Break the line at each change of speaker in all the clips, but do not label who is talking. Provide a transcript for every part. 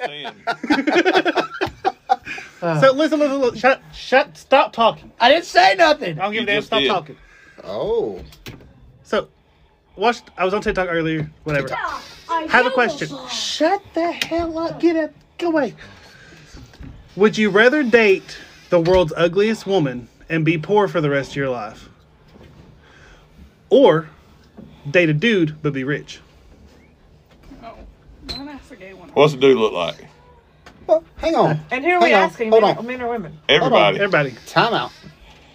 understand.
So listen, listen, listen. Shut, shut, stop talking.
I didn't say nothing.
I don't give a
You
damn.
just
Stop
did.
talking.
Oh.
So, watched. I was on TikTok earlier. Whatever. Have a question. Shut the hell up. Get up. Go away. Would you rather date the world's ugliest woman and be poor for the rest of your life, or date a dude but be rich?
Oh, don't ask a gay one.
What's the dude look like?
Well, hang on.
And who are we
Hang on,
asking?
hold
men,
on.
men or women?
Everybody.
Everybody.
Time out.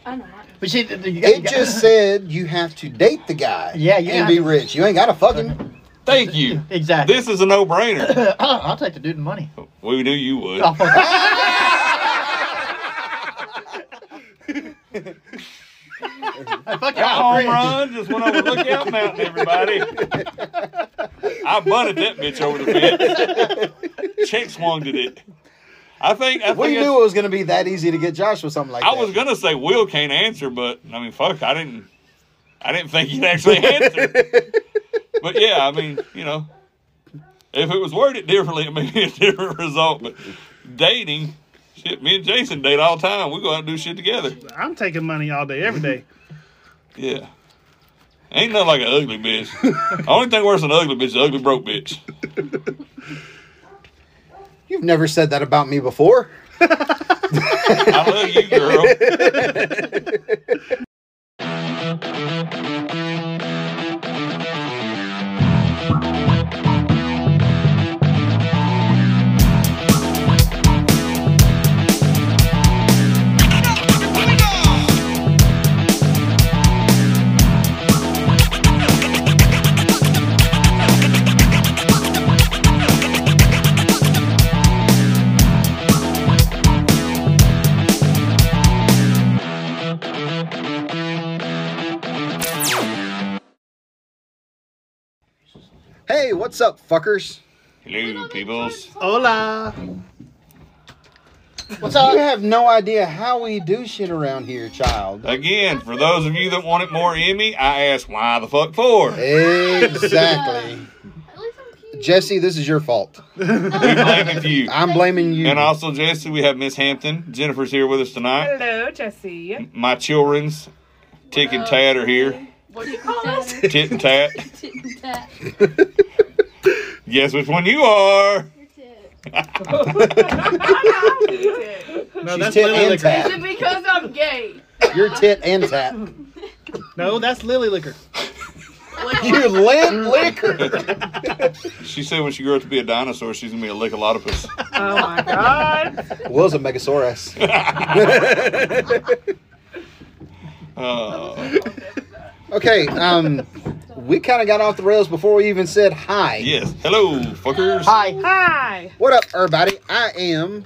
I'm not.
But see, the, the, you
It
got-
just said you have to date the guy.
Yeah, you
And
have
be
to-
rich. You ain't got to fucking.
Thank you.
exactly. Uh,
This Oh. is a no-brainer.
I'll, I'll take the dude and money.
we knew you would.
Oh,
I'll fuck-
Home run just went over Lookout Mountain, everybody. I butted that bitch over the fence. Chick swung at it. I think. I think
We
that's-
knew it was going to be that easy to get Josh with something like
I
that.
was gonna say Will can't answer, but I mean, fuck, I didn't. I didn't think he'd actually answer. but yeah, I mean, you know, if it was worded differently, it may be a different result. But dating, shit, me and Jason date all the time. We go out and do shit together.
I'm taking money all day, every day.
Yeah. Ain't nothing like an ugly bitch. Only thing worse than an ugly bitch is an ugly broke bitch.
You've never said that about me before.
I love you, girl.
Hey, what's up, fuckers?
Hello, peoples.
Hola.
What's
You
up?
have no idea how we do shit around here, child.
Again, for those of you that wanted more Emmy, I asked why the fuck for.
Exactly.
At least I'm cute.
Jesse, this is your fault.
We blaming you.
I'm blaming you.
And also, Jesse, we have Miss Hampton. Jennifer's here with us tonight.
Hello, Jesse.
My children's Tick and Tat are here.
What do you call us?
Tit and Tat.
Tit and tat.
Guess which one you are?
Your tit.
No,
She's
that's
tit
Lily
and
Liquor.
tat.
Is it because I'm gay?
Your tit and tat.
No, that's Lily Liquor.
You lit liquor.
She said when she grew up to be a dinosaur, she's going to be a Lickalotopus.
Oh my God.
Will's a Megasaurus.
Uh,
Okay, um, we kind of got off the rails before we even said hi.
yes. Hello, fuckers.
Hi.
Hi.
What up, everybody? I am.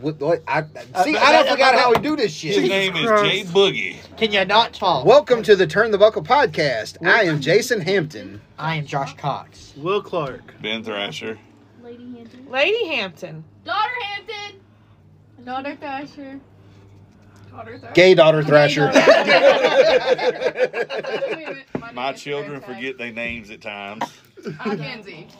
What, what, I, see, I don't forgot how we do this
His
shit.
name is
Christ.
Jay Boogie.
Can you not talk?
Welcome to the Turn the Buckle podcast. I am Jason Hampton.
I am Josh Cox.
Will Clark.
Ben Thrasher.
Lady Hampton.
Lady Hampton.
Daughter Hampton. Daughter Thatcher. Daughter Thatcher.
Gay daughter Thrasher.
My children forget their names at times.
I'm Kenzie.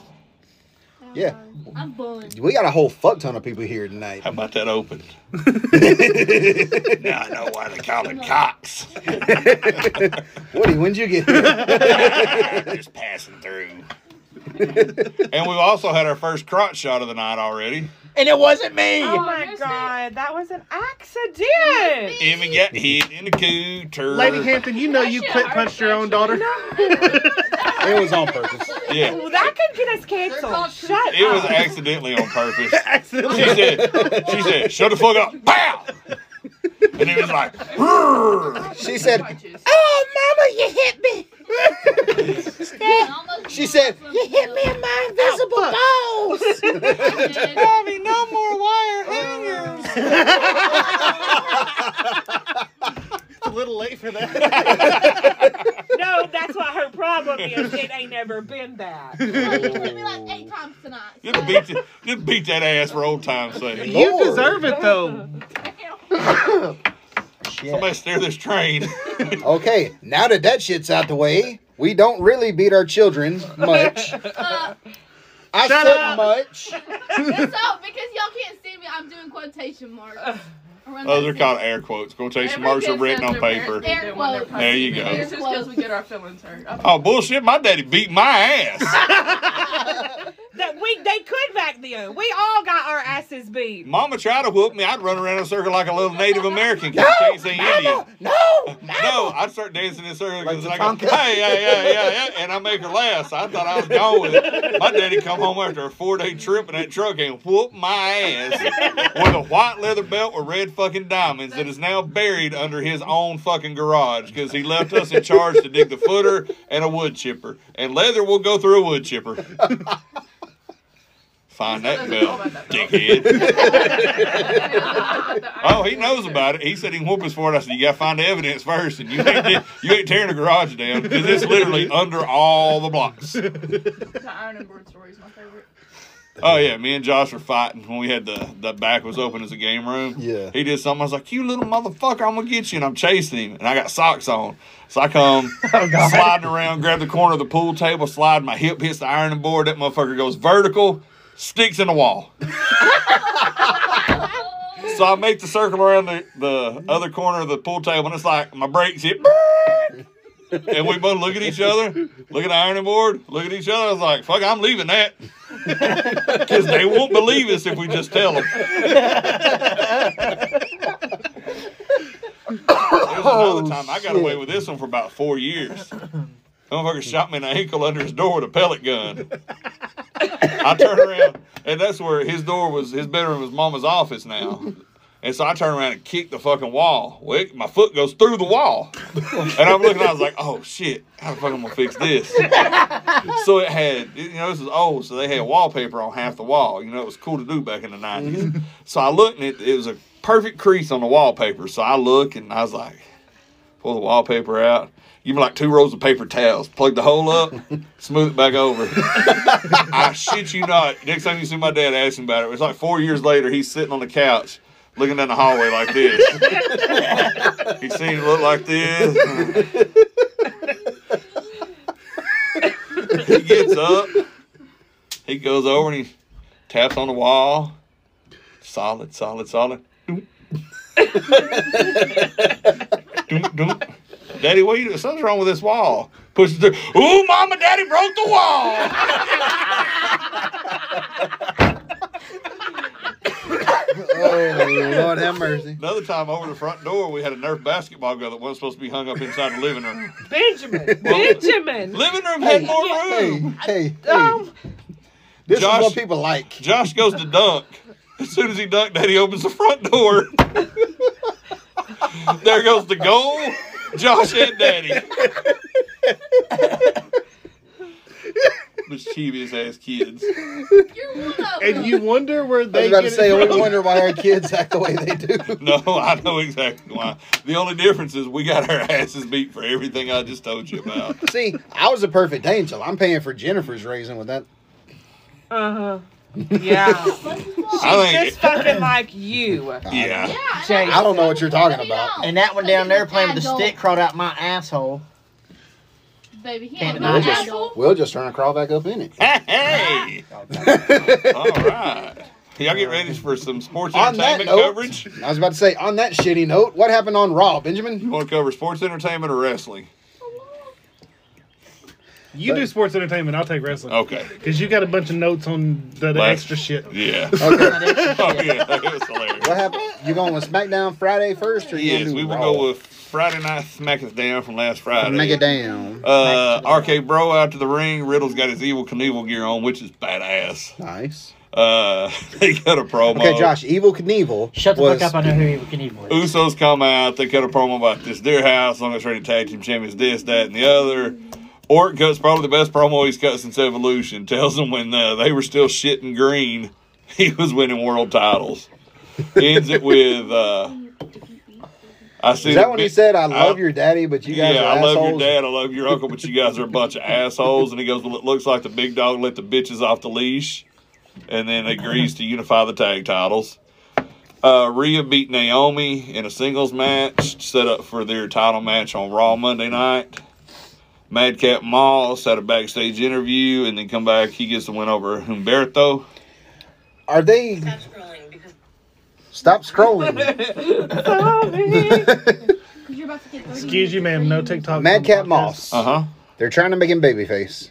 Yeah.
I'm Bun.
we got a whole fuck ton of people here tonight.
How about that open? now I know why they call it Cox.
Woody, when'd you get here?
just passing through. and we've also had our first crotch shot of the night already.
And it wasn't me.
Oh
I
my
missed it.
God. That was an accident.
Even got hit in the cooter.
Lady Hampton, you know you clip punched your own daughter.
it was on purpose.
Yeah.
Well, that could get us
They're called
canceled. Shut
It was
up.
accidentally on purpose. She
Accidentally.
said, she said, shut the fuck up. Pow! And he was like, "Rrrr."
She said,
Punches.
Oh, mama, you hit me.
Almost
She said,
You hit me in my
Invisible balls.
Mommy, no
It's a little late for that.
No, that's what her problem is. It ain't never been that.
You hit me like eight times tonight.
Just beat, the, just beat that ass for old time's sake.
you
Lord.
deserve it though.
Somebody steer this train.
Okay, now that that shit's out the way, we don't really beat our children much.
Uh,
I
Shut
said
up.
much.
It's all because y'all can't see me. I'm doing quotation marks. around
Those
the
are called air quotes. Quotation
Every
marks are
kid
written
says
on
their
paper.
parents did it when they're
There
pregnant.
you go.
It's just because we get our feelings hurt. I-
Oh bullshit! My daddy beat my ass.
That we they could back then. We all got our asses beat.
Mama tried to whoop me. I'd run around in a circle like a little Native American. No, I can't say Indian.
No.
No, I'd start dancing in circles
Like
like,
the
like
Tonka.
hey, hey, hey, hey, hey, and I make her laugh. So I thought I was gone with it. My daddy come home after a four day trip in that truck and whooped my ass with a white leather belt with red fucking diamonds that is now buried under his own fucking garage because he left us in charge to dig the footer and a wood chipper. And leather will go through a wood chipper. Find that belt, dickhead. Oh, he knows about it. He said he can whoop us for it. I said, You got to find the evidence first. And you ain't, you ain't tearing the garage down because it's literally under all the blocks.
The Iron and Bird story is my favorite.
Oh, yeah. Me and Josh were fighting when we had the, the back was open as a game room.
Yeah.
He did something. I was like, You little motherfucker, I'm going to get you. And I'm chasing him. And I got socks on. So I come sliding around, grab the corner of the pool table, slide. My hip hits the ironing board. That motherfucker goes vertical, sticks in the wall. So I make the circle around the, the other corner of the pool table, and it's like my brakes hit. and we both look at each other, look at the ironing board, look at each other. I was like, fuck, I'm leaving that. Because they won't believe us if we just tell them. There was another time I got away with this one for about four years. Motherfucker shot me in the ankle under his door with a pellet gun. I turn around, and that's where his door was, his bedroom was mama's office now. And so I turn around and kick the fucking wall. Well, it- my foot goes through the wall. And I'm looking, I was like, oh shit, how the fuck am I gonna fix this? so it had, you know, this is old, so they had wallpaper on half the wall. You know, it was cool to do back in the 90s. so I looked and it, it was a perfect crease on the wallpaper. So I look and I was like, pull the wallpaper out. Give me like two rolls of paper towels. Plug the hole up, smooth it back over. I shit you not. Next time you see my dad asking about it, it was like four years later. He's sitting on the couch, looking down the hallway like this. he's seen it look like this. he gets up. He goes over and he taps on the wall. Solid, solid, solid. Doop. doop, doop. Daddy, what you, something's wrong with this wall. Pushes through. Ooh, mama, daddy broke the wall.
Oh Lord have mercy.
Another time over the front door, we had a Nerf basketball gun that wasn't supposed to be hung up inside the living room.
Benjamin. Benjamin.
living room had more
Hey,
room.
hey, hey.
Um,
This
Josh-
is what people like.
Josh goes to dunk. As soon as he dunked, Daddy opens the front door. there goes the goal. Josh and Daddy. Mischievous ass kids.
You're one of
And
them.
you wonder where
I
they
was about to
get
say,
it
I
from.
wonder why our kids act the way they do.
No, I know exactly why. The only difference is we got our asses beat for everything I just told you about.
See, I was a perfect angel. I'm paying for Jennifer's raising with that.
Uh huh. Yeah.
I
Just fucking like you.
yeah.
Yeah,
Jay.
know.
I don't know what you're talking about.
And that one
Because
down there
he's an
playing with the
adult.
stick crawled out my asshole.
Baby, he
Can't
ain't no
We'll just,
asshole.
we'll just turn and crawl back up in
Hey!
it.
All right. Y'all get ready for some sports
On that
entertainment
note-
coverage? You
I was about to say, on that shitty note, what happened on Raw, Benjamin?
want to cover sports entertainment or wrestling?
You do sports entertainment. I'll take wrestling.
Okay.
Because you got a bunch of notes on the, the
Last-
extra shit.
Yeah.
Okay.
oh, yeah. It was hilarious.
what happened? You going with SmackDown Friday first, or you
Yes,
gonna do
we will
Raw?
go with Friday Night Smackers Down from last Friday.
Make it down.
Uh, RK Bro out to the ring. Riddle's got his evil Knievel gear on, which is badass.
Nice.
Uh, they cut a promo.
Okay, Josh. Evil Knievel.
Shut the
was,
fuck up! I know who you can eat with.
Usos come out. They cut a promo about this deer house. Long as ready tag team champions, this, that, and the other. Ork cuts probably the best promo he's cut since Evolution. Tells them when uh, they were still shitting green, he was winning world titles. Ends it with, uh, I see
Is
the
that when he
big-
said, "I love
I-
your daddy, but you guys
yeah,
are
I
assholes"?
love your dad, I love your uncle, but you guys are a bunch of assholes. And he goes, Well, it looks like the big dog let the bitches off the leash and then agrees to unify the tag titles. Uh, Rhea beat Naomi in a singles match, set up for their title match on Raw Monday night. Madcap Moss had a backstage interview, and then come back. He gets the win over Humberto.
Are they? Stop scrolling.
Because you're about to get 30
Excuse you, ma'am. No TikTok.
Madcap
podcast.
Moss.
Uh huh.
They're trying to make him babyface.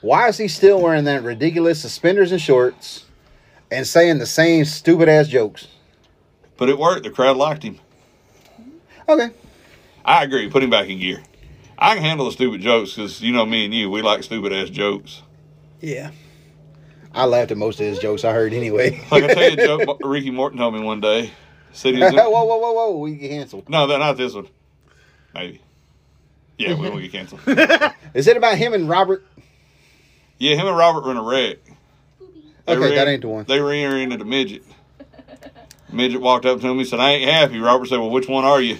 Why is he still wearing that ridiculous suspenders and shorts, and saying the same stupid ass jokes?
But it worked. The crowd liked him.
Okay.
I agree. Put him back in gear. I can handle the stupid jokes because you know me and you, we like stupid ass jokes.
Yeah. I laughed at most of his jokes I heard anyway.
Like I tell you a joke Mo- Ricky Morton told me one day. Said he was
whoa, whoa, whoa, whoa! We get canceled.
no, that not this one. Maybe. Yeah, we won't get canceled.
Is it about him and Robert?
Yeah, him and Robert were in a wreck. They
Okay,
ran-
that ain't the one.
They ran into the midget. Midget walked up to him. He said, "I ain't happy." Robert said, "Well, which one are you?"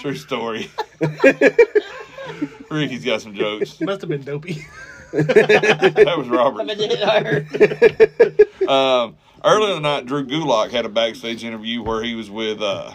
True story. Ricky's got some jokes.
Must have been dopey.
That was Robert.
That's
Um, earlier in the night, Drew Gulak had a backstage interview where he was with uh,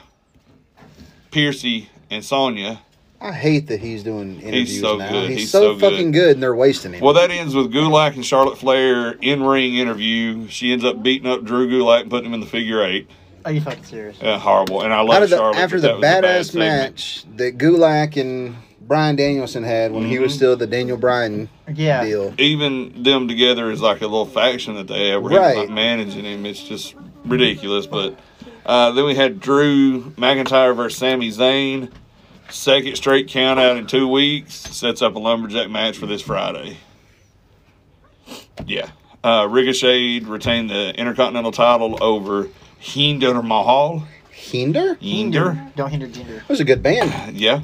Piercy and Sonya.
I hate that he's doing interviews
so
now.
good.
He's,
He's
so,
so good.
fucking good, and they're wasting him.
Well, that ends with Gulak and Charlotte Flair in ring interview. She ends up beating up Drew Gulak and putting him in the figure eight.
Are you fucking serious?
Uh, horrible. And I
Out
love
of the,
Charlotte.
after
but
the
that was a bad
badass
segment.
match that Gulak and Brian Danielson had when he was
Mm-hmm.
still the Daniel Bryan
Yeah.
deal,
even them together is like a little faction that they have where he's
Right.
not managing him. It's just ridiculous. But uh, then we had Drew McIntyre versus Sami Zayn. Second straight count out in two weeks. Sets up a lumberjack match for this Friday. Yeah. Uh, Ricochet retained the Intercontinental title over Hinder Mahal.
Hinder.
Hinder?
Don't hinder gender.
That was a good band.
Yeah,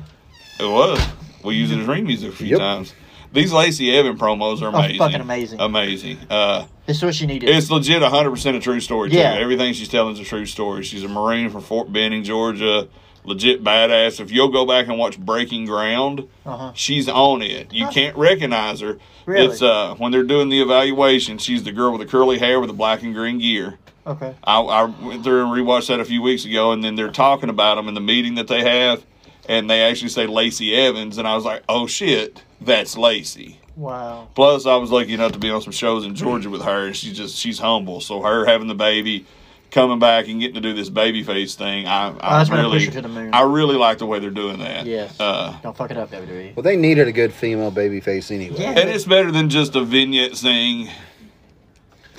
it was. We used it as ring music a few
Yep.
times. These Lacey Evan promos are amazing.
fucking amazing.
Amazing. Uh,
It's what she needed.
it's legit 100% a true story, too.
Yeah.
Everything she's telling is a true story. She's a Marine from Fort Benning, Georgia. Legit badass. If you'll go back and watch Breaking Ground,
uh-huh.
she's on it. You can't recognize her.
Really?
It's uh, when they're doing the evaluation, she's the girl with the curly hair with the black and green gear.
Okay.
I, I went through and rewatched that a few weeks ago, and then they're talking about them in the meeting that they have, and they actually say Lacey Evans, and I was like, oh shit, that's Lacey.
Wow.
Plus, I was lucky enough to be on some shows in Georgia with her, and she's just she's humble. So her having the baby, coming back and getting to do this baby face thing, I, I
Oh, that's gonna push
really,
her to the moon.
I really like the way they're doing that.
Yes.
Uh,
Don't fuck it up, E. WWE.
Well, they needed a good female babyface anyway.
Yeah.
and it's better than just a vignette saying.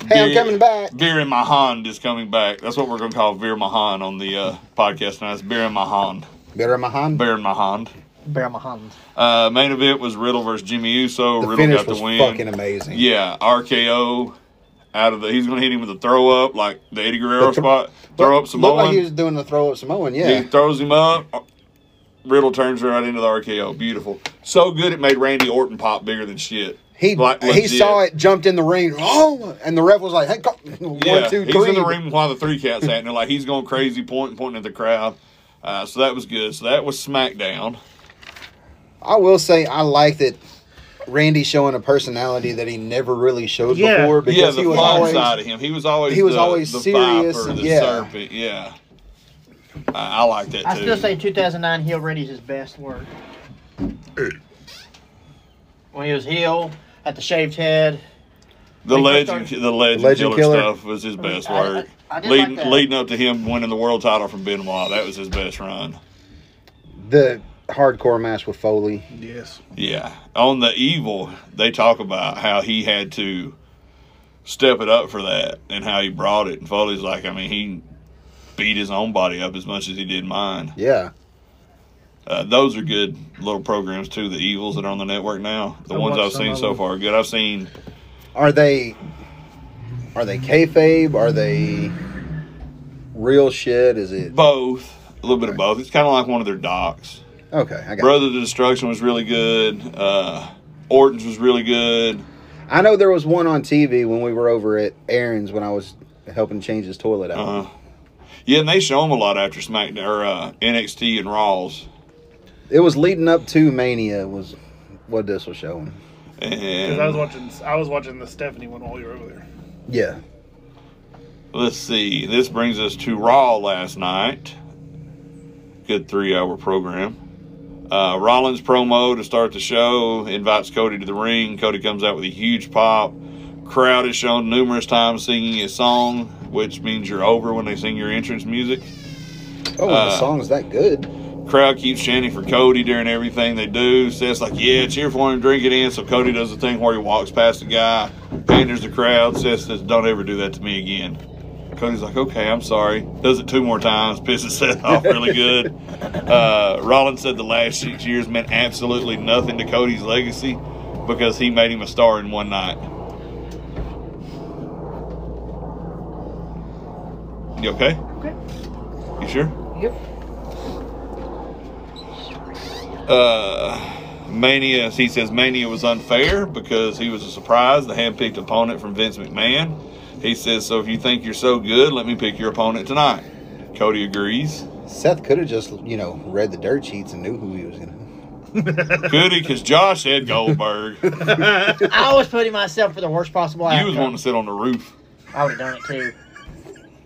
Hey, I'm coming back.
Beer Mahan is coming back. That's what we're going to call Veer Mahan on the uh, podcast tonight. It's Beer Mahan.
Better Mahan.
Bear in my hand.
Bear my hand.
Uh, main event was Riddle versus Jimmy Uso.
The
Riddle
finish
got
was
the win.
fucking amazing.
yeah, RKO out of the. He's gonna hit him with a throw up like the Eddie Guerrero
The thr-
spot. Throw up
Looked like
Samoan.
he was doing the throw up Samoan.
he
Yeah.
throws him up. Riddle turns right into the RKO. Beautiful. So good it made Randy Orton pop bigger than shit.
He
Like,
he
legit.
saw it, jumped in the ring. Oh, and the ref was like, "Hey, go. one,
Yeah,
two,
he's
three."
in the ring while the three cats at, and they're like he's going crazy, pointing, pointing at the crowd. Uh, so that was good. So that was SmackDown.
I will say I like that Randy showing a personality that he never really showed
Yeah.
before
Yeah,
because
the
he was
fun
always
side of him. He was always
he was
the,
always
the
serious
Viper,
and-
the
yeah.
serpent. Yeah, I, I like that
I
too.
still say 2009 heel Randy's his best work. when he was heel, at the shaved head.
the
Like,
legend,
first
the legend,
Legend
killer,
killer.
stuff was his best
I- I-
work.
I did like
leading
that.
leading up to him winning the world title from Benoit, that was his best run.
the hardcore match with Foley.
yes.
Yeah. On the evil, they talk about how he had to step it up for that and how he brought it. And Foley's like, I mean, he beat his own body up as much as he did mine.
Yeah,
Uh, those are good little programs too. The evils that are on the network now, the
I
ones
watched
I've
some
seen
of
so
them.
far, are good. I've seen
are they are they kayfabe? Are they real shit? Is it
both, a little bit of both. It's kind of like one of their docs.
okay? I got.
Brother to Destruction was really good. Uh, Orton's was really good.
I know there was one on TV when we were over at Aaron's when I was helping change his toilet out.
Uh, yeah, and they show them a lot after SmackDown or uh, NXT and Raws.
It was leading up to Mania was what this was showing.
And
Because I was watching, I was watching the Stephanie one while we were over there.
Yeah,
Let's see. This brings us to Raw last night. good three hour program. Uh, Rollins promo to start the show invites Cody to the ring. Cody comes out with a huge pop. Crowd is shown numerous times singing his song, which means you're over when they sing your entrance music.
Oh,
Uh,
the song's that good.
Crowd keeps chanting for Cody during everything they do. Seth's like, yeah, cheer for him, drink it in. So Cody does the thing where he walks past the guy, panders the crowd. Seth says, don't ever do that to me again. Cody's like, okay, I'm sorry. Does it two more times, pisses Seth off really good. Uh, Rollins said the last six years meant absolutely nothing to Cody's legacy because he made him a star in one night. You okay?
Okay.
You sure?
Yep.
uh, Mania, he says Mania was unfair because he was a surprise, the handpicked opponent from Vince McMahon. He says, So if you think you're so good, let me pick your opponent tonight. Cody agrees.
Seth could have just, you know, read the dirt sheets and knew who he was going to.
Goody, because Josh said Goldberg. you
I was putting myself for the worst possible outcome.
was wanting to sit on the roof.
I would have done it too.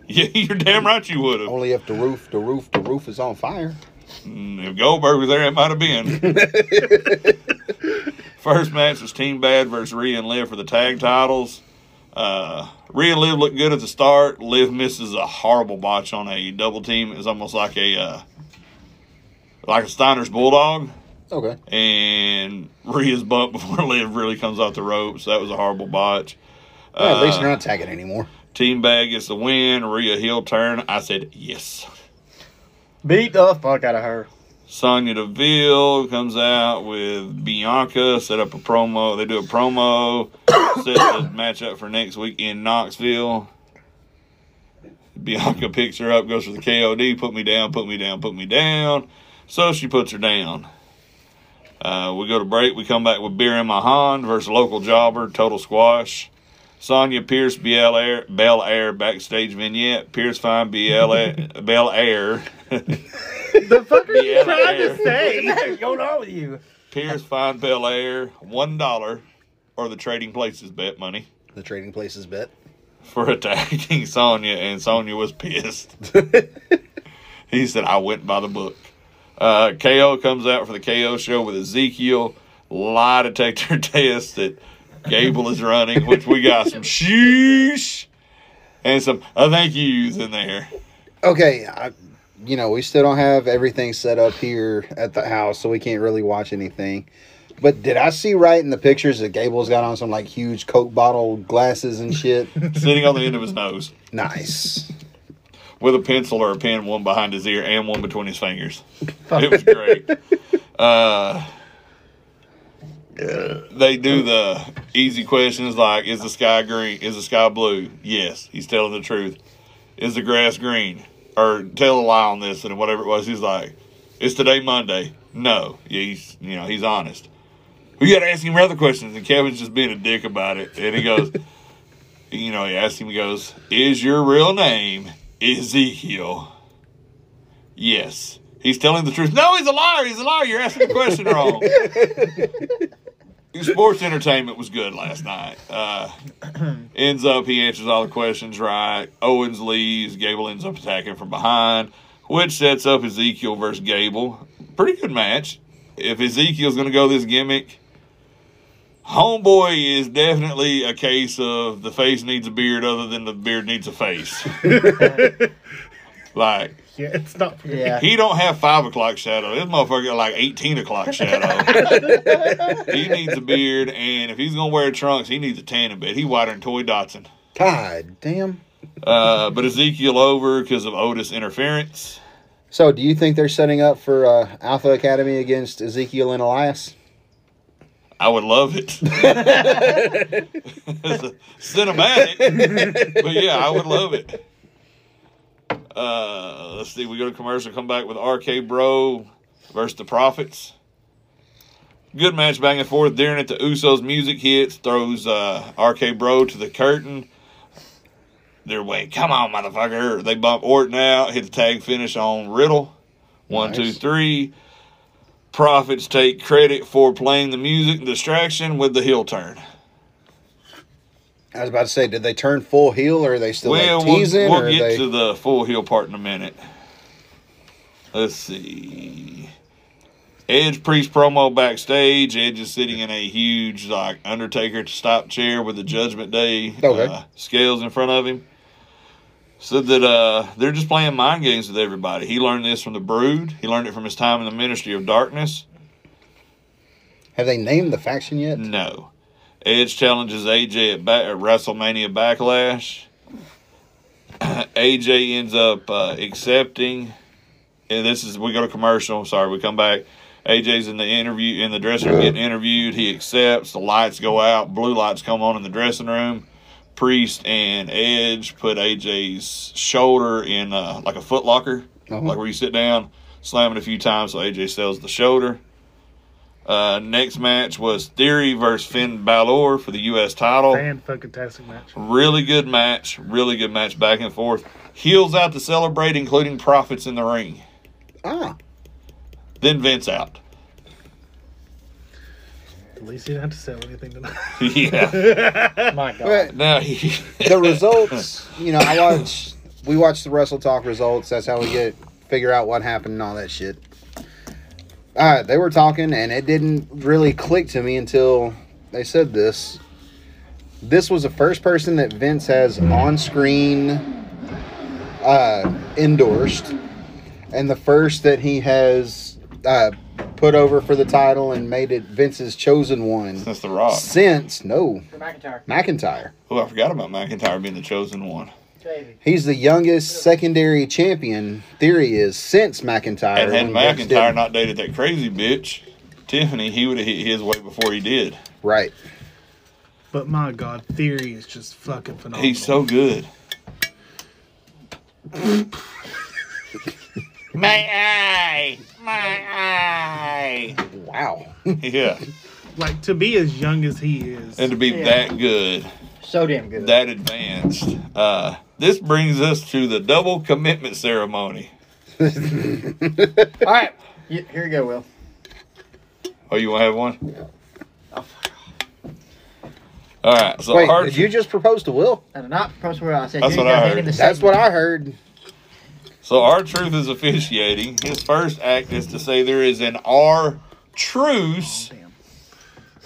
Yeah, you're damn right you would have.
Only if the roof, the roof, the roof is on fire.
Mm, If Goldberg was there, it might have been. First match was Team Bad versus Rhea and Liv for the tag titles. Uh, Rhea and Liv look good at the start. Liv misses a horrible botch on a double team. It's almost like a uh, like a Steiner's bulldog,
Okay.
and Rhea's bump before Liv really comes off the ropes. That was a horrible botch.
Well, at least
Uh,
you're not tagging anymore.
Team Bad gets the win. Rhea heel turn. I said yes.
Beat the fuck out of her.
Sonya Deville comes out with Bianca, set up a promo. They do a promo, set the match up for next week in Knoxville. Bianca picks her up, goes for the KOD, put me down, put me down, put me down. So she puts her down. Uh, we go to break. We come back with Beer in My Hand versus local jobber, Total Squash. Sonya Pierce, Bel Air, Bel Air backstage vignette. Pierce Fine, Bel Air. Bel Air.
The fuck are
Yeah,
you trying
man.
to say?
What's going on with you?
Pierce Fine Bel Air, one dollar, or the trading places bet money
The trading places bet.
for attacking Sonya, and Sonya was pissed. he said, "I went by the book." Uh, KO comes out for the KO show with Ezekiel lie detector test that Gable is running, which we got some sheesh and some uh, thank yous in there.
Okay. I, you know, we still don't have everything set up here at the house, so we can't really watch anything. But did I see right in the pictures that Gable's got on some like huge Coke bottle glasses and shit?
Sitting on the end of his nose
nice.
with a pencil or a pen, one behind his ear and one between his fingers. It was great. Uh, they do the easy questions like, "Is the sky green? Is the sky blue?" Yes, he's telling the truth. Is the grass green? Or tell a lie on this and whatever it was. He's like, "It's today Monday." No, he's you know he's honest. We got to ask him other questions, and Kevin's just being a dick about it. And he goes, you know, he asks him, he goes, "Is your real name Ezekiel?" Yes. He's telling the truth. No, he's a liar. He's a liar. You're asking the question wrong. Sports entertainment was good last night. Uh, ends up, he answers all the questions right. Owens leaves. Gable ends up attacking from behind, which sets up Ezekiel versus Gable. Pretty good match. If Ezekiel's going to go this gimmick, Homeboy is definitely a case of the face needs a beard other than the beard needs a face. like,
Yeah, it's not.
Yeah.
he don't have five o'clock shadow. This motherfucker got like eighteen o'clock shadow. he needs a beard, and if he's gonna wear trunks, he needs a tan a bit. He whiter than Toy Dotson.
God damn.
Uh, but Ezekiel over because of Otis interference.
So, do you think they're setting up for uh, Alpha Academy against Ezekiel and Elias?
I would love it. It's a cinematic, but yeah, I would love it. Uh, let's see. We go to commercial. Come back with RK Bro versus the Prophets. Good match back and forth. During it, the Usos music hits, throws uh, RK Bro to the curtain. They're waiting. Come on, motherfucker! They bump Orton out. Hit the tag finish on Riddle. One, two, three.
Nice.
Prophets take credit for playing the music distraction with the heel turn.
I was about to say, did they turn full heel or are they still
Well,
like, teasing?
we'll,
or
we'll
are
get
they...
to the full heel part in a minute. Let's see. Edge Priest promo backstage. Edge is sitting in a huge like Undertaker stop chair with the Judgment Day
Okay.
uh, scales in front of him. Said that uh, they're just playing mind games with everybody. He learned this from the Brood. He learned it from his time in the Ministry of Darkness.
Have they named the faction yet?
No. Edge challenges AJ at, ba- at WrestleMania Backlash. AJ ends up uh, accepting. And this is we go to commercial. Sorry, we come back. AJ's in the interview in the dressing room getting interviewed. He accepts. The lights go out. Blue lights come on in the dressing room. Priest and Edge put AJ's shoulder in uh, like a foot locker,
Uh-huh.
like where you sit down, slam it a few times so AJ sells the shoulder. Uh, next match was Theory versus Finn Balor for the U.S. title.
Fan fucking tastic match.
Really good match. Really good match back and forth. Heels out to celebrate, including Profits in the ring.
Ah,
Then Vince out.
At least you didn't have to sell anything tonight.
yeah.
My God.
Well,
Now he.
the results. You know, I watch. We watch the Wrestle Talk results. That's how we get figure out what happened and all that shit. Uh, they were talking, and it didn't really click to me until they said this. This was the first person that Vince has on screen uh, endorsed, and the first that he has uh, put over for the title and made it Vince's chosen one
Since The Rock.
since no
For McIntyre.
McIntyre.
Oh, I forgot about McIntyre being the chosen one.
Baby.
He's the youngest secondary champion. Theory is since McIntyre.
And had
when Vince
McIntyre
didn't.
not dated that crazy bitch, Tiffany, he would have hit his way before he did.
right?
But my god, Theory is just fucking phenomenal.
He's so good. my eye! My eye!
Wow.
Yeah.
like to be as young as he is.
And to be that good.
So damn good.
that advanced. Uh, this brings us to the double commitment ceremony.
All right. Y- Here you go, Will.
Oh, you want to have one? All right. So
Wait,
hard.
did you just propose to Will?
I did not propose where I said.
That's
you
what I
gotta hand
heard.
him the
That's
segment.
what I heard.
So our truth is officiating. His first act is to say there is an R truce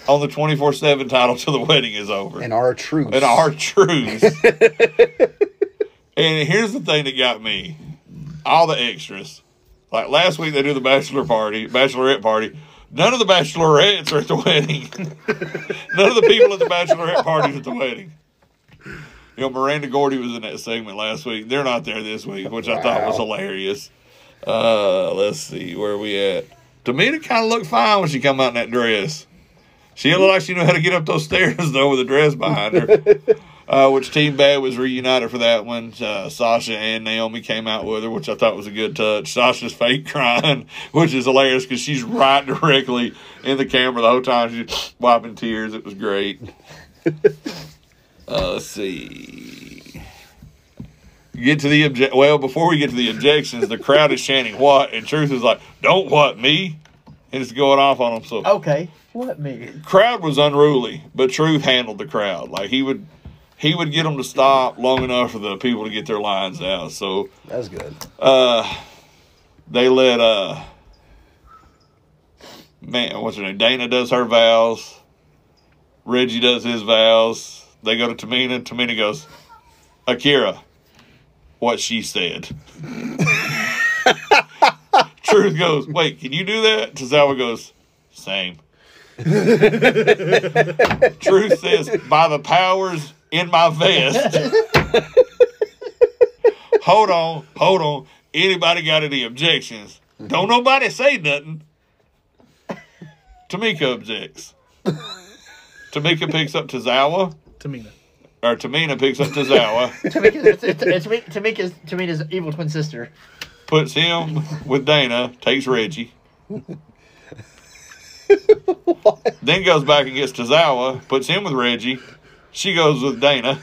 on the twenty four seven title till the wedding is over.
In our truth.
and our truths. and here's the thing that got me: all the extras. Like last week, they do the bachelor party, bachelorette party. None of the bachelorettes are at the wedding. None of the people at the bachelorette parties at the wedding. You know, Miranda Gordy was in that segment last week. They're not there this week, which I thought was hilarious. Uh, let's see where are we at. Tamina kind of looked fine when she come out in that dress. She looked like she knew how to get up those stairs though with a dress behind her. uh, which Team Bad was reunited for that one. Uh, Sasha and Naomi came out with her, which I thought was a good touch. Sasha's fake crying, which is hilarious because she's right directly in the camera the whole time. She's wiping tears. It was great. uh, let's see. Get to the obje- well before we get to the objections. The crowd is chanting "What?" and Truth is like, "Don't what me," and it's going off on them. So
Okay. What me?
crowd was unruly, but Truth handled the crowd. Like he would, he would get them to stop long enough for the people to get their lines out. So
That's good.
uh, they let uh, man, what's her name? Dana does her vows. Reggie does his vows. They go to Tamina. Tamina goes, Akira, what she said. Truth goes, wait, can you do that? Tozawa goes, same. Truth says, by the powers in my vest. hold on, hold on. Anybody got any objections? Don't nobody say nothing. Tamika objects. Tamika picks up Tozawa,
Tamina.
or Tamina picks up Tozawa,
Tamika's, it's, it's, it's me- Tamika's, Tamina's evil twin sister.
puts him with Dana, takes Reggie. then goes back and gets Tozawa, puts him with Reggie. She goes with Dana.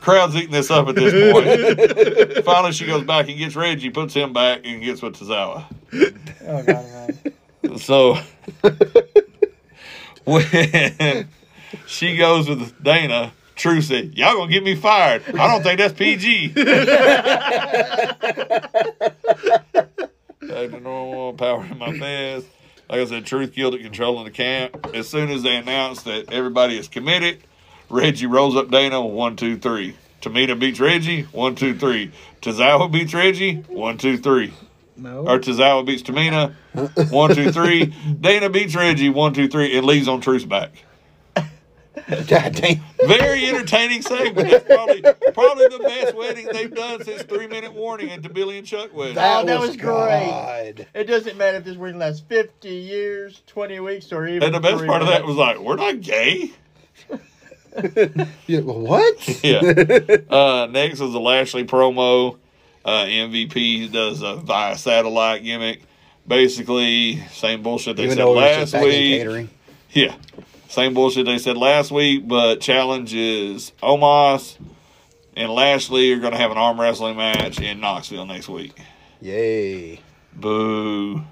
Crowd's eating this up at this point. Finally, she goes back and gets Reggie, puts him back, and gets with Tozawa.
Oh God, man.
So when she goes with Dana, True said, Y'all gonna get me fired. I don't think that's PG. back to normal, power in my fist. Like I said, truth, guilt, and controlling the camp. As soon as they announced that everybody is committed, Reggie rolls up Dana one, two, three. Tamina beats Reggie, one, two, three. Tazawa beats Reggie, one, two, three. Or
No.
Tazawa beats Tamina, one, two, three. Dana beats Reggie, one, two, three, and leaves on Truth's back.
God damn.
Oh,
Very entertaining segment. That's probably probably the best wedding they've done since Three Minute Warning at the Billy and Chuck wedding.
That was great.
God.
It doesn't matter if this wedding lasts 50 years, 20 weeks, or even.
and the best
three
part of that
minutes.
was like, we're not gay.
Yeah, what?
Yeah. uh, next is the Lashley promo. Uh, MVP he does a via satellite gimmick. Basically, same bullshit they
Even
said
though it was
last
just back in
week.
catering.
Yeah. Same bullshit they said last week, but challenge is Omos and Lashley are going to have an arm wrestling match in Knoxville next week.
Yay.
Boo.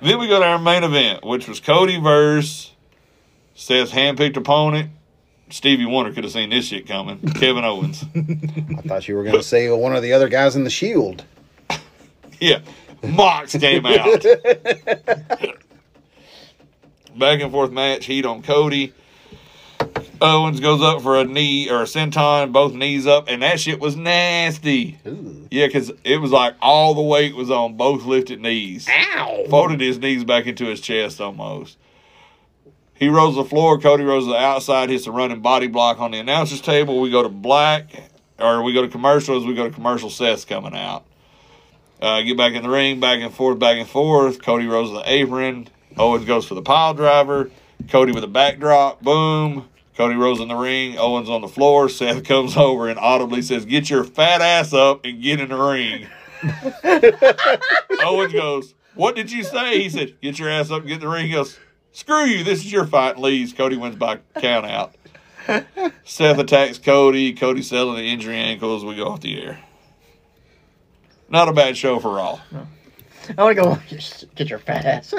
Then we go to our main event, which was Cody verse Seth's handpicked opponent. Stevie Wonder could have seen this shit coming. Kevin Owens.
I thought you were going to say one of the other guys in the shield.
Yeah. Mox came out. Back and forth match, heat on Cody. Owens goes up for a knee or a senton, both knees up, and that shit was nasty.
Ooh.
Yeah, because it was like all the weight was on both lifted knees. Ow! Folded his knees back into his chest almost. He rolls the floor. Cody rolls to the outside, hits a running body block on the announcer's table. We go to black, or we go to commercials. We go to commercial sets coming out. Uh, get back in the ring, back and forth, back and forth. Cody rolls to the apron. Owens goes for the pile driver. Cody with a backdrop. Boom. Cody rolls in the ring. Owens on the floor. Seth comes over and audibly says, Get your fat ass up and get in the ring. Owens goes, What did you say? He said, Get your ass up, get in the ring. He goes, Screw you, this is your fight and leaves. Cody wins by count out. Seth attacks Cody. Cody selling the injury ankle as we go off the air. Not a bad show for all.
I want to go "Just get your fat ass.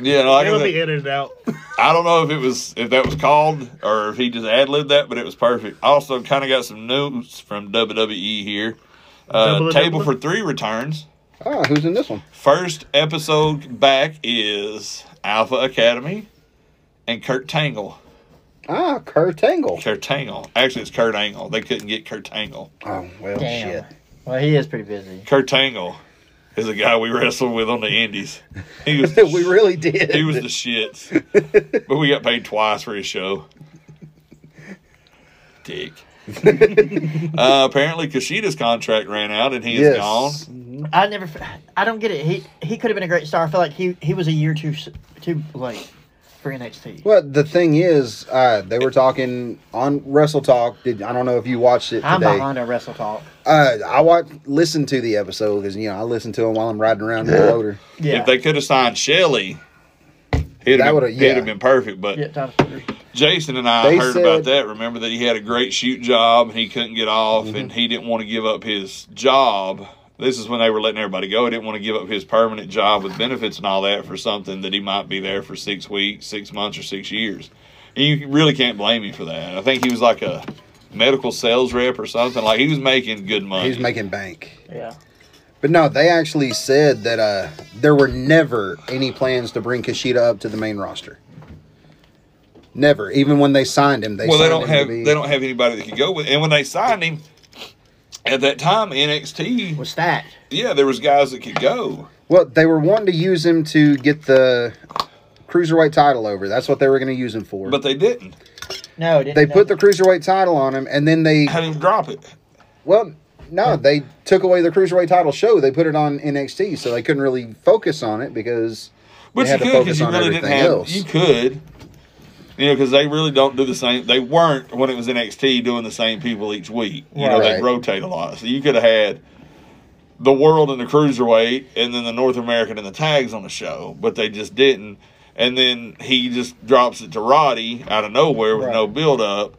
Yeah, and like I
It'll
said,
be in and out.
I don't know if it was if that was called or if he just ad libbed that, but it was perfect. Also, kind of got some news from WWE here. Uh,
Double,
Table
double.
for Three returns.
Ah, who's in this one?
First episode back is Alpha Academy and Kurt Tangle.
Ah, Kurt Angle.
Kurt Tangle. Actually, it's Kurt Angle. They couldn't get Kurt Tangle.
Oh, well,
Damn.
shit.
Well, he is pretty busy.
Kurt Tangle is a guy we wrestled with on the Indies. He was
we really did.
he was the shits, but we got paid twice for his show. Dick. uh, apparently, Kushida's contract ran out and he is gone.
I never. f- I don't get it. He he could have been a great star. I feel like he he was a year too s- too late for NXT.
Well, the thing is, uh, they were talking on Wrestle Talk. Did I don't know if you watched it
I'm
today.
behind on Wrestle Talk.
Uh, I watched, listened to the episode because you know I listen to him while I'm riding around in the motor.
Yeah.
If they could have signed Shelly, he'd
That
have
would've-
been, he'd
yeah.
have been perfect. But
yeah, Thomas,
Jason and I
They
heard about that.
said-
Remember that he had a great shoot job and he couldn't get off
Mm-hmm.
and he didn't want to give up his job. This is when they were letting everybody go. He didn't want to give up his permanent job with benefits and all that for something that he might be there for six weeks, six months, or six years. And you really can't blame him for that. I think he was like a medical sales rep or something. Like he was making good money.
He's making bank.
yeah.
But no, they actually said that uh, there were never any plans to bring Kushida up to the main roster. Never, even when they signed him, they
well, they
signed
don't
him
have
to be,
they don't have anybody that could go with. And when they signed him, at that time NXT,
Was that?
yeah, there was guys that could go.
Well, they were wanting to use him to get the cruiserweight title over. That's what they were going to use him for.
But they didn't.
No, it didn't
they put the cruiserweight title on him, and then they
Had him drop it.
Well, no, they took away the cruiserweight title show. They put it on NXT, so they couldn't really focus on it because
But you
They had to
could because
focus
you
on
really didn't
everything
have.
else.
You could, you know, because they really don't do the same. They weren't when it was NXT doing the same people each week. You know, they
Right.
rotate a lot, so you could have had the world and the cruiserweight, and then the North American and the tags on the show, but they just didn't. And then he just drops it to Roddy out of nowhere with no build up,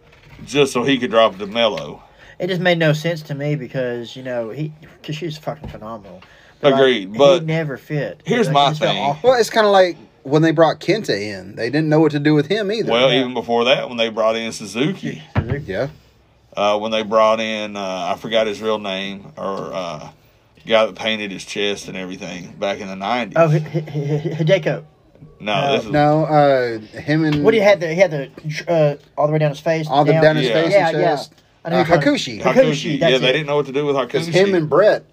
just so he could drop it to Mello.
It just made no sense to me because you know he because she's fucking phenomenal. like,
Agreed, but
he never fit.
here's
Like,
my
it just felt
thing.
awful.
well, it's kind of like when they brought Kenta in, they didn't know what to do with him either.
Well, even before that, when they brought in Suzuki.
yeah,
uh, when they brought in uh, I forgot his real name or uh, guy that painted his chest and everything back in the nineties.
Oh, H- H- H- Hideko.
no, this is
No, uh, him and
What do you had? The, he had the uh, all the way down his face.
all the down, his
Yeah.
face
Yeah,
and
yeah.
chest.
I know
Uh,
you're talking-
Hakushi.
Hakushi,
Hakushi.
that's
Yeah, they
it.
didn't know what to do with
Because
Hakushi.
him and Brett,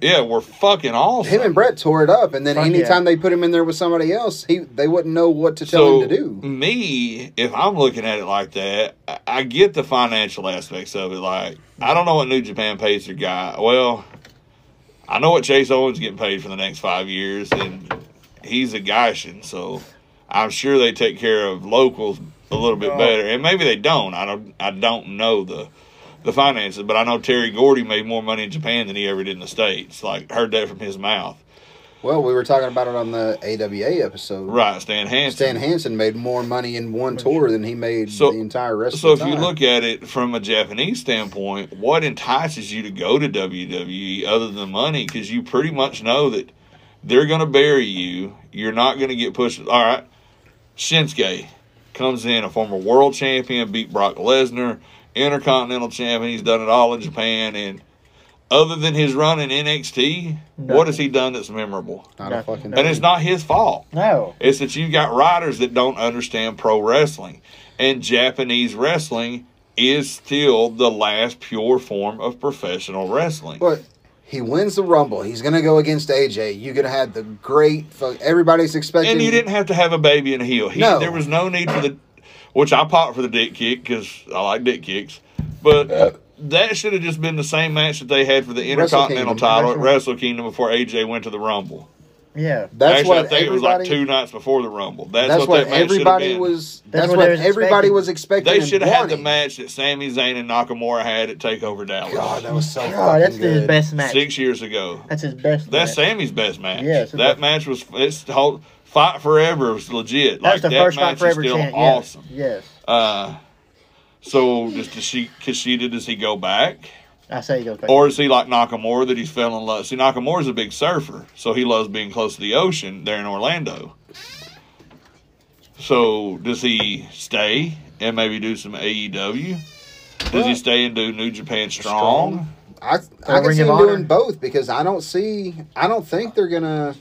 yeah, were fucking awesome.
him and Brett tore it up, and then
Fuck
anytime
yeah.
they put him in there with somebody else, he they wouldn't know what to tell
so
him to do.
me, if I'm looking at it like that, I- I get the financial aspects of it. Like I don't know what New Japan pays their guy. Well, I know what Chase Owens getting paid for the next five years, and he's a Gaishin, so I'm sure they take care of locals a little
Oh.
bit better. And maybe they don't. I don't. I don't know the the finances, but I know Terry Gordy made more money in Japan than he ever did in the states. Like heard that from his mouth.
Well, we were talking about it on the AWA episode.
Right, Stan Hansen.
Stan Hansen made more money in one tour than he made
So-
the entire rest
So
of
if
the
you
time.
look at it from a Japanese standpoint, what entices you to go to WWE other than money? Because you pretty much know that they're going to bury you. You're not going to get pushed. All right, Shinsuke comes in, a former world champion, beat Brock Lesnar, intercontinental champion. He's done it all in Japan, and other than his run in NXT, what has he done that's memorable?
not a fucking
And it's not his fault.
No.
It's that you've got writers that don't understand pro wrestling. And Japanese wrestling is still the last pure form of professional wrestling.
But he wins the Rumble. He's gonna go against AJ. You're gonna have the great. fu- Everybody's expecting.
and you didn't have to have a baby in a heel. He,
No.
There was no need for the, which I popped for the dick kick because I like dick kicks. But that should have just been the same match that they had for the
Wrestle
Intercontinental
Kingdom.
title at Wrestle Kingdom before AJ went to the Rumble.
Yeah.
That's
Actually,
what
I think it was
everybody.
like two nights before the Rumble. That's,
that's
what,
what
that match should have
everybody
been.
was.
That's
That's
what
what
they was
everybody
expecting.
was expecting.
They
and
should have had the
wanting.
match that Sami Zayn and Nakamura had at Takeover Dallas
God, that was so.
Oh,
God, that's
fucking
his
good.
best match.
six years ago.
That's his best.
That's
match.
Sammy's best match.
Yeah, it's his
that
best-
match was it's the whole fight forever was legit.
That's
like
the
that
first
match
fight forever
is still
chant. yes.
awesome.
Yes.
Uh, so does does she Kushida does he go back
I say he goes back.
or is he like Nakamura that he's fell in love? See, Nakamura's a big surfer, so he loves being close to the ocean there in Orlando. So does he stay and maybe do some AEW? Does he stay and do New Japan Strong?
Or
I I can
Ring
see
of
him
Honor.
doing both because I don't see. I don't think they're gonna.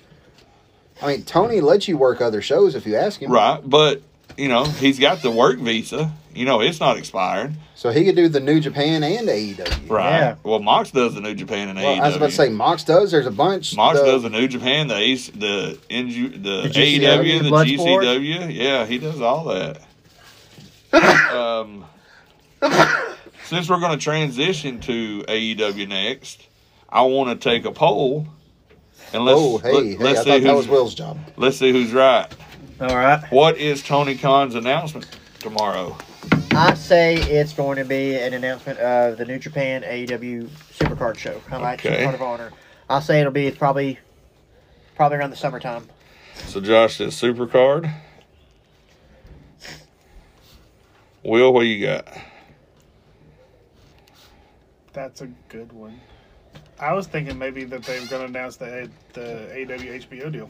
I mean, Tony lets you work other shows if you ask him.
Right, but you know he's got the work visa. You know it's not expired.
So he could do the New Japan and E AEW.
Right.
Yeah.
Well, Mox does the New Japan and
Well,
AEW.
I was about to say Mox does. There's a bunch.
E Mox
The-
does the New Japan, the Ace, the NG, the,
The GCW,
AEW, the
Bloodsport.
GCW. Yeah, he does all that. um, since we're going to transition to AEW next, I want to take a poll. And let's,
Oh, hey, hey!
let,
I
us
thought
see
that was
who's,
Will's job.
let's see who's right.
All right.
What is Tony Khan's announcement tomorrow?
I say it's going to be an announcement of the New Japan AEW Supercard show. I like
Okay.
Supercard of Honor. I say it'll be probably probably around the summertime.
So Josh says Supercard. Will, what you got?
That's a good one. I was thinking maybe that they were going to announce the the AW HBO deal.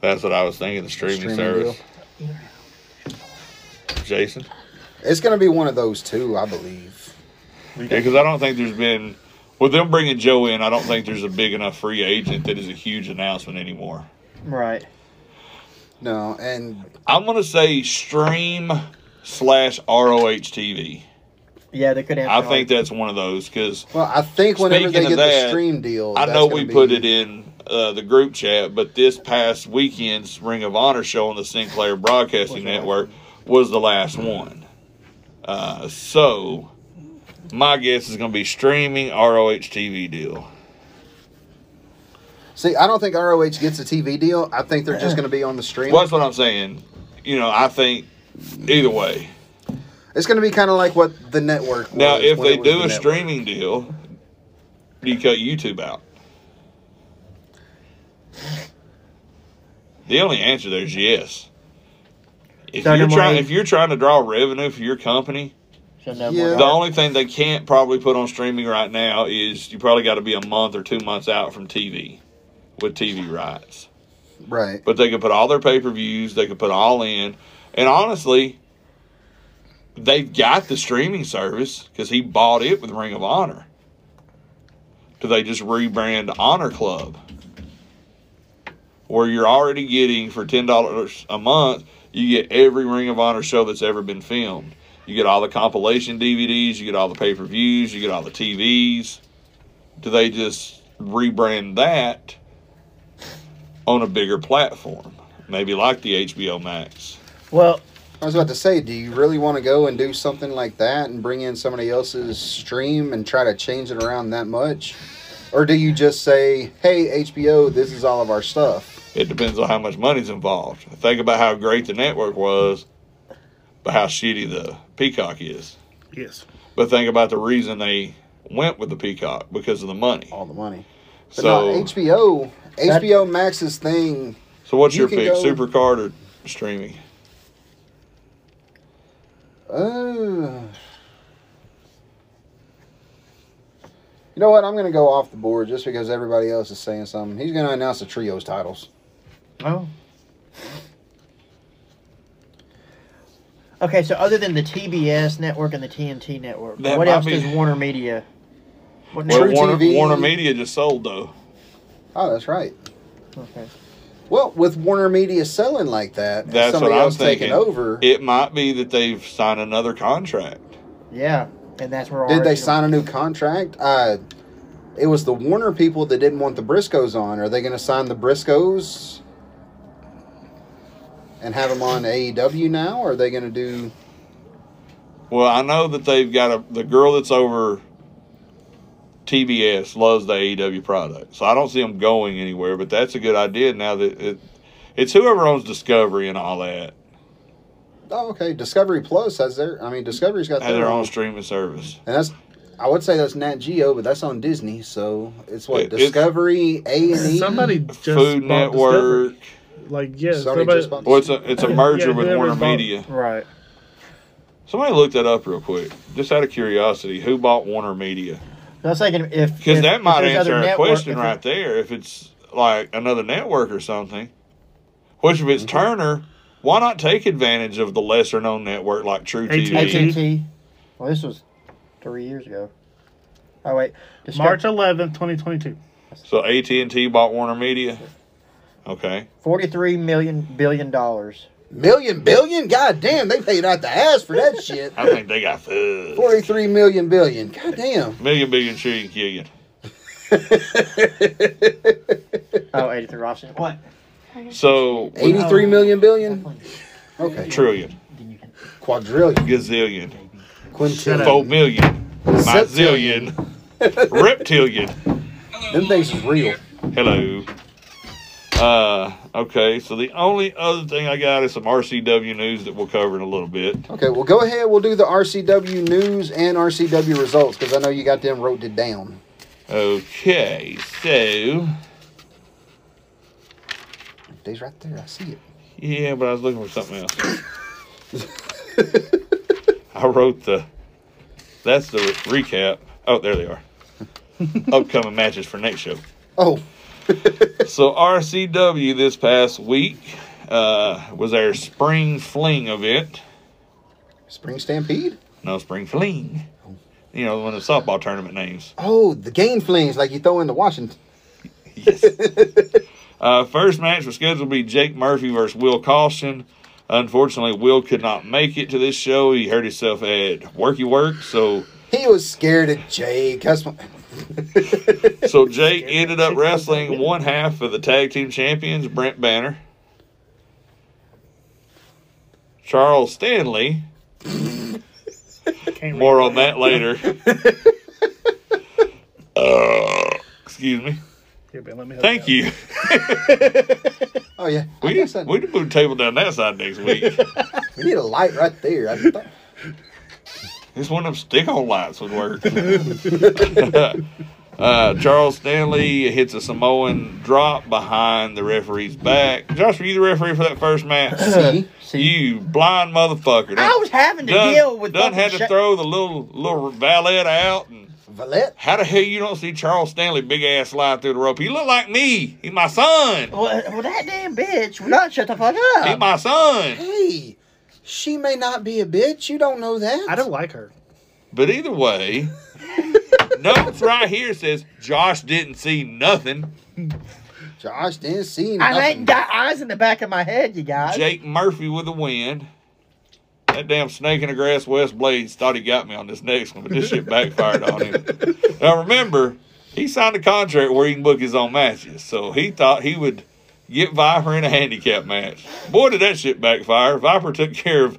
That's what I was thinking. The streaming,
Streaming
service. Jason,
It's going to be one of those two, I believe.
yeah, because I don't think there's been with them bringing Joe in. I don't think there's a big enough free agent that is a huge announcement anymore.
Right.
No, and
I'm gonna say stream slash ROH TV.
Yeah, they could have.
I think that's one of those because
well, I think whenever
Speaking
they
of
get
that,
the stream deal,
I
that's
know
gonna
we
be-
put it in uh, the group chat, but this past weekend's Ring of Honor show on the Sinclair Broadcasting Network was the last one. Uh, so, my guess is going to be streaming ROH TV deal.
See, I don't think ROH gets a TV deal. I think they're just going to be on the stream.
Well, that's what I'm saying. You know, I think either way.
It's going to be kind of like what the network. Was
Now, if
when
they
it was
do
the
a
network.
streaming deal, do you cut YouTube out? The only answer there is yes. If
So
you're
no
trying,
money.
if you're trying to draw revenue for your company,
So no
Yeah.
uh, more
the only thing they can't probably put on streaming right now is you probably got to be a month or two months out from TV with TV rights.
right,
But they could put all their pay per views, they could put all in. And honestly, they've got the streaming service because he bought it with Ring of Honor. do they just rebrand Honor Club? Where you're already getting for ten dollars a month, you get every Ring of Honor show that's ever been filmed. You get all the compilation DVDs, you get all the pay per views, you get all the TVs. Do they just rebrand that on a bigger platform? Maybe like the HBO Max.
Well,
I was about to say, do you really want to go and do something like that and bring in somebody else's stream and try to change it around that much? Or do you just say, hey, HBO, this is all of our stuff?
It depends on how much money's involved. Think about how great the network was, but how shitty the Peacock is.
Yes.
But think about the reason they went with the Peacock because of the money.
All the money. But
So,
no, HBO, HBO Max's thing,
so what's
you
your
can
pick?
go-
Supercard or streaming?
Uh, you know what? I'm going to go off the board just because everybody else is saying something. He's going to announce the trios titles.
oh. Okay, so other than the TBS network and the TNT network,
That
what
might
else
be-
does Warner Media? What
Well,
True
network?
Warner,
TV.
Warner Media just sold though.
Oh, that's right.
Okay.
Well, with Warner Media selling like that, and
That's
somebody
what I'm
else
thinking.
taking over,
It might be that they've signed another contract.
Yeah, and that's where
did they
original-
sign a new contract? Uh, it was the Warner people that didn't want the Briscoes on. Are they going to sign the Briscoes and have them on AEW now? Or are they going to do.
Well, I know that they've got a the girl that's over TBS loves the AEW product, so I don't see them going anywhere. But that's a good idea now that it, it's whoever owns Discovery and all that
Oh, okay. Discovery Plus has their. I mean, Discovery's got
has their
Uh,
own streaming service.
And that's I would say that's Nat Geo, but that's on Disney, so it's what
It- it's-
Discovery A and E.
Somebody just
Food
bought
Network.
Discovery. Like yeah,
Somebody
somebody.
just bought-
Well, it's a it's a merger
Yeah,
with
whoever
Warner
bought-
Media.
Right.
Somebody look that up real quick, just out of curiosity. Who bought Warner Media?
I was thinking if
Because
if-
that
if
might
there's
answer
other
a
network-
question
if it-
right there. If it's like another network or something, which if
Mm-hmm.
it's Turner, why not take advantage of the lesser known network like True
AT&T.
TV?
AT&T. Well, this was three years ago. Oh wait, Discover-
March 11th, 2022.
So AT and T bought Warner Media. Okay,
forty-three million billion dollars.
Million billion? God damn, they paid out the ass for that shit.
I think they got food.
Forty three million billion. God damn.
Million billion trillion killion.
Oh, 83 options. What?
So
Eighty three million billion? Okay.
trillion,
Quadrillion.
gazillion,
Quintillion.
four million, myzillion, reptilian.
Them things is real.
Hello. Uh, okay, so the only other thing I got is some RCW news that we'll cover in a little bit.
Okay, well go ahead, we'll do the RCW news and RCW results because I know you got them wrote it down.
Okay, so
They's right there, I see it.
yeah, but I was looking for something else. I wrote the. That's the recap. Oh, there they are. Upcoming matches for next show.
Oh,
So RCW this past week uh, was our spring fling event.
Spring Stampede?
No spring fling. You know one of the softball tournament names.
Oh, the game flings like you throw into Washington.
Yes. uh, first match was scheduled to be Jake Murphy versus Will Caution. Unfortunately, Will could not make it to this show. He hurt himself at Worky Work, so
He was scared of Jake. That's what-
so Jake ended up wrestling one half of the tag team champions, Brent Banner, Charles Stanley.
Can't
More on that later. Uh, excuse me.
Here, Ben, let me help
Thank
you.
you.
Oh yeah, I
We
guess I-
we need to move the table down that side next week.
We need a light right there. I thought,
This one of them stick on lights would work. uh, Charles Stanley hits a Samoan drop behind the referee's back. Josh, were you the referee for that first match?
see,
you blind motherfucker.
I was having to
Done-
deal with
done
fucking
had to
Sha-
throw the little little valet out and
Valette.
how the hell you don't see Charles Stanley big ass slide through the rope? He look like me. He my son.
Well, well, that damn bitch would not shut the fuck up.
He my son.
Hey, she may not be a bitch. You don't know that.
I don't like her.
But either way, notes right here says Josh didn't see nothing.
Josh didn't see nothing.
I ain't got eyes in the back of my head, you guys.
Jake Murphy with the wind. That damn snake in the grass, West Blades, thought he got me on this next one, but this shit backfired on him. Now remember, he signed a contract where he can book his own matches, so he thought he would get Viper in a handicap match. Boy, did that shit backfire! Viper took care of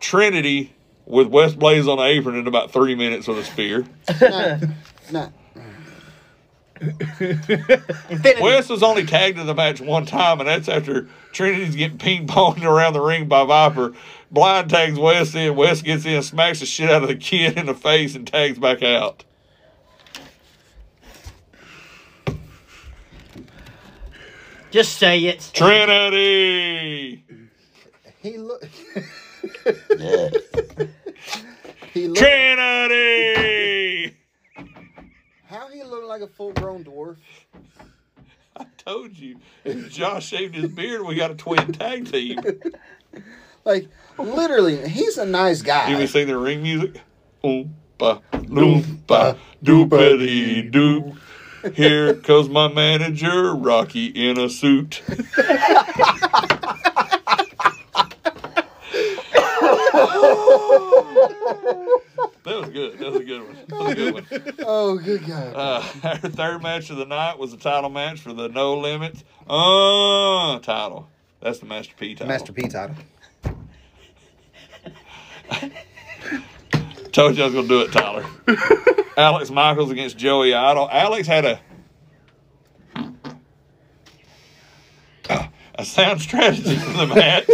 Trinity with West Blades on the apron in about three minutes with a spear.
Nah.
Infinity.
Wes was only tagged in the match one time, and that's after Trinity's getting ping ponged around the ring by Viper. Blind tags Wes in. Wes gets in, smacks the shit out of the kid in the face, and tags back out.
Just say it.
Trinity!
He looked. he looked.
Trinity!
How he looked like a full-grown dwarf?
I told you, if Josh shaved his beard, we got a twin tag team.
Like literally, he's a nice guy.
You be sing the ring music? Oompa, loompa, doopity doo. Here comes my manager, Rocky, in a suit. That was good. That was a good one. That was a good one.
oh, good God.
Uh, our third match of the night was a title match for the No Limits uh, title. That's the Master P title.
Master P title.
Told you I was gonna do it, Tyler. Alex Michaels against Joey Idol. Alex had a a sound strategy for the match.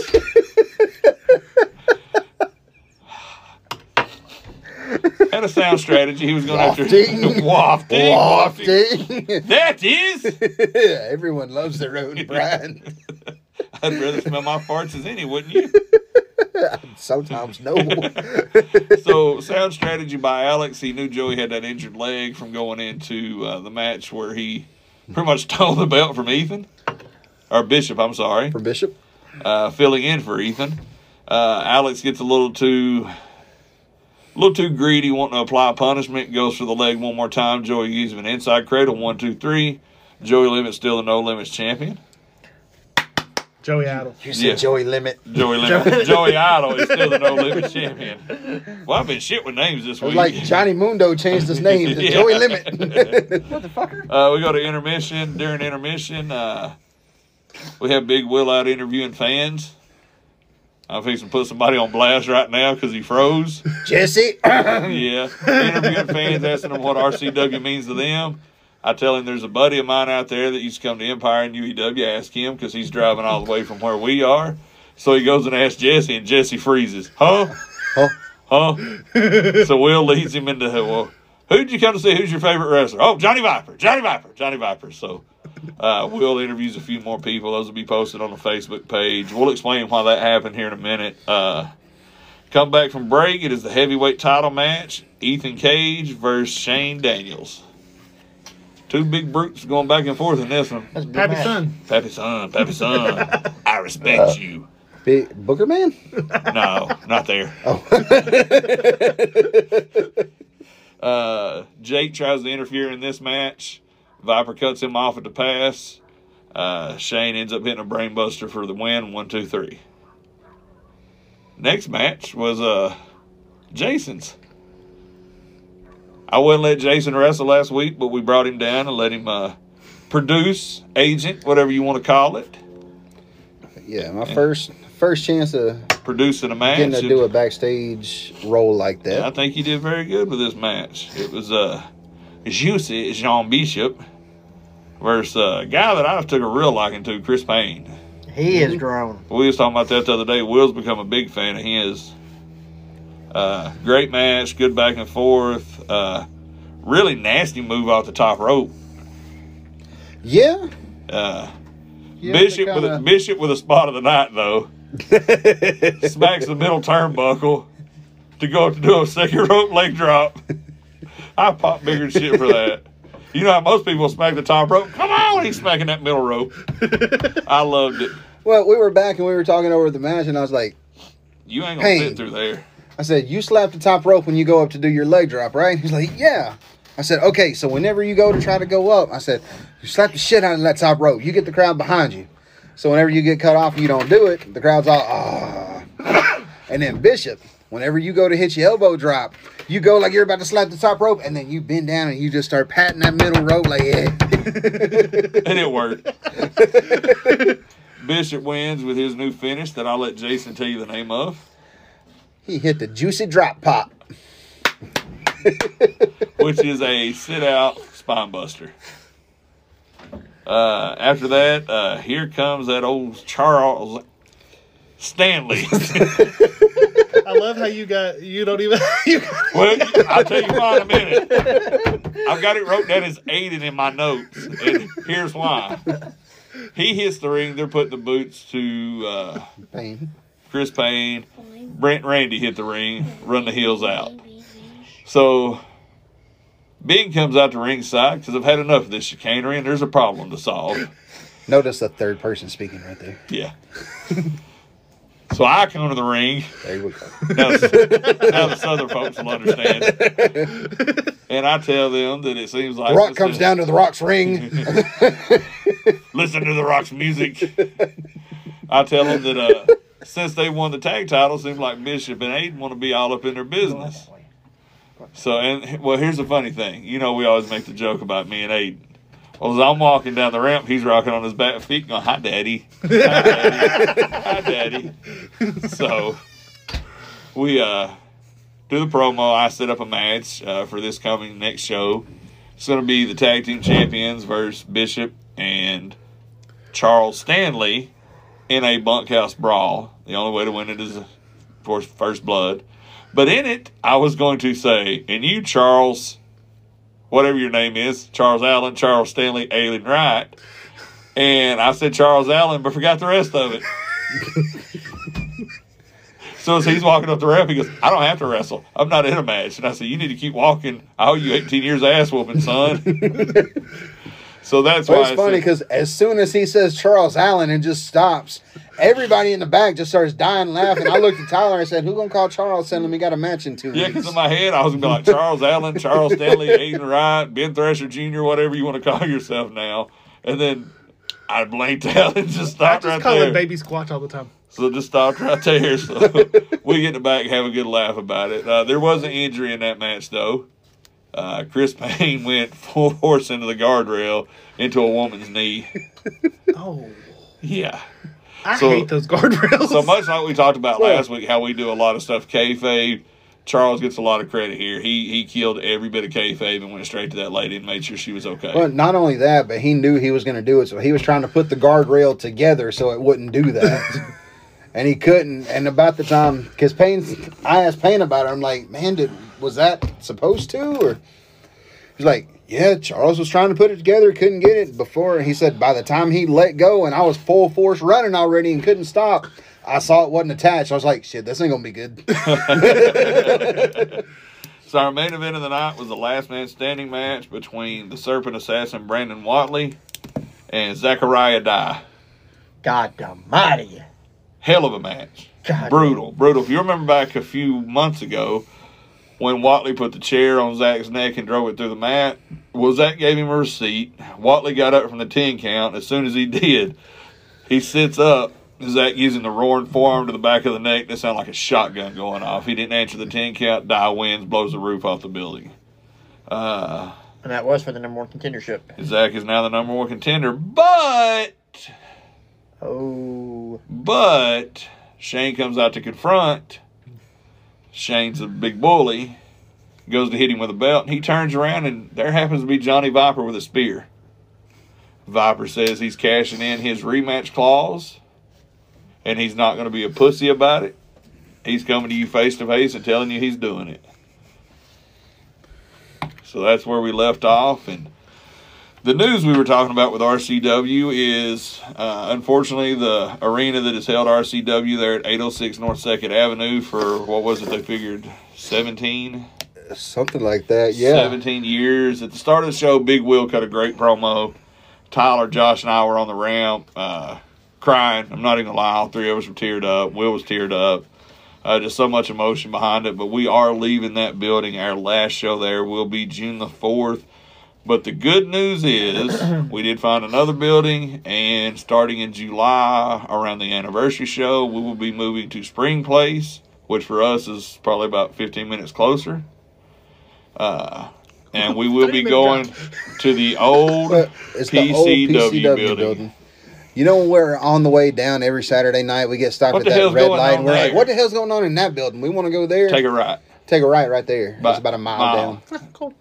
had a sound strategy. He was going after
Wafting.
wafting.
Wafting.
That is.
Everyone loves their own brand.
I'd rather smell my farts as any, wouldn't you?
Sometimes no.
so sound strategy by Alex. He knew Joey had that injured leg from going into uh, the match where he pretty much stole the belt from Ethan or Bishop. I'm sorry,
For Bishop.
uh, filling in for Ethan. Uh, Alex gets a little too. A little too greedy, wanting to apply punishment. Goes for the leg one more time. Joey gives him an inside cradle. One, two, three. Joey Limit's still the No Limits champion.
Joey Adle.
You
Yeah.
Joey Limit.
Joey Limit, Joey Idol is still the No Limits champion. Well, I've been shit with names this
It
week.
was like Johnny Mundo changed his name to
Oh, Yeah.
Joey Limit.
Motherfucker.
Uh, we go to intermission. During intermission, uh, we have Big Will out interviewing fans. I'm fixing to put somebody on blast right now because he froze.
Jesse.
yeah. Interviewing fans, asking them what RCW means to them. I tell him there's a buddy of mine out there that used to come to Empire and UEW. Ask him because he's driving all the way from where we are. So he goes and asks Jesse, and Jesse freezes. Huh?
Huh?
Huh? so Will leads him into well, who'd you come to see? Who's your favorite wrestler? Oh, Johnny Viper, Johnny Viper, Johnny Viper. So uh, Will interviews a few more people. Those will be posted on the Facebook page. We'll explain why that happened here in a minute. Uh, come back from break. It is the heavyweight title match: Ethan Cage versus Shane Daniels. Two big brutes going back and forth in this one.
That's a big
Happy
match.
son.
Pappy son, Pappy son, I respect you.
Big Booker Man?
No, not there.
Oh.
Uh, Jake tries to interfere in this match. Viper cuts him off at the pass. Uh, Shane ends up hitting a brainbuster for the win. One, two, three. Next match was uh, Jason's. I wouldn't let Jason wrestle last week, but we brought him down and let him uh, produce, agent, whatever you want to call it,
Yeah, my first first chance of
producing a match.
getting to
And-
do a backstage role like
And I
that.
think he did very good with this match. It was uh, juicy Jean Bishop versus uh, a guy that I took a real liking to, Chris Payne.
He is grown.
We was talking about that the other day. Will's become a big fan of his. Uh, great match, good back and forth. Uh, really nasty move off the top rope.
Yeah.
Uh,
Yeah,
Bishop
they
with a,
kinda-
Bishop with a spot of the night though. Smacks the middle turnbuckle to go up to do a second rope leg drop. I pop bigger than shit for that. You know how most people smack the top rope? Come on, he's smacking that middle rope. I loved it.
Well, we were back and we were talking over the match, and I was like,
You ain't gonna
Hey.
sit through there.
I said, you slap the top rope when you go up to do your leg drop, right? He's like, yeah. I said, okay, so whenever you go to try to go up, I said, you slap the shit out of that top rope. You get the crowd behind you. So whenever you get cut off, and you don't do it. The crowd's all, ah. And then Bishop, whenever you go to hit your elbow drop, you go like you're about to slap the top rope, and then you bend down and you just start patting that middle rope like, yeah.
and it worked. Bishop wins with his new finish that I'll let Jason tell you the name of,
he hit the juicy drop pop.
which is a sit out spine buster. Uh, after that, uh, here comes that old Charles Stanley.
I love how you got you don't even you
well, I'll tell you why in a minute. I've got it wrote down as aided in my notes, and here's why. He hits the ring. They're putting the boots to uh,
Pain.
Chris Payne. Brent Randy hit the ring, run the heels out. So Big comes out to ringside because I've had enough of this chicanery and there's a problem to solve.
Notice the third person speaking right there.
Yeah. So I come to the ring.
There we go.
Now, now the Southern folks will understand. And I tell them that it seems like
Rock
this
comes
is-
down to the rock's ring.
listen to the Rock's music. I tell them that uh, since they won the tag titles, seems like Bishop and Aiden want to be all up in their business. So, and well, here's the funny thing. You know, we always make the joke about me and Aiden. Well, as I'm walking down the ramp, he's rocking on his back feet, going, "Hi, Daddy, hi, Daddy, hi, Daddy." So, we uh, do the promo. I set up a match uh, for this coming next show. It's going to be the tag team champions versus Bishop and Charles Stanley in a bunkhouse brawl. The only way to win it is, of course, first blood. But in it, I was going to say, and you, Charles, whatever your name is, Charles Allen, Charles Stanley, Alien Wright. And I said Charles Allen, but forgot the rest of it. so as he's walking up the ramp, he goes, I don't have to wrestle. I'm not in a match. And I said, You need to keep walking. I owe you 18 years of ass whooping, son. so that's why
But it's
I
funny
said-
because as soon as he says Charles Allen and just stops, everybody in the back just starts dying laughing. I looked at Tyler and said, "Who gonna call Charles? Send him. He got a match in two
Yeah,
weeks."
because in my head, I was going to be like Charles Allen, Charles Stanley, Aiden Wright, Ben Thresher Jr., whatever you want to call yourself now. And then I blanked out and just
I
stopped
just
right
call
there.
him baby squatch all the time.
So just stopped right there. So we get in the back, have a good laugh about it. Uh, there was an injury in that match, though. Uh, Chris Payne went full horse into the guardrail into a woman's knee.
Oh,
Yeah.
I
So-
hate those guardrails.
So much like we talked about last week, how we do a lot of stuff kayfabe. Charles gets a lot of credit here. He he killed every bit of kayfabe and went straight to that lady and made sure she was okay.
But not only that, but he knew he was gonna do it, so he was trying to put the guardrail together so it wouldn't do that. and he couldn't. And about the time, because Payne's, I asked Payne about it. I'm like, "Man, did was that supposed to?" Or he's like. Yeah, Charles was trying to put it together, couldn't get it before. He said by the time he let go and I was full force running already and couldn't stop, I saw it wasn't attached. I was like, shit, this ain't gonna be good.
So our main event of the night was the last man standing match between the Serpent Assassin Brandon Watley and Zachariah Die.
God almighty.
Hell of a match.
God.
Brutal, brutal. If you remember back a few months ago when Watley put the chair on Zach's neck and drove it through the mat, well, Zach gave him a receipt. Watley got up from the 10 count. As soon as he did, he sits up. Zach gives him the roaring forearm to the back of the neck. That sounded like a shotgun going off. He didn't answer the 10 count. Die wins, blows the roof off the building. Uh,
And that was for the number one contendership.
Zach is now the number one contender, but
Oh.
but Shane comes out to confront. Shane's a big bully, goes to hit him with a belt, and he turns around and there happens to be Johnny Viper with a spear. Viper says he's cashing in his rematch clause, and he's not going to be a pussy about it. He's coming to you face to face and telling you he's doing it. So that's where we left off, and the news we were talking about with RCW is uh, unfortunately the arena that has held RCW there at 806 North 2nd Avenue for what was it they figured 17
Something like that, yeah.
17 years. At the start of the show, Big Will cut a great promo. Tyler, Josh, and I were on the ramp uh, crying. I'm not even going to lie. All three of us were teared up. Will was teared up. Uh, just so much emotion behind it. But we are leaving that building. Our last show there will be June the 4th. But the good news is we did find another building, and starting in July around the anniversary show, we will be moving to Spring Place, which for us is probably about 15 minutes closer. Uh, and we will be
30 minute
going to the old
But it's the old
PCW
PCW building.
building.
You know when we're on the way down every Saturday night, we get stopped
What the
at that
hell's
red
going
light.
on
And we're like,
there?
"What the hell's going on in that building? We want to go there.
Take a right,
Take a right right there.
About-
it's about a mile,
mile.
down.
Cool.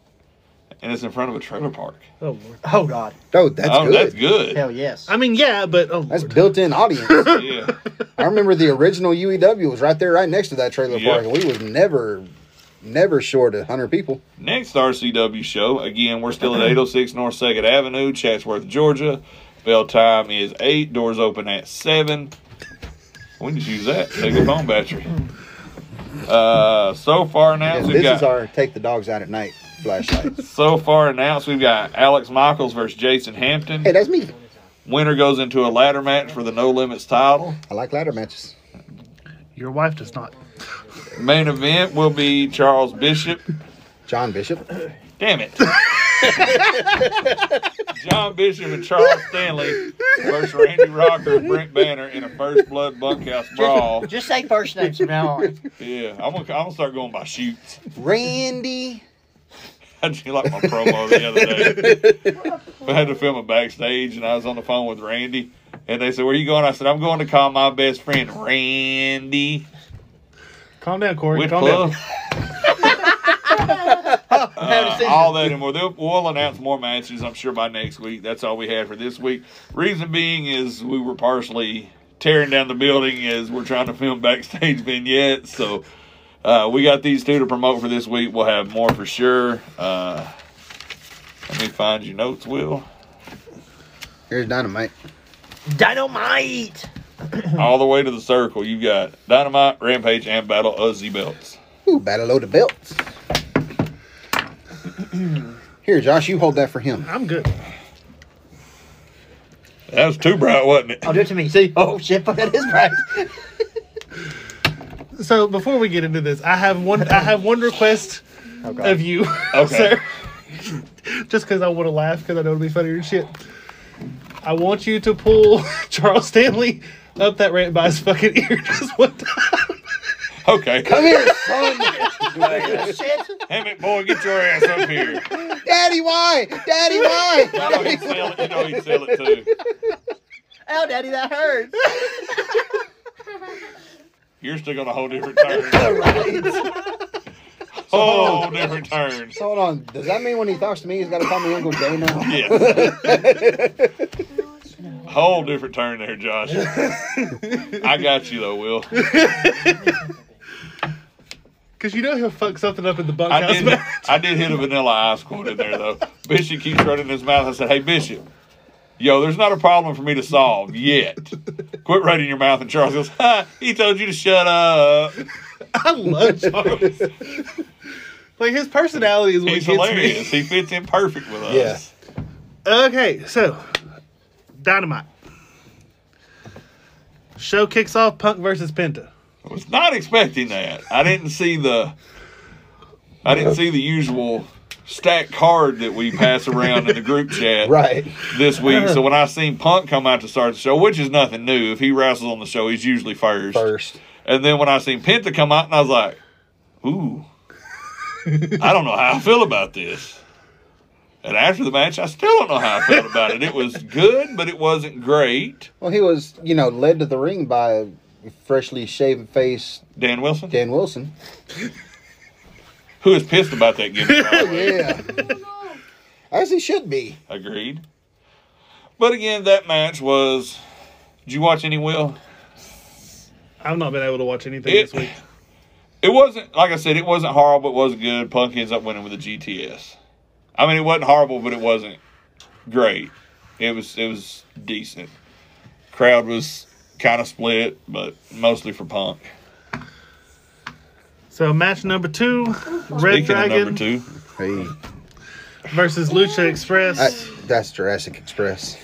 and it's in front of a trailer park.
Oh lord.
Oh God.
Oh, that's
oh,
good.
that's
That's,
good.
Hell yes.
I mean, yeah, but oh lord.
built-in audience.
Yeah.
I remember the original UEW was right there, right next to that trailer
Yeah.
park, and we was never, never short of hundred people.
Next RCW show, again, we're still at 806 North 2nd Avenue, Chatsworth, Georgia. Bell time is 8, doors open at 7. We just use that. Take the phone battery. Uh, so far announced,
Yeah,
we've
this
got
is our take the dogs out at night flashlight.
so far announced we've got Alex Michaels versus Jason Hampton.
hey, that's me.
Winner goes into a ladder match for the No Limits title.
I like ladder matches.
Your wife does not.
Main event will be Charles Bishop
John Bishop.
Damn it. John Bishop and Charles Stanley versus Randy Rocker and Brent Banner in a first blood bunkhouse brawl.
Just say first names from now on.
Yeah, I'm gonna, I'm gonna start going by shoots.
Randy.
I just like my promo the other day. I had to film it backstage, and I was on the phone with Randy, and they said, "Where you going?" I said, "I'm going to call my best friend Randy."
Calm down, Corey.
With
Calm
club.
down.
Uh, all that and more. They'll, we'll announce more matches, I'm sure, by next week. That's all we had for this week. Reason being is we were partially tearing down the building as we're trying to film backstage vignettes. So uh, we got these two to promote for this week. We'll have more for sure. Uh, let me find your notes, Will.
Here's dynamite.
Dynamite.
All the way to the circle, you got Dynamite, Rampage, and Battle of Z Belts.
Ooh, battle of the belts. Here, Josh, you hold that for him.
I'm good.
That was too bright, wasn't it?
Oh, do it to me. See? Oh shit! Fuck, that is right.
So before we get into this, I have one. I have one request
Oh God.
of you,
Okay.
sir. Just because I want to laugh because I know it'll be funnier than shit. I want you to pull Charles Stanley up that rant by his fucking ear just one time.
Okay.
Come here, son.
Oh, shit.
Hammett, boy, get your ass up here.
Daddy, why? Daddy,
I
why?
know he'd sell it. You know he'd sell it too.
Ow, Oh, daddy, that hurts.
You're still on a whole different turn. whole different turn.
So hold on. Does that mean when he talks to me, he's got to call me Uncle Jay now?
Yes. whole different turn there, Josh. I got you though, Will.
Because you know he'll fuck something up in the
I
bunkhouse.
did.
man.
I did hit a vanilla ice quote in there though. Bishop keeps running his mouth. I said, "Hey, Bishop." Yo, there's not a problem for me to solve yet. Quit running your mouth. And Charles goes, ha, he told you to shut up.
I love Charles. like his personality is what
He's
gets
hilarious.
me.
He fits in perfect with us.
Yeah.
Okay, so dynamite. Show kicks off Punk versus Penta.
was not expecting that. I didn't see the I didn't see the usual stack card that we pass around in the group chat
Right.
this week. So when I seen Punk come out to start the show, which is nothing new, if he wrestles on the show, he's usually first.
First.
And then when I seen Penta come out, and I was like, ooh, I don't know how I feel about this. And after the match, I still don't know how I felt about it. It was good, but it wasn't great.
Well, he was, you know, led to the ring by a freshly shaven faced
Dan Wilson,
Dan Wilson.
who is pissed about that gimmick. by the way.
Yeah. As he should be.
Agreed. But again, that match was. Did you watch any Will?
I've not been able to watch anything
It,
this week.
it wasn't like I said. It wasn't horrible. It wasn't good. Punk ends up winning with a GTS. I mean, it wasn't horrible, but it wasn't great. It was it was decent. Crowd was kind of split, but mostly for Punk.
So match number two, Red
Speaking of number
Dragon
two,
Hey,
versus Lucha Express.
I, that's Jurassic Express.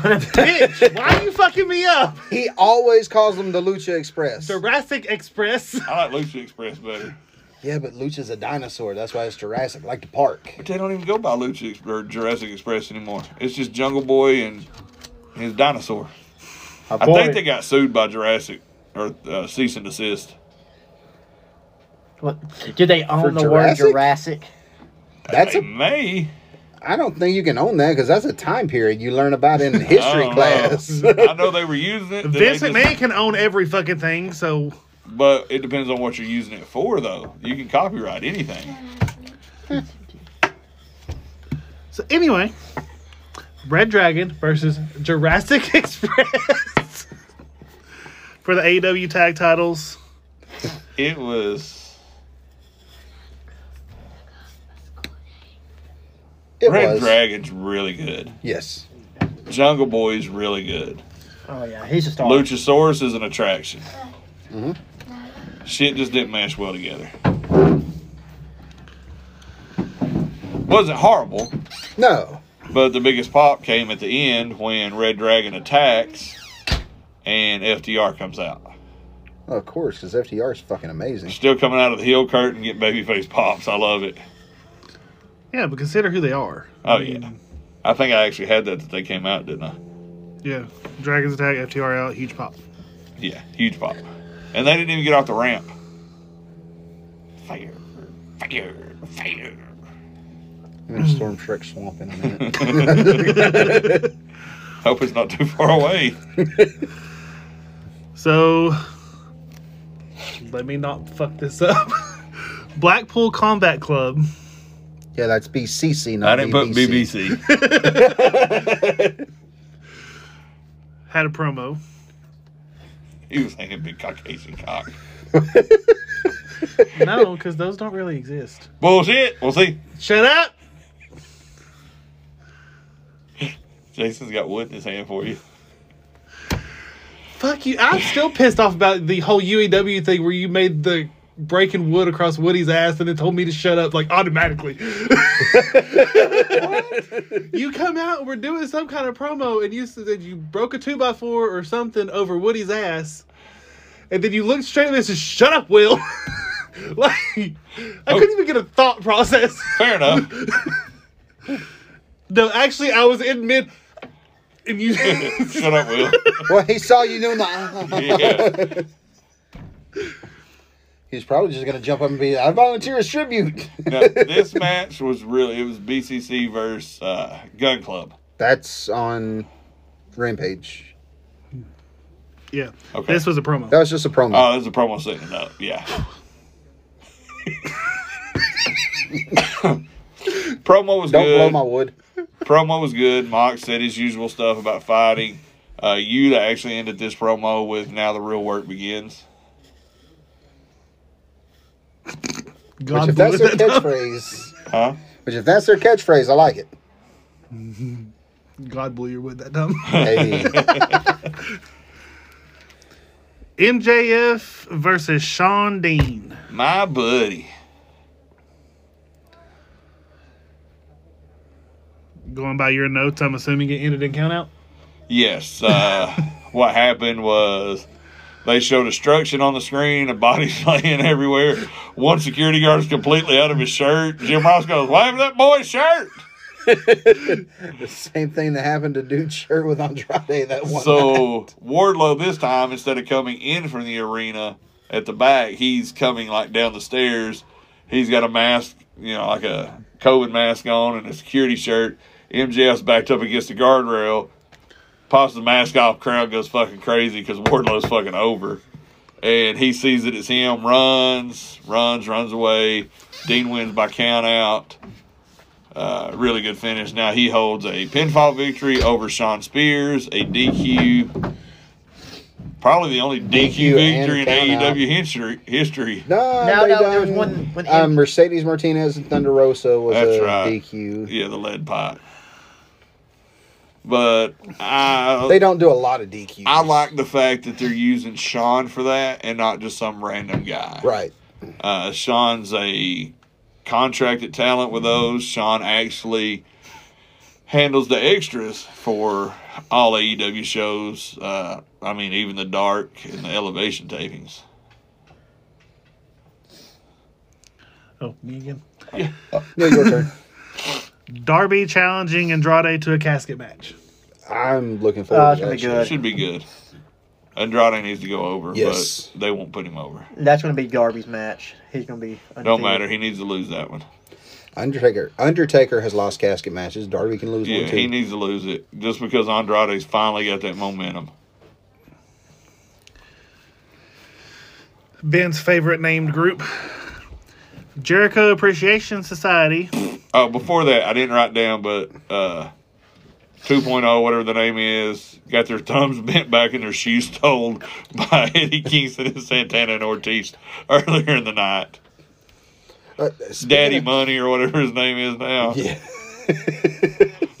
Bitch, why are you fucking me up?
He always calls them the Lucha Express.
Jurassic Express.
I like Lucha Express better.
Yeah, but Lucha's a dinosaur. That's why it's Jurassic, like the park.
But they don't even go by Lucha Ex- or Jurassic Express anymore. It's just Jungle Boy and his dinosaur. I think they got sued by Jurassic or uh, cease and desist.
What- Do they own the word Jurassic?
That's
They
a.
may.
I don't think you can own that because that's a time period you learn about in
I
history
don't know.
class.
I know they were using it. then they
Vincent
just-
Man can own every fucking thing, so
But it depends on what you're using it for, though. You can copyright anything.
so anyway. Red Dragon versus Jurassic Express for the AEW tag titles.
It was
it
Red
was.
Dragon's really good.
Yes.
Jungle Boy's really good.
Oh yeah, he's a star.
Luchasaurus is an attraction.
Mm-hmm.
Shit just didn't mesh well together. Wasn't horrible,
No.
but the biggest pop came at the end when Red Dragon attacks and FDR comes out.
Well, of course, because FTR is fucking amazing.
Still coming out of the heel curtain, getting babyface pops. I love it.
Yeah, but consider who they are.
Oh yeah, I think I actually had that that they came out, didn't I?
Yeah. Dragon's Attack, FTR out, huge pop.
Yeah, huge pop. And they didn't even get off the ramp. Fire, fire, fire.
I'm gonna storm Shrek Swamp in a minute.
Hope it's not too far away.
So let me not fuck this up. Blackpool Combat Club
yeah, that's BCC, not
I didn't put BBC.
had a promo.
he was saying big Caucasian cock.
No, because those don't really exist.
Bullshit. We'll see.
Shut up!
Jason's got wood in his hand for you.
Fuck you. I'm still pissed off about the whole UEW thing where you made the breaking wood across Woody's ass and then told me to shut up like automatically. You come out, we're doing some kind of promo, and you said you broke a two by four or something over Woody's ass, and then you looked straight at me and said, "Shut up, Will." like I couldn't even get a thought process.
Fair enough.
no, actually, I was in mid, and you.
Shut up, Will.
Well, he saw you doing the. uh-huh.
Yeah.
He's probably just gonna jump up and be. I volunteer as tribute.
Now, this match was really, it was BCC versus uh, Gun Club.
that's on Rampage.
yeah,
Okay.
this was a promo.
That was just a promo.
Oh, there's a promo setting it up. Yeah. promo was
Don't
good.
blow my wood.
promo was good. Mox said his usual stuff about fighting. Uh, Yuta actually ended this promo with "Now the real work begins."
Which,
God
if that's
bless
their
that dumb-
catchphrase,
Huh?
which if that's their catchphrase, I like it.
God blew your wood that dumb.
Hey,
MJF versus Sean Dean.
My buddy.
Going by your notes, I'm assuming it ended in count out.
Yes. Uh, what happened was they showed destruction on the screen, a body's laying everywhere. One security guard is completely out of his shirt. Jim Ross goes, "Why have that boy's shirt?"
the same thing that happened to Dude Shirt with Andrade that one. night.
So Wardlow this time, instead of coming in from the arena at the back, he's coming like down the stairs. He's got a mask, you know, like a COVID mask on and a security shirt. MJF's backed up against the guardrail, pops the mask off. Crowd goes fucking crazy because Wardlow's fucking over, and he sees that it's him. Runs, runs, runs away. Dean wins by count out. Uh, really good finish. Now he holds a pinfall victory over Sean Spears, a DQ, probably the only DQ,
DQ and
victory in
count out.
AEW history. history.
no,
No,
they
no, there was
done-
one- when
um,
M-
Mercedes Martinez and Thunder Rosa was
That's
a
right.
DQ.
Yeah, the lead pipe. But I
They don't do a lot of DQs.
I like the fact that they're using Sean for that and not just some random guy.
right.
Uh, Sean's a contracted talent with those. Sean actually handles the extras for all AEW shows. Uh, I mean, even the dark and the elevation tapings.
Oh, me again.
No, your turn.
Darby challenging Andrade to a casket match.
I'm looking forward
Oh, it's
to
gonna
that.
be
shit.
It
good.
should be good. Andrade needs to go over,
Yes.
but they won't put him over.
That's gonna be Darby's match. He's gonna be. Undefeated.
Don't matter. He needs to lose that one.
Undertaker. Undertaker has lost casket matches. Darby can lose
Yeah,
one too.
he needs to lose it just because Andrade's finally got that momentum.
Ben's favorite named group. Jericho Appreciation Society.
Oh, before that, I didn't write down, but uh, 2.0, whatever the name is, got their thumbs bent back and their shoes stolen by Eddie Kingston and Santana and Ortiz earlier in the night.
Uh, speaking
Daddy
of-
Money or whatever his name is now.
Yeah.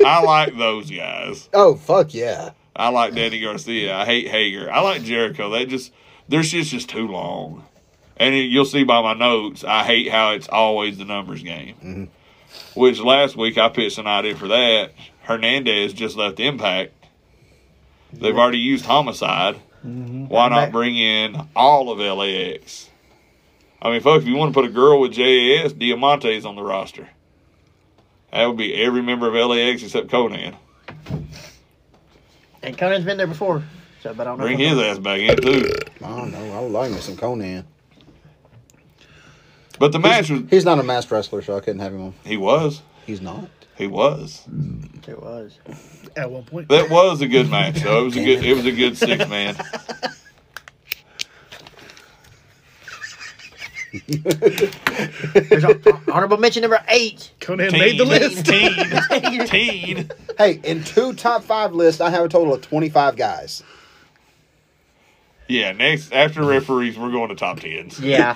I like those guys.
Oh fuck yeah.
I like Danny Garcia. I hate Hager. I like Jericho. They just their shit's just too long. And it, you'll see by my notes, I hate how it's always the numbers game. Which last week I pitched an idea for that. Hernandez just left Impact. They've already used Homicide. Why not bring in all of LAX? I mean, folks, if you want to put a girl with JAS, Diamante's on the roster. That would be every member of LAX except Conan.
And Conan's been there before, so but I don't know.
Bring his ass back in too.
I don't know. I like me some Conan.
But the match was
He's not a masked wrestler, so I couldn't have him on.
he was.
He's not.
He was.
It was.
At one point.
That was a good match though. It was a good it was a good six man.
There's a, honorable mention number eight.
Conan made the list.
Teen. Teen.
Hey, in two top five lists, I have a total of twenty five guys.
Yeah, next after referees we're going to top tens.
Yeah.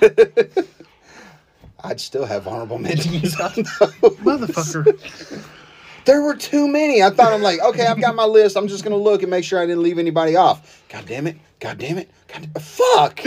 I'd still have honorable mentions.
Motherfucker.
there were too many. I thought I'm like, okay, I've got my list. I'm just gonna look and make sure I didn't leave anybody off. God damn it! God damn it! God damn- fuck!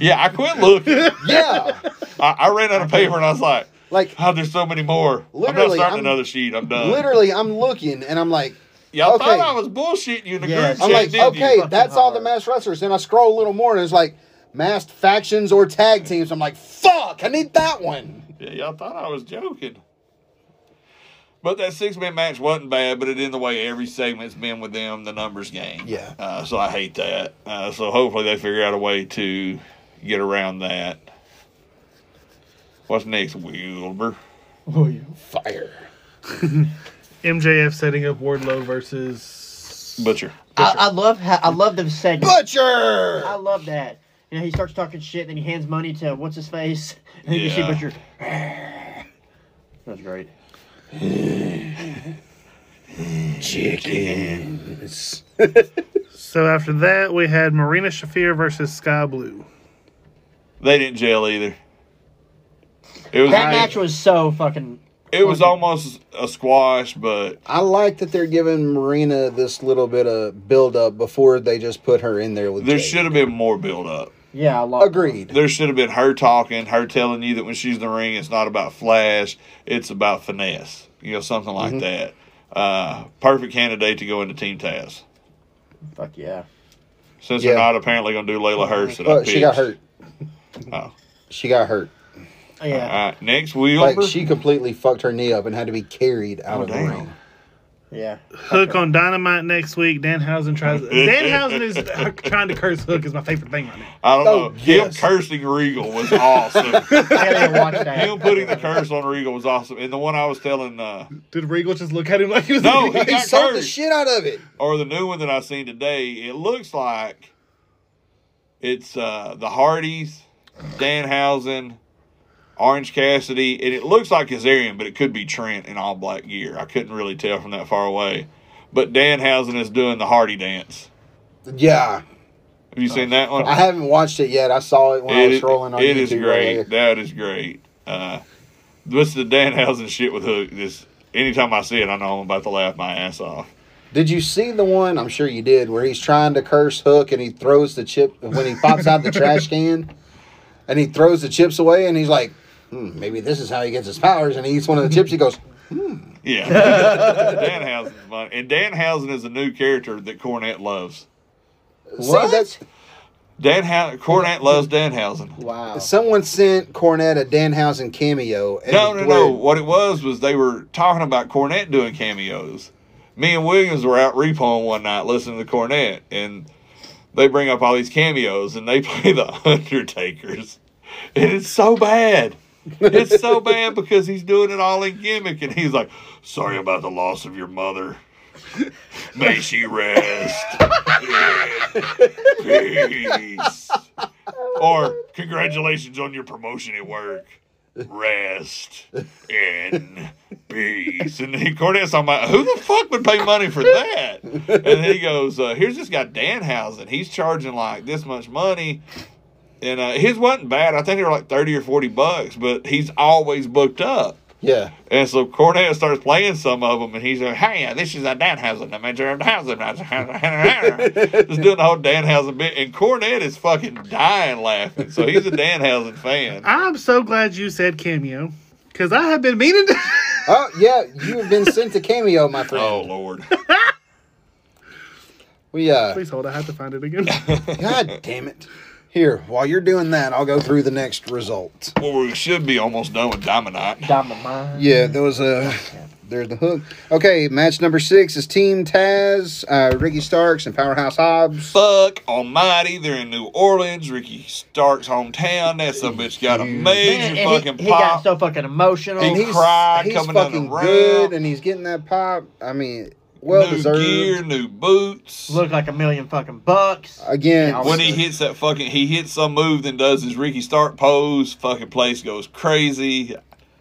Yeah, I quit looking. I,
yeah,
I ran out of paper and I was like,
like
oh, there's so many more. I'm not
Literally,
starting
I'm-
another sheet. I'm done.
literally, I'm looking and I'm like,
Y'all thought
okay.
I was bullshitting you in the
Yes.
group
I'm
chat,
like,
didn't
okay,
you?
Fucking
that's all the
hard.
masked wrestlers. Then I scroll a little more and it's like masked factions or tag teams. I'm like, fuck! I need that one.
Yeah, y'all thought I was joking. But that six man match wasn't bad, but it in the way every segment's been with them, the numbers game.
Yeah.
Uh, so I hate that. Uh, so hopefully they figure out a way to get around that. What's next, Wilbur?
Fire.
MJF setting up Wardlow versus.
Butcher.
I, I love how I love them segments.
Butcher.
I love that. You know, he starts talking shit, then he hands money to what's his face, and then you see
Yeah.
Butcher. That's great.
Chickens.
So after that, we had Marina Shafir versus Sky Blue.
They didn't gel either. It was
That match was so fucking.
it was almost a squash, but
I like that they're giving Marina this little bit of build up before they just put her in there with
there
Jade.
should have been more build up.
Yeah, I love.
Agreed.
There should have been her talking, her telling you that when she's in the ring, it's not about flash, it's about finesse. You know, something like
Mm-hmm.
that. Uh, perfect candidate to go into Team Taz.
Fuck yeah.
Since
Yeah.
they're not apparently going to do Layla Hurst. that I
Oh, she got
picked.
hurt.
Oh.
She got hurt.
All
Oh, Yeah.
right, next wheel.
Like she completely fucked her knee up and had to be carried out
Oh,
of
damn.
the ring.
Yeah.
Hook on Dynamite next week. Danhausen tries. Danhausen is uh, trying to curse Hook is my favorite thing right now.
I don't
Oh,
know.
yes.
Him cursing Regal was awesome.
I gotta go watch that.
Him putting the curse on Regal was awesome. And the one I was telling, uh,
Did Regal just look at him like he was?
No, Oh, he-
He
got
sold the
cursed.
shit out of it.
or the new one that I seen today, it looks like it's uh, the Hardys, Danhausen, Orange Cassidy, and it looks like Kazarian, but it could be Trent in all black gear. I couldn't really tell from that far away. But Danhausen is doing the Hardy dance.
Yeah.
Have you seen that one?
I haven't watched it yet. I saw it when I
It
was
is-
scrolling on
it
YouTube.
is great.
earlier.
That is great. Uh, what's the Danhausen shit with Hook? This anytime I see it, I know I'm about to laugh my ass off.
Did you see the one? I'm sure you did, where he's trying to curse Hook and he throws the chip when he pops out the trash can, and he throws the chips away, and he's like, hmm, "Maybe this is how he gets his powers." And he eats one of the chips. He goes,
Yeah. Danhausen's funny. And Danhausen is a new character that Cornette loves.
See, that's,
Dan Cornette loves Danhausen.
Wow.
someone sent Cornette a Danhausen cameo. and
No,
it
no, no.
blurred.
What it was was they were talking about Cornette doing cameos. Me and Williams were out repoing one night listening to Cornette, and they bring up all these cameos, and they play the Undertakers, and it's so bad. It's so bad because he's doing it all in gimmick, and he's like, "Sorry about the loss of your mother. May she rest in peace." Or congratulations on your promotion at work rest in peace. And he, Cornette's talking about who the fuck would pay money for that? And then he goes, uh, here's this guy Danhausen. He's charging like this much money. And uh, his wasn't bad. I think they were like 30 or 40 bucks, but he's always booked up.
Yeah.
And so Cornette starts playing some of them, and he's like, "Hey, uh, this is a Danhausen, the manager of Danhausen." Just doing the whole Danhausen bit, and Cornette is fucking dying laughing. So he's a Danhausen fan.
I'm so glad you said cameo because I have been meaning to.
Oh, yeah. You have been sent a cameo, my friend.
Oh Lord.
We, uh,
Please hold. I have to find it again.
God damn it. Here, while you're doing that, I'll go through the next result.
Well, we should be almost done with Dominant.
Dynamite.
Yeah, there was a. There's the hook. Okay, match number six is Team Taz, uh, Ricky Starks, and Powerhouse Hobbs.
Fuck almighty, they're in New Orleans, Ricky Stark's hometown. That some bitch got a major
Man, and he-
fucking
he, got
pop.
so fucking emotional.
And he- cried coming down the ramp.
and he's getting that pop. I mean, well
new
deserved.
gear, new boots.
looked like a million fucking bucks.
Again,
Yeah,
when he hits that fucking, he hits some move, then does his Ricky Stark pose. Fucking place goes crazy.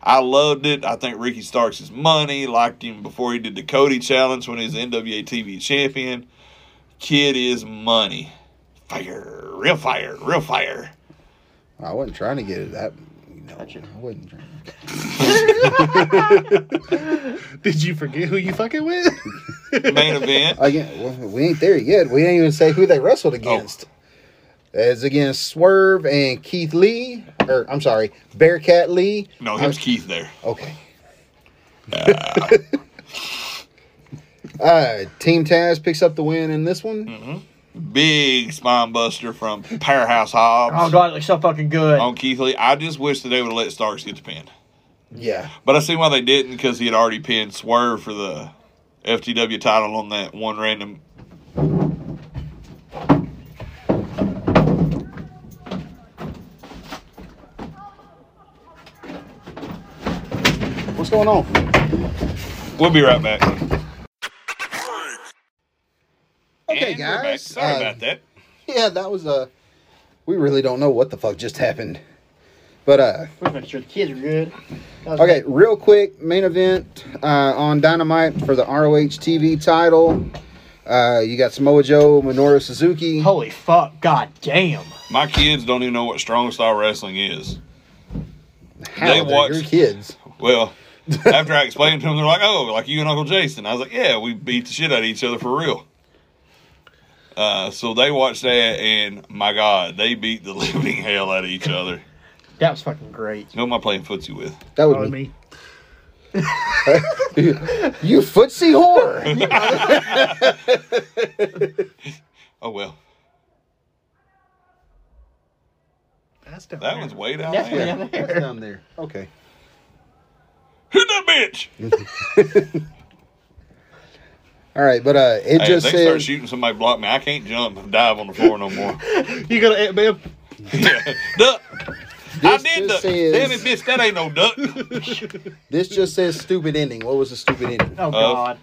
I loved it. I think Ricky Starks is money. Liked him before he did the Cody challenge when he was NWA TV champion. Kid is money. Fire, real fire, real fire.
I wasn't trying to get it that. No,
Gotcha.
I wasn't. Trying.
Did you forget who you fucking with?
Main event.
Again, well, we ain't there yet. We ain't even say who they wrestled
Oh.
against. As against Swerve and Keith Lee, or I'm sorry, Bearcat Lee.
No, he was Keith there.
Okay. uh, Team Taz picks up the win in this one.
Mm-hmm. Big spine buster from Powerhouse
Oh
Hobbs
god, it looks so fucking good.
on Keith Lee. I just wish that they would have let Starks get the pin.
Yeah,
But I see why they didn't because he had already pinned Swerve for the FTW title on that one random.
what's going on?
We'll be right back.
Okay,
And we're back.
guys,
Sorry
uh,
about that.
Yeah, that was Uh, we really don't know what the fuck just happened, but uh,
We're making sure the kids are good. That was
Okay, real quick main event uh, on Dynamite for the ROH TV title. Uh, you got Samoa Joe, Minoru Suzuki.
Holy fuck, god damn.
My kids don't even know what strong style wrestling is.
How
they
they're
watched-
your kids?
Well, after I explained to them, they're like, "Oh, like you and Uncle Jason." I was like, "Yeah, we beat the shit out of each other for real." Uh, so they watched that, and my God, they beat the living hell out of each other.
That was fucking great.
Who am I playing footsie with?
That
Oh,
Follow
would be
me.
you, footsie whore.
Oh well,
That's down
that
there.
one's way down
That's
there.
way down
It's
there.
down there. Okay.
Hit that bitch!
All right, but uh, it
Hey, if
just
they start
says
shooting, somebody block me. I can't jump and dive on the floor no more.
You got
eh,
to man.
yeah, duck. I
This
did
just
duck.
says-
Damn it, bitch! That ain't no duck.
this just says stupid ending. What was the stupid ending?
Uh,
Oh god.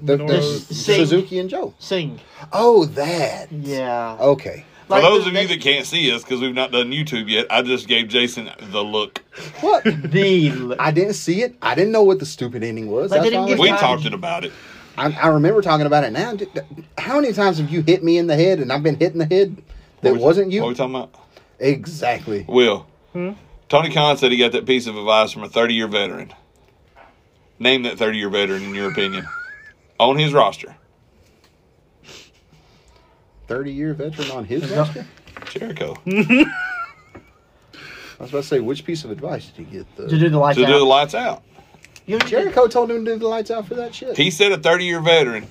The, the
Minoru.
Sing.
Suzuki and Joe.
Sing.
Oh, that.
Yeah.
Okay.
uh, For
Like,
those
the-
of you that can't see us because we've not done YouTube yet, I just gave Jason the look.
What?
the
I didn't see it. I didn't know what the stupid ending was.
Like, they
That's
didn't
why I
give
was-
We
God.
talked it about it.
I, I remember talking about it now. Dude, th- How many times have you hit me in the head and I've been hitting the head that
What we-
wasn't you?
What we talking about?
exactly.
Will. Tony Khan said he got that piece of advice from a 30 year veteran. Name that 30 year veteran in your opinion on his roster.
30 year veteran on his roster?
Jericho.
I was about to say, which piece of advice did he get?
to
The,
do the lights
to do the
out.
lights out.
You need to,
Jericho told him to do the lights out for that shit.
He said a 30 year veteran.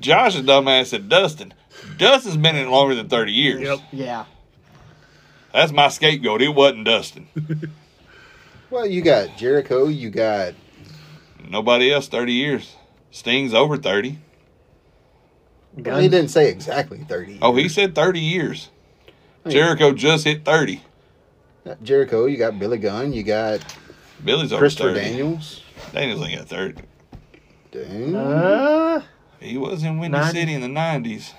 Josh is dumbass said Dustin. Dustin's been in it longer than 30 years.
Yep.
yeah.
That's my scapegoat. It wasn't Dustin.
Well, you got Jericho, you got
Nobody else 30 years. Sting's over 30.
well, he didn't say exactly thirty.
Oh, he said 30 years.
Hey.
Jericho just hit 30.
Uh, Jericho, you got Billy Gunn, you got
Billy's over
Christopher
30.
Daniels.
Daniels ain't got 30.
Dang.
Uh,
He was in Windy
90.
City in the 90s.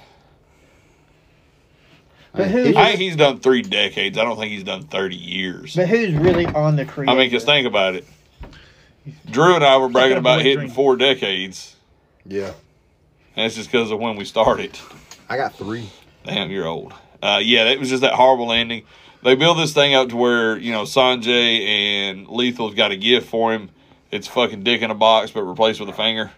but who-
he
I
just-
think he's done three decades. I don't think he's done 30 years.
but who's really on the creative?
I mean, just think about it. Drew and I were bragging
gotta
about
avoid
hitting
drink.
four decades.
yeah,
And that's just because of when we started.
I got three.
Damn, you're old. Uh, yeah, it was just that horrible ending. They build this thing up to where, you know, Sanjay and Lethal's got a gift for him. It's fucking dick in a box, but replaced with a finger.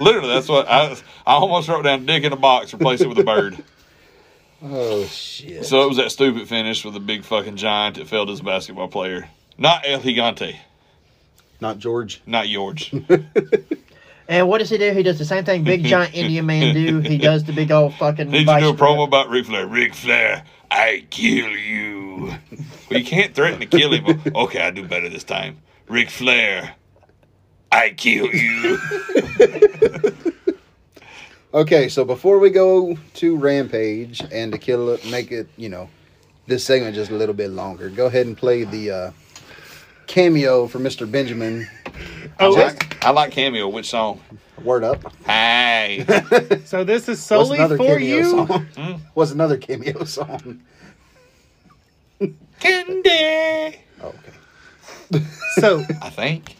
Literally, that's what I, I almost wrote down dick in a box, replace it with a bird.
Oh shit!
So it was that stupid finish with a big fucking giant that felled his basketball player. Not El Gigante,
Not George.
not George.
And what does he do? He does the same thing big giant Indian man do. He does the big old fucking.
Need to
vice
do a
grip.
promo about Ric Flair. Ric Flair, I kill you. well, you can't threaten to kill him. Okay, I do better this time. Ric Flair, I kill you.
Okay, so before we go to Rampage and to kill it, make it you know this segment just a little bit longer. Go ahead and play the uh, cameo for Mister Benjamin.
I,
Oh,
like, I like Cameo. Which song?
Word up.
Hey.
so this is
What's
solely for you.
song? What's another cameo song?
Candy.
Oh, okay.
So
I think.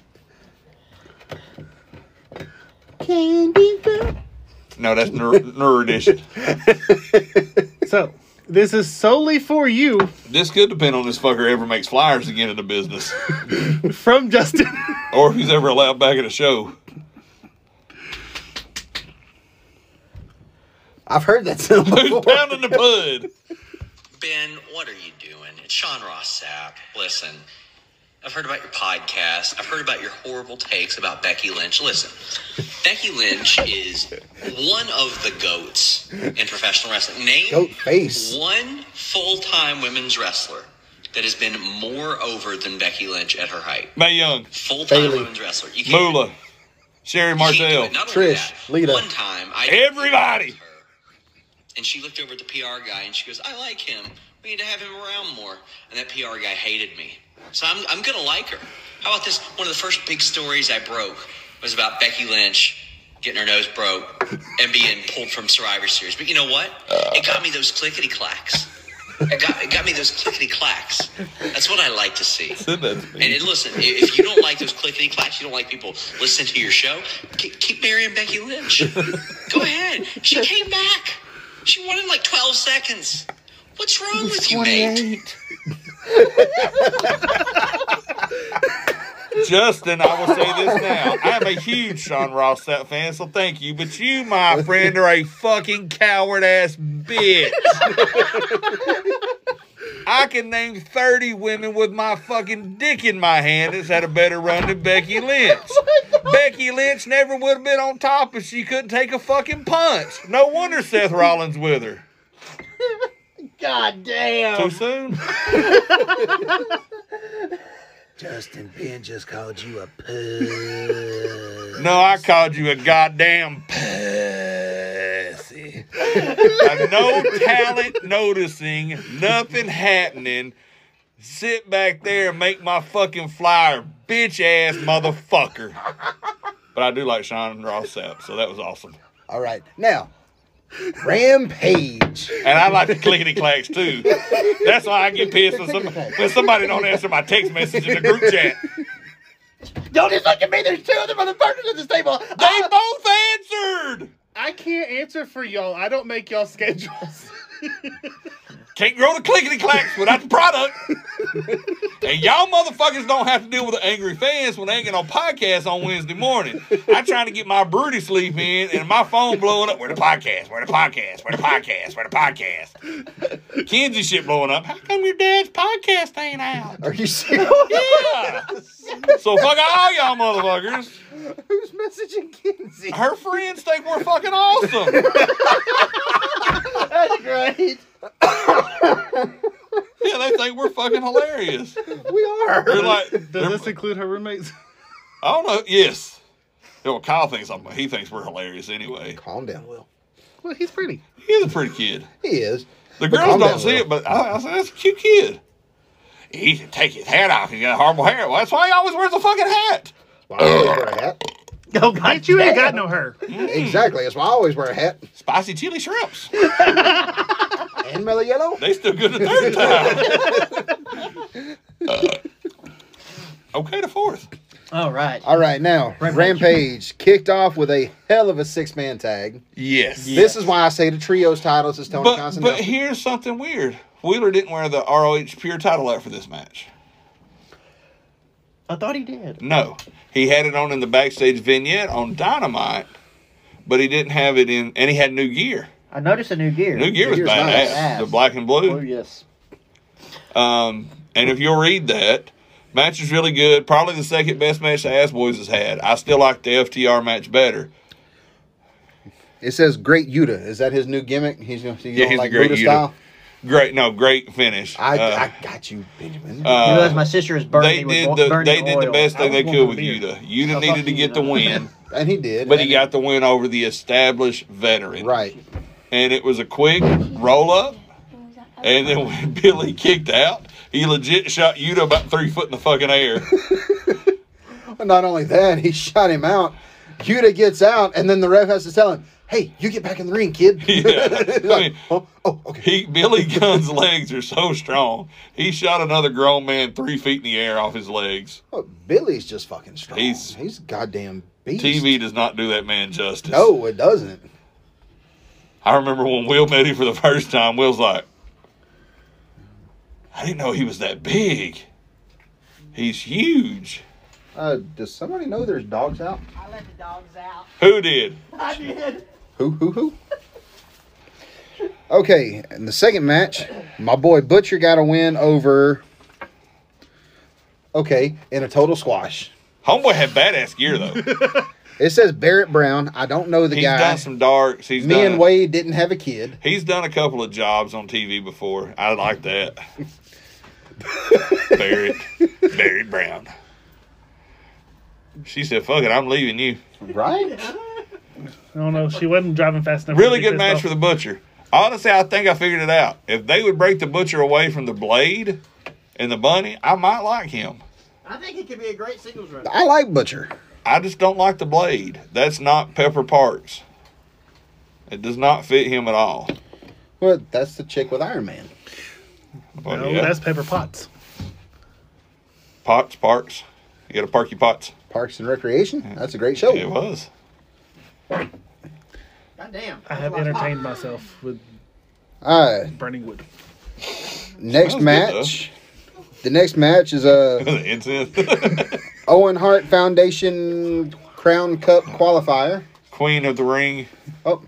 Candy.
No, that's Nur, Nur Edition.
so this is solely for you
This could depend on this fucker ever makes flyers again in the business.
from Justin.
Or if he's ever allowed back at a show.
I've heard that song
Who's
before.
down in the mud?
Ben, what are you doing? It's Sean Ross Sapp. Listen, I've heard about your podcast. I've heard about your horrible takes about Becky Lynch. Listen, Becky Lynch is one of the goats in professional wrestling. Name
Goat face.
one full time women's wrestler that has been more over than Becky Lynch at her height.
Mae Young,
Full time
Bayley.
women's wrestler. You can't-
Moolah, Sherry
she didn't do
Martel.
it. Not only
Trish,
that,
Lita.
One time, I
Everybody.
Her, and she looked over at the PR guy and she goes, "I like him. We need to have him around more." And that PR guy hated me, so I'm I'm gonna like her. How about this? One of the first big stories I broke was about Becky Lynch getting her nose broke and being pulled from Survivor Series. But you know what? It got me those clickety clacks. It got, it got me those clickety clacks. That's what I like to see.
Said that to me.
And, and listen, i- if you don't like those clickety clacks, you don't like people listening to your show, ke- keep marrying Becky Lynch. Go ahead. She came back. She won in like 12 seconds. What's wrong with you, mate?
Justin, I will say this now. I'm a huge Sean Ross Sapp fan, so thank you. But you, my friend, are a fucking coward ass bitch. I can name 30 women with my fucking dick in my hand that's had a better run than Becky Lynch. Becky Lynch never would have been on top if she couldn't take a fucking punch. No wonder Seth Rollins with her.
God
Too
damn.
soon?
Justin Ben just called you a poo.
No, I called you a goddamn pussy. Got no talent noticing, nothing happening. Sit back there and make my fucking flyer, bitch ass motherfucker. But I do like Sean Ross Sapp, so that was awesome.
All right, now Rampage.
And I like the clickety clacks too. That's why I get pissed when, some, when somebody don't answer my text message in the group chat.
Don't just look at me. There's two other motherfuckers at this table.
They both answered.
I can't answer for y'all. I don't make y'all schedules.
Can't grow the clickety clacks without the product. And y'all motherfuckers don't have to deal with the angry fans when they ain't got no podcast on Wednesday morning. I trying to get my broody sleep in and my phone blowing up. Where the podcast? Where the podcast? Where the podcast? Where the podcast? Kenzie shit blowing up. How come your dad's podcast ain't out?
Are you serious?
Yeah. So fuck all y'all motherfuckers.
Who's messaging Kinsey?
Her friends think we're fucking awesome.
That's great.
Yeah, they think we're fucking hilarious.
We are.
They're like,
Does
they're-
this include her roommates?
I don't know. Yes. Yeah, well, Kyle thinks I'm, he thinks we're hilarious anyway.
Calm down, Will.
well, he's pretty.
He's a pretty kid.
He is.
The
But
girls
calm
don't
down,
see
Will.
it, but I, I said, that's a cute kid. He can take his hat off. He's got horrible hair. Well, that's why he always wears a fucking hat.
Why I always wear a hat.
Oh God,
Bitch, you ain't got no her.
Exactly. That's why I always wear a hat.
Spicy chili shrimps.
And mellow yellow.
They still good the third time. Uh, okay, the fourth.
All right.
All right, now
Rampage.
Rampage, kicked off with a hell of a six-man tag.
Yes.
This is why I say the trios titles is Tony
But, but
Constantine.
here's something weird. Wheeler didn't wear the ROH pure title out for this match.
I thought he did.
No, he had it on in the backstage vignette on Dynamite, but he didn't have it in, and he had new gear.
I noticed a new gear.
New gear was
Gear's
badass,
nice.
Badass.
the black and
Oh
blue.
yes.
Um, and if you'll read that, match is really good. Probably the second best match the Ass Boys has had. I still like the FTR match better.
it says Great Yuta. Is that his new gimmick? He's going to
he's the
like
Great
Buddha
Yuta.
style.
Great, no, great finish.
I,
Uh,
I got you, Benjamin.
uh,
you realize my sister is burning
they
me with
did
wa-
the
burning
they did the
oil.
best thing
I
they
was
could with
wanting beer.
Yuta. Yuta
fuck
needed to
you,
get the
Yuta.
win,
and he did.
but he
and
got the win over the established veteran.
right.
and it was a quick roll up. And then when Billy kicked out, he legit shot Yuta about three foot in the fucking air.
But not only that, he shot him out. Yuta gets out, and then the ref has to tell him, "Hey, you get back in the ring, kid."
Yeah.
He's
I
like,
mean-
oh, oh, okay.
He Billy Gunn's legs are so strong. He shot another grown man three feet in the air off his legs.
Oh, Billy's just fucking strong.
He's-
He's he's a goddamn beast.
TV does not do that man justice.
No, it doesn't.
I remember when Will met him for the first time, Will's like, I didn't know he was that big. He's huge.
Uh, does somebody know there's dogs out?
I let the dogs out.
Who did?
I did.
Who, who, who? okay, in the second match, my boy Butcher got a win over. Okay, in a total squash.
Homeboy had badass gear though.
It says Barrett Brown. I don't know the
He's
guy.
done some darks. He's
Me
done
and Wade didn't have a kid.
He's done a couple of jobs on TV before. I like that. Barrett, Barrett Brown. She said, "Fuck it, I'm leaving you."
Right?
I don't know. She wasn't driving fast enough.
Really good match for the Butcher. Honestly, I think I figured it out. If they would break the Butcher away from the Blade and the Bunny, I might like him.
I think it could be a great singles run.
I like Butcher.
I just don't like the Blade. That's not Pepper Parks. It does not fit him at all.
But that's the chick with Iron Man.
But
No,
yeah,
that's Pepper Potts.
Potts Parks. You got to park your pots.
Parks and Recreation. That's a great show.
It was.
God damn.
I have entertained myself with
Uh,
burning wood.
next
Sounds good,
match. the next match is a.
the incense.
Owen Hart Foundation Crown Cup qualifier.
Queen of the Ring.
Oh,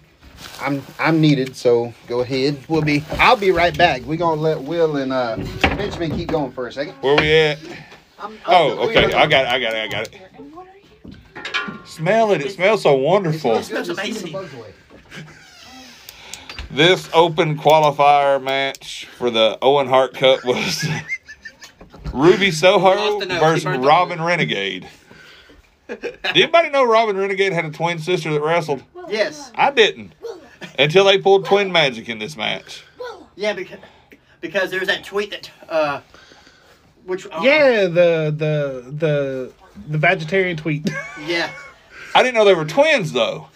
I'm I'm needed, so go ahead. We'll be I'll be right back. We're gonna let Will and uh Benjamin keep going for a second.
Where we at?
I'm- I'm-
Oh, okay. I got it. I got it. I got it. Smell it. It smells so wonderful.
It's just keep the bugs away.
This open qualifier match for the Owen Hart Cup was Ruby Soho
Lost the note.
versus
He burned the
Robin Renegade. Did anybody know Robin Renegade had a twin sister that wrestled?
Yes.
I didn't. Until they pulled twin magic in this match.
Yeah, because because there's that tweet that uh, which oh,
Yeah, the the the the vegetarian tweet.
yeah.
I didn't know they were twins though.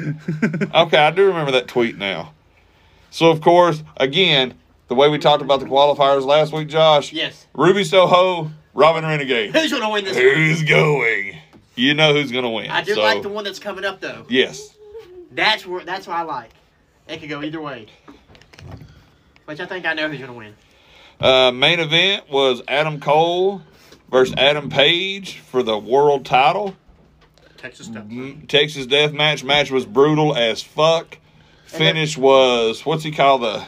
okay, I do remember that tweet now. So of course, again, the way we talked about the qualifiers last week, Josh.
Yes.
Ruby Soho, Robin Renegade.
Who's gonna win this?
who's going? You know who's gonna win.
I do
so-
like the one that's coming up though.
Yes.
That's where that's what I like. It could go either way. Which I think I know who's gonna win.
Uh, main event was Adam Cole versus Adam Page for the world title.
Texas stuff.
M- Texas Death Match match was brutal as fuck. Finish was what's he call the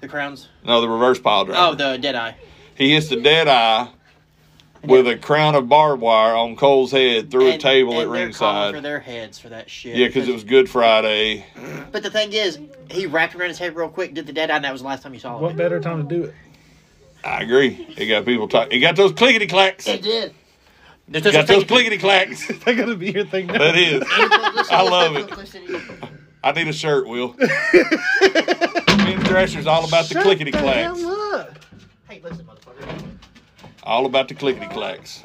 The crowns.
no the reverse pile driver.
Oh, the dead eye.
He hits the dead eye with a crown of barbed wire on Cole's head through a
And-
table
and
at
they're calling For
ringside.
their heads for that shit.
Yeah, because it was Good Friday.
But the thing is, he wrapped around his head real quick, did the dead eye, and that was the last time you saw him.
What better time to do it?
I agree. It got people talking. It got those clickety clacks.
It did. There's no
Got
such thing
those
as-
clickety clacks.
Is that gonna be your thing now?
That is. I love it.
Publicity.
I need a shirt, Will. Ben Thrasher's all about the
Shut
clickety
the
clacks.
hell up.
Hey, listen, motherfucker.
All about the clickety clacks.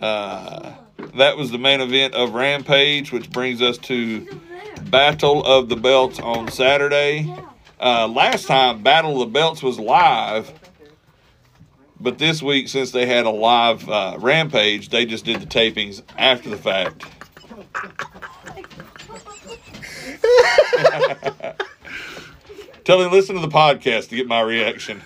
Uh, that was the main event of Rampage, which brings us to Battle of the Belts on Saturday. Uh, last time, Battle of the Belts was live, but this week, since they had a live uh, Rampage, they just did the tapings after the fact. Tell him listen to the podcast to get my reaction.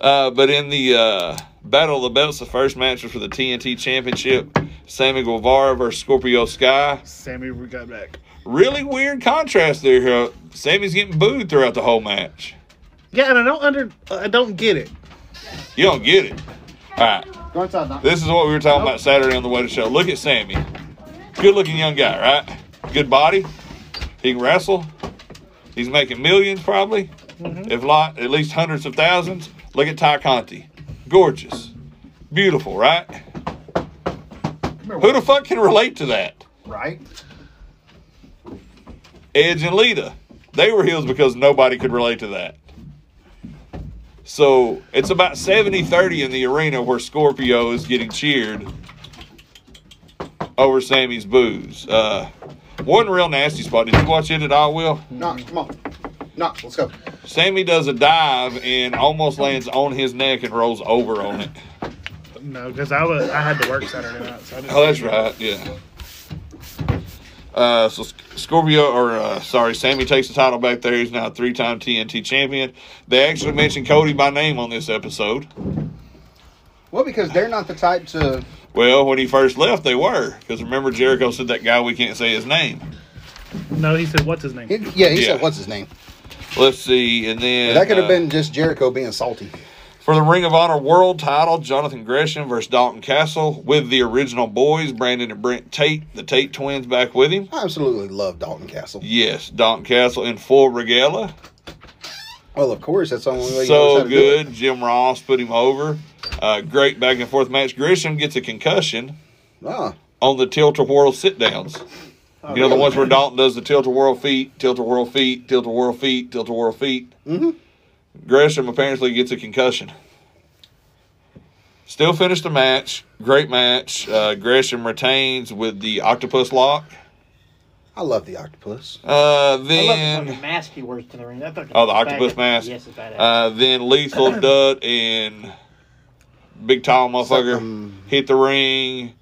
Uh, but in the uh, Battle of the Belts, the first match was for the TNT Championship. Sammy Guevara versus Scorpio Sky.
Sammy, we got back.
Really weird contrast there. huh? Sammy's getting booed throughout the whole match.
Yeah, and I don't under, I don't get it.
You don't get it. All right.
Go inside, Doc.
This is what we were talking about Saturday on the way to show. Look at Sammy. Good looking young guy, right? Good body. He can wrestle. He's making millions probably. If not, at least hundreds of thousands. Look at Ty Conti. Gorgeous. Beautiful, right? Who the fuck can relate to that?
Right?
Edge and Lita. They were heels because nobody could relate to that. So it's about 70 30 in the arena where Scorpio is getting cheered over Sammy's booze. Uh, one real nasty spot. Did you watch it at all, Will?
Knock, come on. Knock, let's go.
Sammy does a dive and almost lands on his neck and rolls over on it.
No, because I was I had to work Saturday night, so I didn't
Oh, that's right. Yeah. Uh, so Sc- Scorpio, or uh, sorry, Sammy takes the title back there. He's now a three-time TNT champion. They actually mentioned Cody by name on this episode.
Well, because they're not the type to.
Well, when he first left, they were because remember Jericho said that guy we can't say his name.
No, he said, "What's his name?"
He- yeah, he
Yeah.
said, what's his name?
Let's see, and then
that could have
uh,
been just Jericho being salty.
for the Ring of Honor World Title. Jonathan Gresham versus Dalton Castle with the original boys, Brandon and Brent Tate, the Tate twins, back with him.
I absolutely love Dalton Castle.
Yes, Dalton Castle in full regala.
Well, of course, that's the only way you knows how
so
to do it.
good. Jim Ross put him over. Uh, great back and forth match. Grisham gets a concussion
Ah,
on the tilt a whirl sit downs.
Oh,
you know the ones where Dalton does the tilt a whirl feet, tilt a whirl feet, tilt a whirl feet, tilt a whirl feet.
Mhm.
Gresham apparently gets a concussion. Still finished the match. Great match. Uh, Gresham retains with the octopus lock.
I love the octopus.
Uh,
I love the
then
fucking mask he wears to the ring. That fucking
Oh, the octopus
badass.
mask?
Yes, it's badass.
Uh, then Lethal Dud and Big Tall Motherfucker
Something.
hit the ring,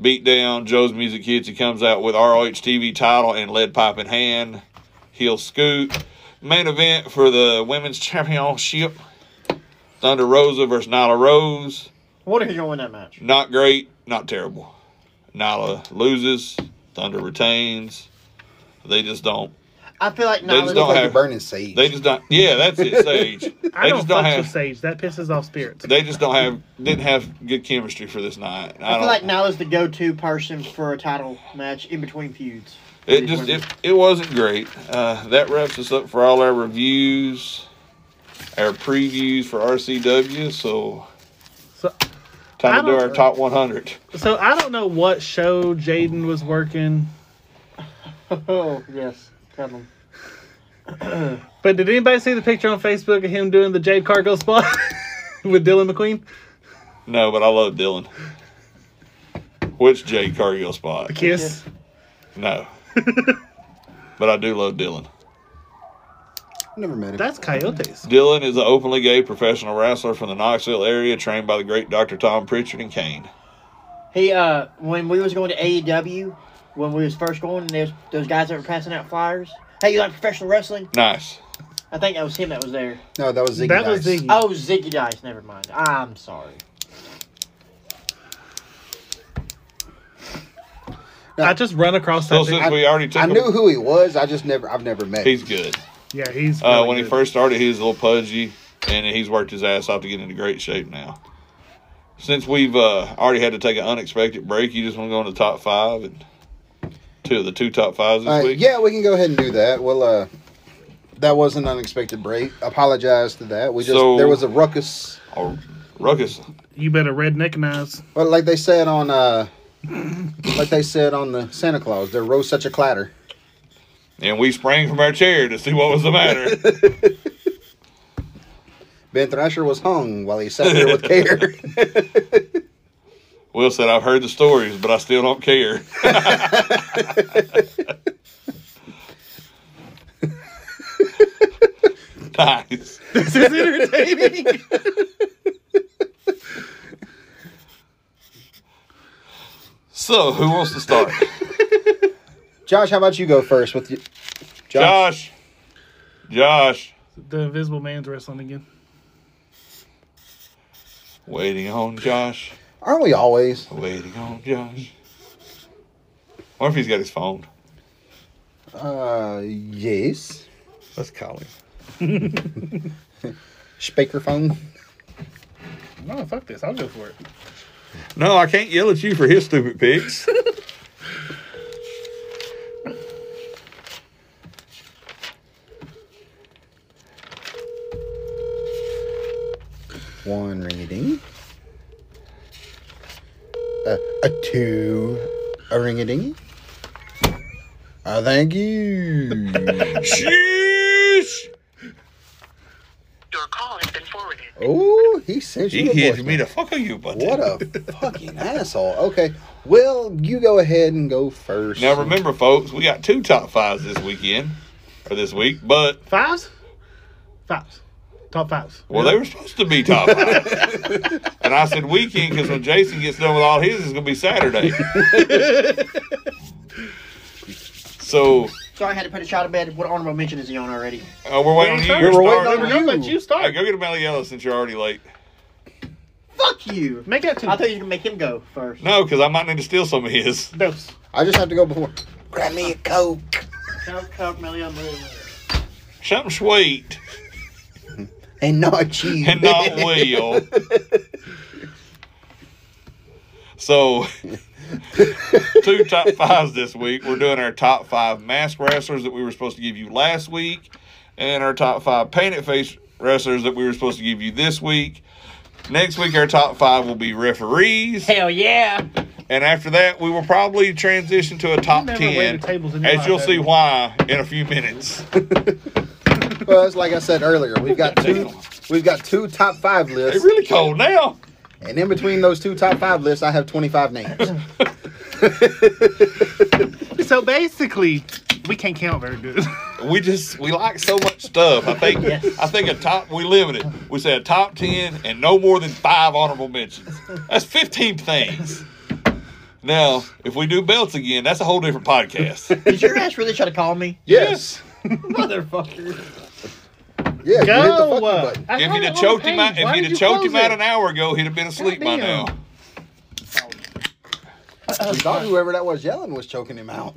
beat down Joe's Music Hits. He comes out with ROH TV title and lead pipe in hand. He'll scoot. Main event for the Women's Championship Thunder Rosa versus Nyla Rose.
what are you going to win that match?
Not great, not terrible. Nyla loses, Thunder retains. They just don't.
I feel like
They just
It
Nyla.
looks
don't
like
have-
you're burning sage.
They just don't. Yeah, that's it, Sage.
I
they
don't,
just
fuck
don't have.
with Sage. That pisses off spirits.
they just don't have didn't have good chemistry for this night. I,
I feel
don't.
like Nyla's the go-to person for a title match in between feuds.
it just it, it wasn't great. Uh, that wraps us up for all our reviews, our previews for RCW. So,
So- I
time to do
don't-
our top 100.
So I don't know what show Jaden was working,
Oh yes, tell them.
but did anybody see the picture on Facebook of him doing the Jade Cargo spot with Dylan McQueen?
No, but I love Dylan. Which Jay Cargill spot?
Kiss.
No, but I do love Dylan.
Never met him.
That's Coyotes.
Dylan is an openly gay professional wrestler from the Knoxville area, trained by the great Dr. Tom Pritchard and Kane.
He uh, when we was going to E AEW, when we was first going, and there's those guys that were passing out flyers. Hey, you like professional wrestling?
Nice.
I think that was him that was there.
No, that was Ziggy.
that was
Dice.
Ziggy.
Oh, Ziggy Dice. Never mind. I'm sorry.
I just run across
So
that.
since
dude.
we already took
I
him,
knew who he was. I just never. I've never met.
he's
him.
good.
yeah, he's.
Uh,
really
when he
good.
first started, he was a little pudgy, and he's worked his ass off to get into great shape now. Since we've uh, already had to take an unexpected break, you just want to go on the top five and two of the two top fives this
Uh,
week.
yeah, we can go ahead and do that. Well, uh, that was an unexpected break. Apologize to that. We just
So-
there was a ruckus.
Or Ruckus.
you better redneck eyes.
Well, like they said on, uh, like they said on the Santa Claus, there rose such a clatter.
And we sprang from our chair to see what was the matter.
Ben Thrasher was hung while he sat there with care.
Will said, I've heard the stories, but I still don't care. nice.
This is entertaining.
So, who wants to start?
Josh, how about you go first with you?
Josh. Josh.
the Invisible Man's wrestling again.
Waiting on Josh.
Aren't we always?
Waiting on Josh. What if he's got his phone?
Uh, yes.
Let's call him.
Speakerphone.
No, fuck this. I'll go for it.
No, I can't yell at you for his stupid picks.
One ring-a-ding. A, a two. A ring-a-ding. Uh, thank you.
Sheesh!
Your call has been forwarded.
oh, he sent
He
you a
hit me
voicemail.
the fuck are you, buddy?
What a fucking asshole. Okay, well, you go ahead and go first.
Now remember, folks, we got two top fives this weekend or this week, but
Fives? Fives. Top fives.
well, they were supposed to be top fives. and I said weekend because when Jason gets done with all his, it's gonna be Saturday. so
Sorry, I had to put a child to bed. What honorable mention is he on already?
uh, we're waiting on you.
We're
You're
waiting
starting.
on you.
Don't let you
Hey,
start.
go get a belly yellow since you're already late.
Fuck you.
Make that two.
I thought you were gonna make him go first.
No, because I might need to steal some of his.
Dose.
I just have to go before. Grab me a coke.
Coke, Coke, Million, Million.
Something sweet
And not cheese.
and not wheel. So, two top fives this week. We're doing our top five mask wrestlers that we were supposed to give you last week, and our top five painted face wrestlers that we were supposed to give you this week. Next week, our top five will be referees,
Hell yeah.
and after that, we will probably transition to a top
You never
ten.
waited tables in your
As
life,
you'll
have
see
you?
why in a few minutes.
Well, it's like I said earlier, we've got two. We've got two top five
It's
lists,
really cold now.
and in between those two top five lists, I have twenty five names.
So basically, we can't count very good.
We just we like so much stuff. I think I think a top we limit it. We say a top ten and no more than five honorable mentions. That's fifteen things. Now, if we do belts again, that's a whole different podcast.
Did your ass really try to call me?
Yes.
Motherfucker.
Yeah, you hit the
Go.
fucking
uh,
button.
I
if
had
he'd
it
have
on
choked
the
him out,
page.
if
Why
he'd have
did you
choked
close
him out
it?
an hour ago, he'd have been asleep by now.
Goddamn.
We thought whoever that was yelling was choking him out.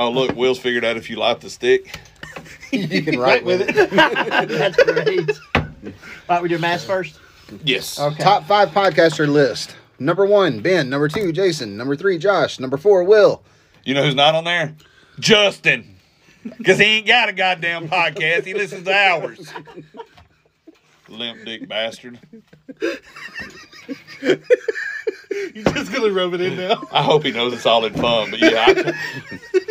Oh look, Will's figured out if you light the stick.
You can write with it.
That's great. All right, we do mask first.
Yes.
Okay.
Top five podcaster list. Number one, Ben. Number two, Jason. Number three, Josh. Number four, Will.
You know who's not on there? Justin. Because he ain't got a goddamn podcast. He listens to ours. Limp dick bastard.
You're just gonna rub it in now.
I hope he knows it's all in fun, but yeah, I,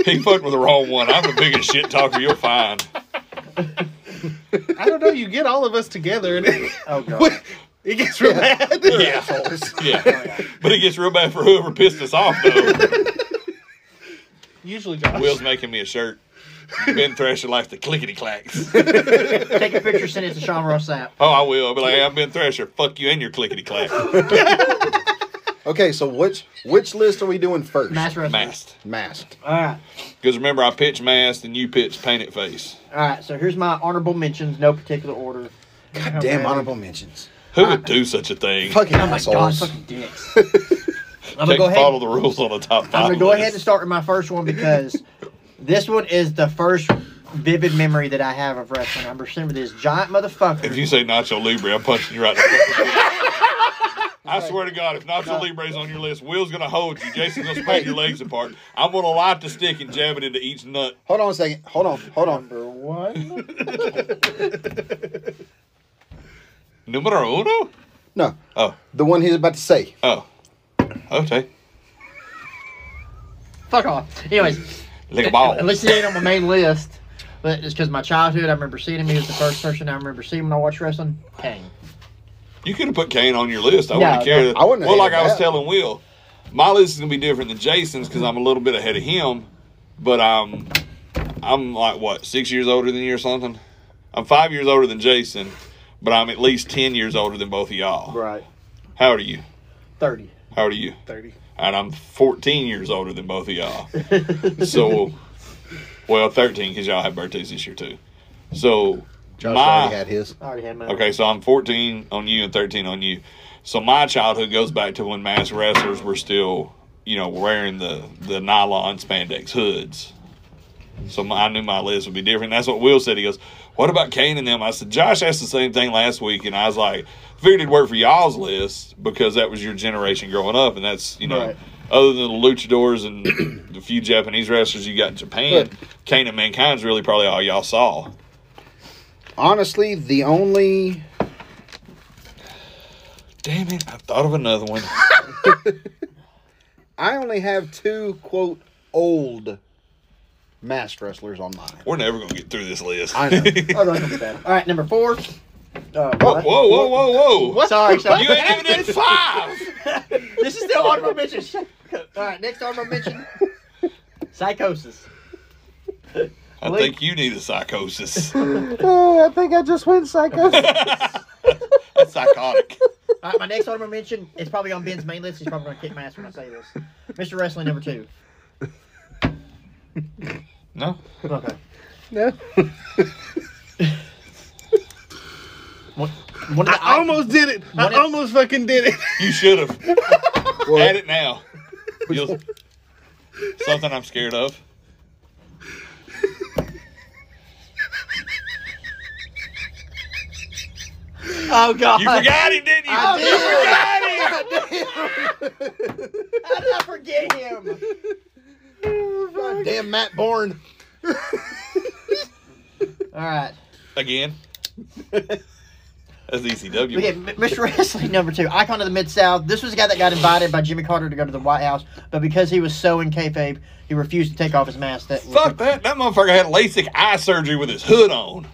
he fucked with the wrong one. I'm the biggest shit talker you'll find.
I don't know. You get all of us together, and it,
Oh god.
it gets real bad.
Yeah, yeah. But it gets real bad for whoever pissed us off, though.
Usually, Josh.
Will's making me a shirt. Ben Thrasher likes the clickety clacks.
Take a picture, send it to Sean Ross Sapp.
Oh, I will. I'll be like, hey, I'm Ben Thrasher. Fuck you and your clickety clack.
Okay, so which which list are we doing first?
Mass wrestling.
Masked.
Masked.
All right.
Because remember, I pitched masked and you pitched painted face.
All right. So here's my honorable mentions, no particular order.
God damn honorable mentions.
Who would do such a thing?
Fucking
Oh my god,
assholes.
fucking dicks. I'm
Take
gonna go ahead.
follow the rules on the top five.
I'm gonna go
list.
ahead and start with my first one because this one is the first vivid memory that I have of wrestling. I remember this giant motherfucker.
If you say Nacho Libre, I'm punching you right in the face. I swear to God, if Nacho Libre's on your list, Will's gonna hold you. Jason's gonna spread your legs apart. I'm gonna light the stick and jab it into each nut.
Hold on a second. Hold on. Hold on.
Number one.
Numero uno?
No,
Oh,
the one he's about to say.
oh, okay.
Fuck off. Anyways,
Like a ball.
at least it ain't on my main list. But it's because my childhood, I remember seeing him. He was the first person I remember seeing when I watched wrestling. Kane.
You could have put Kane on your list. I
No,
wouldn't care.
I wouldn't have
Well, like I
hated
was
that.
telling Will, my list is gonna be different than Jason's because I'm a little bit ahead of him, but I'm I'm like what six years older than you or something. I'm five years older than Jason, but I'm at least ten years older than both of y'all.
Right.
How old are you?
Thirty.
How old are you?
30.
And I'm 14 years older than both of y'all. so, well, 13 because y'all have birthdays this year too. So,
Josh
my
already had his.
I already had mine.
Okay, so I'm 14 on you and 13 on you. So my childhood goes back to when mass wrestlers were still, you know, wearing the the nylon spandex hoods. So my, I knew my list would be different. That's what Will said. He goes, "What about Kane and them?" I said, "Josh asked the same thing last week," and I was like, "Figured it'd work for y'all's list because that was your generation growing up, and that's you know."
Right.
Other than the luchadors and the few Japanese wrestlers you got in Japan, Kane and Mankind's really probably all y'all saw.
Honestly, the only
Damn it, I thought of another one.
I only have two quote old masked wrestlers on mine.
We're never gonna get through this list.
I know.
Oh, no, it don't matter. All right, number four. Uh,
whoa, whoa, whoa, whoa, whoa!
Sorry, sorry.
You ain't giving it five.
This is still honorable mention. Shut up. All right, next honorable mention. Psychosis.
I
Blake.
think you need a psychosis.
Oh, I think I just went psycho.
That's psychotic.
All right, my next honorable mention is probably on Ben's main list. He's probably gonna kick my ass when I say this. Mr. Wrestling number two.
No,
Okay.
No.
One, one of the,
I almost did it. I
What if-
almost fucking did it.
you should have. Add it now. You'll-
one?
something I'm scared of.
Oh God!
You forgot him, didn't you?
I
you
did.
forgot him.
How did I forget him?
Damn Matt Bourne.
All right.
Again. That's ECW.
We get M- Mr. Wrestling number two, icon of the Mid South. This was a guy that got invited by Jimmy Carter to go to the White House, but because he was so in kayfabe, he refused to take off his mask. That
Fuck that. That motherfucker had LASIK eye surgery with his hood on.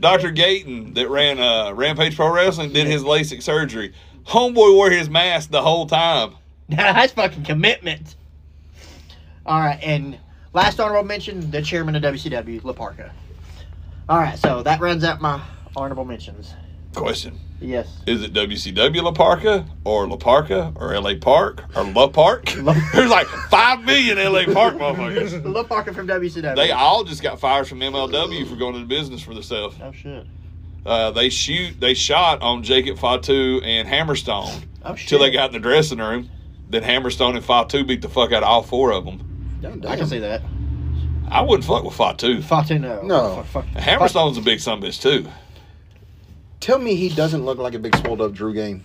Dr. Gayton that ran uh, Rampage Pro Wrestling did his LASIK surgery. Homeboy wore his mask the whole time.
That's fucking commitment. All right, and last honorable mention, the chairman of WCW, Laparca. All right, so that rounds out my honorable mentions.
Question.
Yes.
Is it WCW La Parka or La Parka or LA Park or La Park?
La-
There's like five million LA Park motherfuckers.
Laparca from WCW.
They all just got fired from MLW for going into business for themselves.
oh, shit.
Uh, they shoot, they shot on Jacob Fatu and Hammerstone
Oh, shit.
till they got in the dressing room. Then Hammerstone and Fatu beat the fuck out of all four of them.
I can see that.
I wouldn't fuck with Fatu.
Fatu, no.
No.
Fuck, fuck.
Hammerstone's a big son of a bitch too.
Tell me he doesn't look like a big swelled up Drew game.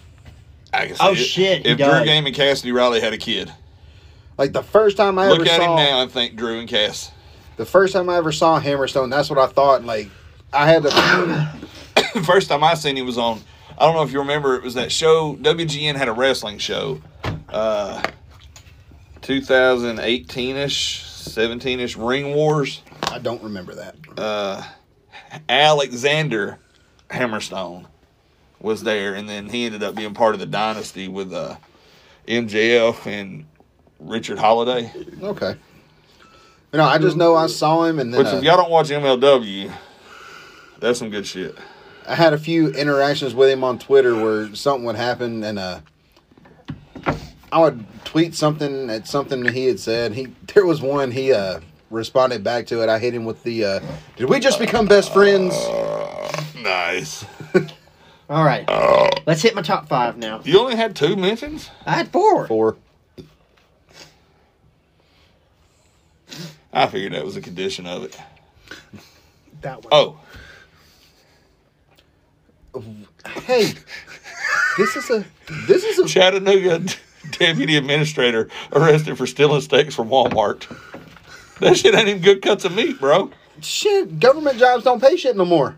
I can see
Oh,
it.
shit, he
If Drew
does.
Game and Cassidy Riley had a kid,
Like the first time I
look
ever
at him
saw
now and think Drew and Cass.
the first time I ever saw Hammerstone, that's what I thought. Like I had a
the first time I seen him was on. I don't know if you remember. It was that show. WGN had a wrestling show. Uh, 2018ish, 17ish, Ring Wars.
I don't remember that.
Uh, Alexander Hammerstone was there, and then he ended up being part of the dynasty with uh, MJF and Richard Holiday.
Okay. You know, I just know I saw him and then
Which,
uh,
Uh-huh.
if y'all don't watch MLW, that's some good shit.
I had a few interactions with him on Twitter where something would happen and uh I would tweet something at something that he had said. He there was one he uh responded back to it. I hit him with the uh did we just become best friends?
Nice.
All right. Let's hit my top five now.
You only had two mentions?
I had four.
Four.
I figured that was a condition of it.
That one.
Oh,
Hey, this is a this is a
Chattanooga deputy administrator arrested for stealing steaks from Walmart. That shit ain't even good cuts of meat, bro.
shit. Government jobs don't pay shit no more.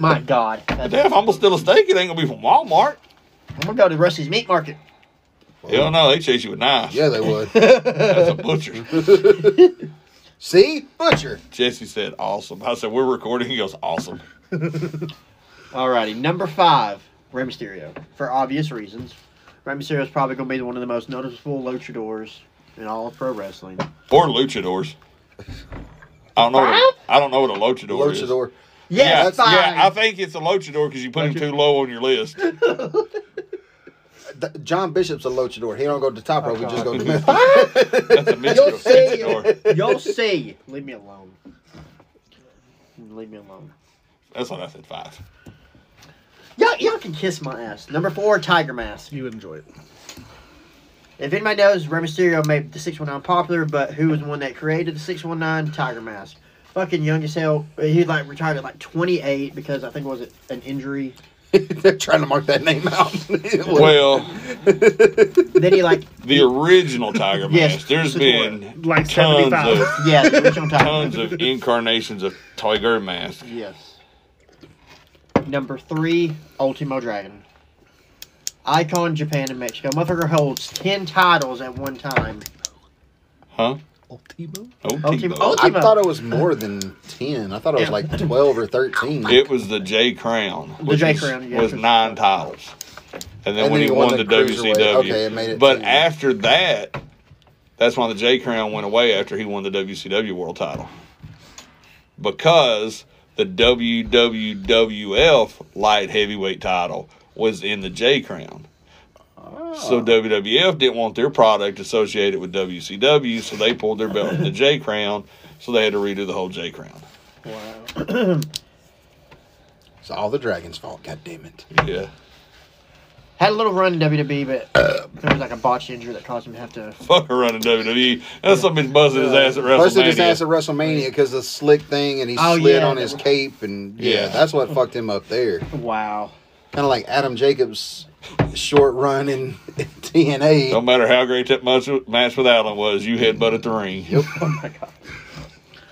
My God. That's-
Damn, if I'm gonna steal a steak, it ain't gonna be from Walmart.
I'm going to go to Rusty's Meat Market.
Hell no, they chase you with knives.
Yeah, they would.
That's a butcher.
See, butcher.
Jesse said, awesome. I said, we're recording. He goes, awesome.
Alrighty, number five, Rey Mysterio. For obvious reasons, Rey Mysterio is probably going to be one of the most noticeable luchadors in all of pro wrestling.
Or luchadors. I don't know. What a, I don't know what a luchador, is.
Luchador.
Yeah,
Yes, five.
yeah, I think it's a luchador because you put him too low on your list.
Th- John Bishop's a luchador. He don't go to the top rope. He just go to the
That's a mis-
You'll see.
luchador.
You'll see. Leave me alone. Leave me alone.
That's what I said. Five.
Y'all, y'all can kiss my ass. Number four, Tiger Mask.
You would enjoy it.
If anybody knows, Rey Mysterio made the 619 popular, but who was the one that created the 619? Tiger Mask. Fucking young as hell. He like retired at like 28 because I think was it an injury.
They're trying to mark that name out.
Well,
then he like
the original Tiger
Yes.
Mask. There's been
Like
tons
75.
of
yeah, the original Tiger
tons
Mask.
of incarnations of Tiger Mask.
Yes. Number three, Ultimo Dragon. Icon Japan and Mexico. Motherfucker holds ten titles at one time.
Huh?
Ultimo?
Ultimo.
Ultimo.
I thought it was more than ten. I thought it was like twelve or thirteen.
It was the J Crown, which
J
was,
Crown, yeah.
was nine titles, and then
And
when
then
he
he
won
won
the
the cruiserweight.
WCW,
Okay, it made it
but
ten.
after that, that's why the J Crown went away after he won the WCW World Title, because the WWWF Light Heavyweight Title was in the J Crown.
Ah.
So WWF didn't want their product associated with WCW, so they pulled their belt in the J Crown, so they had to redo the whole J Crown.
It's all the dragon's fault. God damn it.
Yeah.
Had a little run in WWE, but there was like a botched injury that caused him to have to.
Fuck around in WWE. That's something that's busted his ass at WrestleMania.
Busted his ass at WrestleMania because the slick thing, and he
Oh,
slid
yeah,
on
that
his
was-
cape, and yeah,
Yeah.
that's what fucked him up there.
Wow.
Kind of like Adam Jacobs' short run in TNA.
no matter how great that much match with Allen was, you headbutted the ring.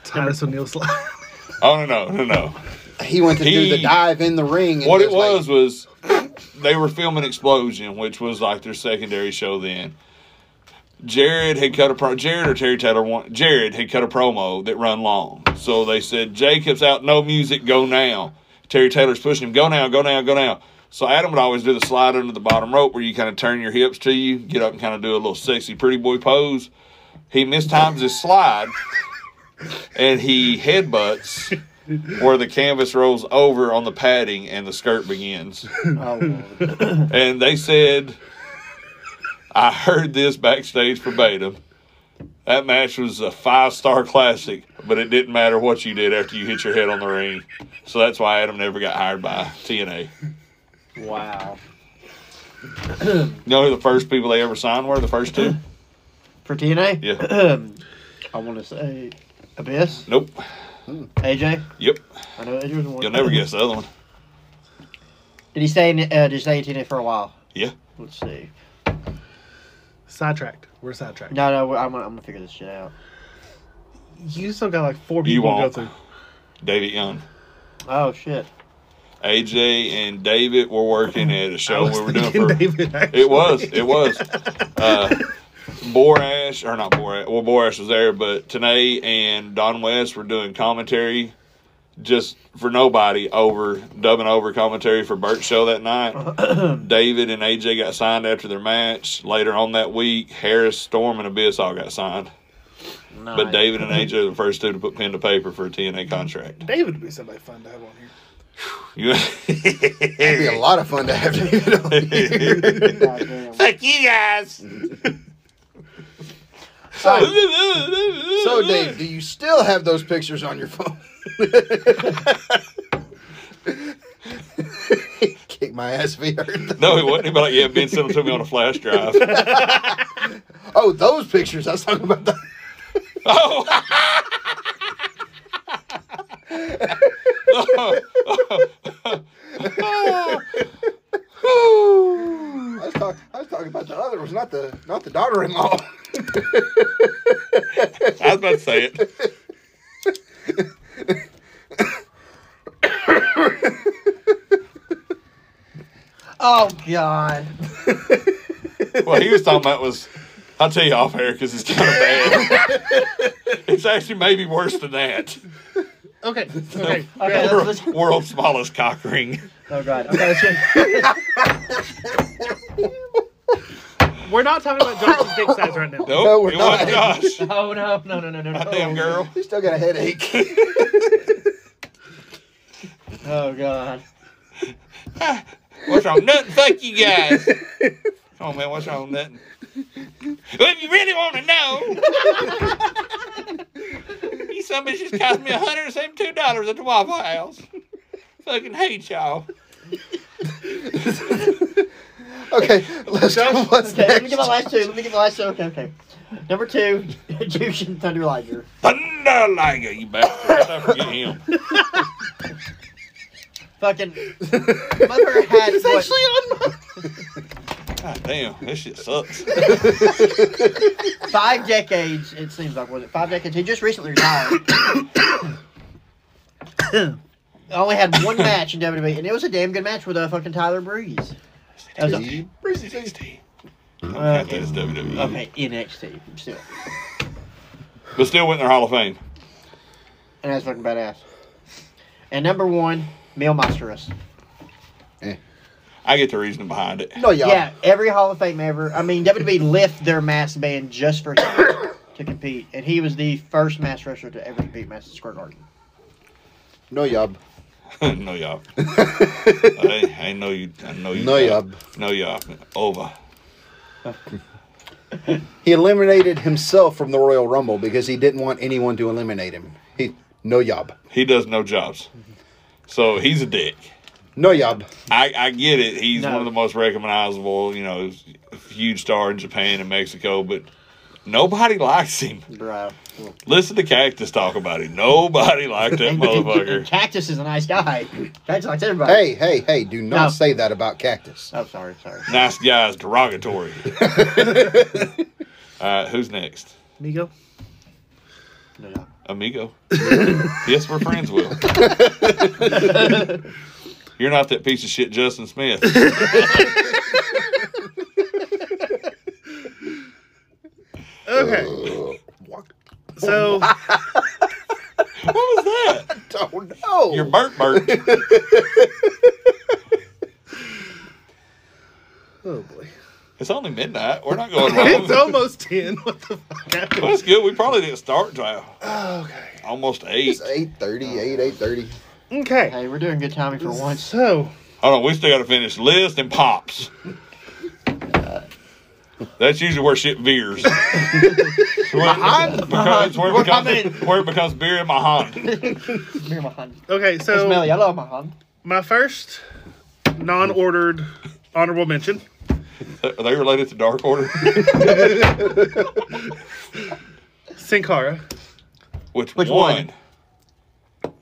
Titus O'Neil slide.
Oh no, no, no, no.
He went to do
He-
the dive in the ring. And
What it
just, like,
was was they were filming Explosion, which was like their secondary show then. Jared had cut a pro. Jared or Terry Taylor. One, Jared had cut a promo that run long. So they said Jacob's out, no music, go now. Terry Taylor's pushing him, go now, go now, go now. So Adam would always do the slide under the bottom rope where you kind of turn your hips to you, get up and kind of do a little sexy pretty boy pose. He mistimes his slide, and he headbutts where the canvas rolls over on the padding and the skirt begins.
Oh, Lord.
And they said, I heard this backstage verbatim. That match was a five star classic, but it didn't matter what you did after you hit your head on the ring. So that's why Adam never got hired by TNA.
wow.
You know who the first people they ever signed were? The first two?
For TNA.
Yeah.
I want to say Abyss,
Nope.
AJ.
Yep.
I know AJ was one.
You'll never guess the other one.
Did he stay in? Uh, did he stay in TNA for a while?
Yeah.
Let's see.
sidetracked. We're sidetracked.
No, no, I'm, gonna- I'm gonna figure this shit out.
You still got like four
You
people to go
won't.
through.
David Young.
Oh shit.
AJ and David were working at a
I
show
was
we were doing
thinking
for
David, actually.
It was. It was. Uh, Borash, or not Borash, well, Borash was there, but Tanay and Don West were doing commentary just for nobody over, dubbing over commentary for Bert's show that night. David and AJ got signed after their match. Later on that week, Harris, Storm, and Abyss all got signed. But
Nice.
David and AJ are the first two to put pen to paper for a TNA contract.
David would be somebody fun to have on here.
You-
It'd be a lot of fun to have David on here.
Goddamn.
Fuck you guys.
so, so, Dave, do you still have those pictures on your phone? Kick my ass, VR.
No, it wasn't. But like, yeah, Ben sent them to me on a flash drive.
Oh, those pictures. I was talking about that.
Oh.
I was, talk, I was talking about the other ones, not the not the daughter-in-law.
I was about to say it.
Oh God.
What he was talking about was, I'll tell you off air because it's kind of bad. it's actually maybe worse than that.
Okay. Okay.
Okay, let's-
World,
let's-
world's smallest cock ring.
Oh God. Okay, let's get-
We're not talking about Josh's dick size right now.
Nope,
No, we're
it wasn't
not.
Josh.
Oh no, no, no, no, no, no.
Damn girl.
He still got a headache.
Oh God.
What's wrong? Nothing. Fuck you guys. Oh man, what's wrong? Nothing. Well, if you really want to know, you some bitch just cost me hundred and seventy-two dollars at the Waffle House. Fucking hate y'all.
Okay, let's go. What's
Okay, let me
next?
get my last two. Let me get my last two. Okay, okay. Number two, Egyptian Thunder Liger.
Thunder Liger, you bastard! I forget him.
Fucking mother had
He's
what-
actually on my.
God damn, this shit sucks.
five decades. It seems like was it five decades? He just recently retired. Only had one match in WWE, and it was a damn good match with a uh, fucking Tyler Breeze. That was a-
NXT. I think it's WWE.
Uh,
okay, NXT still,
But still went in their Hall of Fame.
and that's fucking badass. And number one, Mil Monstrous.
Eh.
I get the reasoning behind it.
No, y'all.
Yeah, every Hall of Fame ever. I mean, WWE lift their mass ban just for him to compete, and he was the first mass wrestler to ever compete Madison Square Garden.
No, y'all.
no y'all. I, I know you. I know you.
No, y'all.
No y'all. Over.
He eliminated himself from the Royal Rumble because he didn't want anyone to eliminate him. He no yob.
He does no jobs. So he's a dick.
No yob.
I, I get it. He's
No.
one of the most recognizable, you know, huge star in Japan and Mexico, but nobody likes him.
Bro,
Listen to Cactus talk about him. Nobody liked that motherfucker.
Cactus is a nice guy. Cactus likes everybody.
Hey, hey, hey, do not
No.
say that about Cactus.
Oh, sorry, sorry.
Nice guys, derogatory. All right, who's next?
Migo.
Oh, No, no.
Amigo. yes, we're friends, Will. You're not that piece of shit, Justin Smith.
Okay.
What?
So
What was that?
Don't know.
Your burp burp.
oh boy.
It's only midnight. We're not going long.
it's almost ten. What the fuck happened?
Well, that's good. We probably didn't start till
Okay.
almost eight.
It's 8.30, 8, 8.30.
Okay.
Hey, we're doing good timing for once.
So
Hold on, we still got to finish list and pops. That's usually where shit veers. It's where, it becomes, it's where, it
We're
becomes, where it becomes beer in my hand.
Here, my hand.
okay,
It's
so
Melly. I love my hand.
my first non-ordered honorable mention.
Are they related to Dark Order?
Sin Cara.
Which,
Which
one?
one?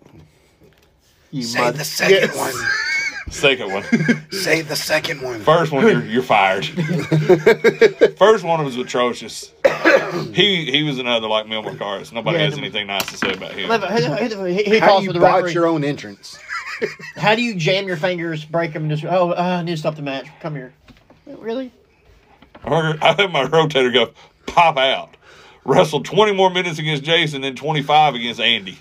You
Say
mother.
the second
Yes.
one.
Second one.
Say the second one.
First one, you're, you're fired. First one was atrocious. He he was another like Mil Mercaris. Nobody
Yeah,
has
the-
anything nice to say about him.
Who, who, who, he- he
How
calls
do
for
you
the
botch
referee.
your own entrance?
How do you jam your fingers, break them, and just oh, uh, I need to stop the match. Come here. Really?
Or I had my rotator go pop out. Wrestled 20 more minutes against Jason, then 25 against Andy.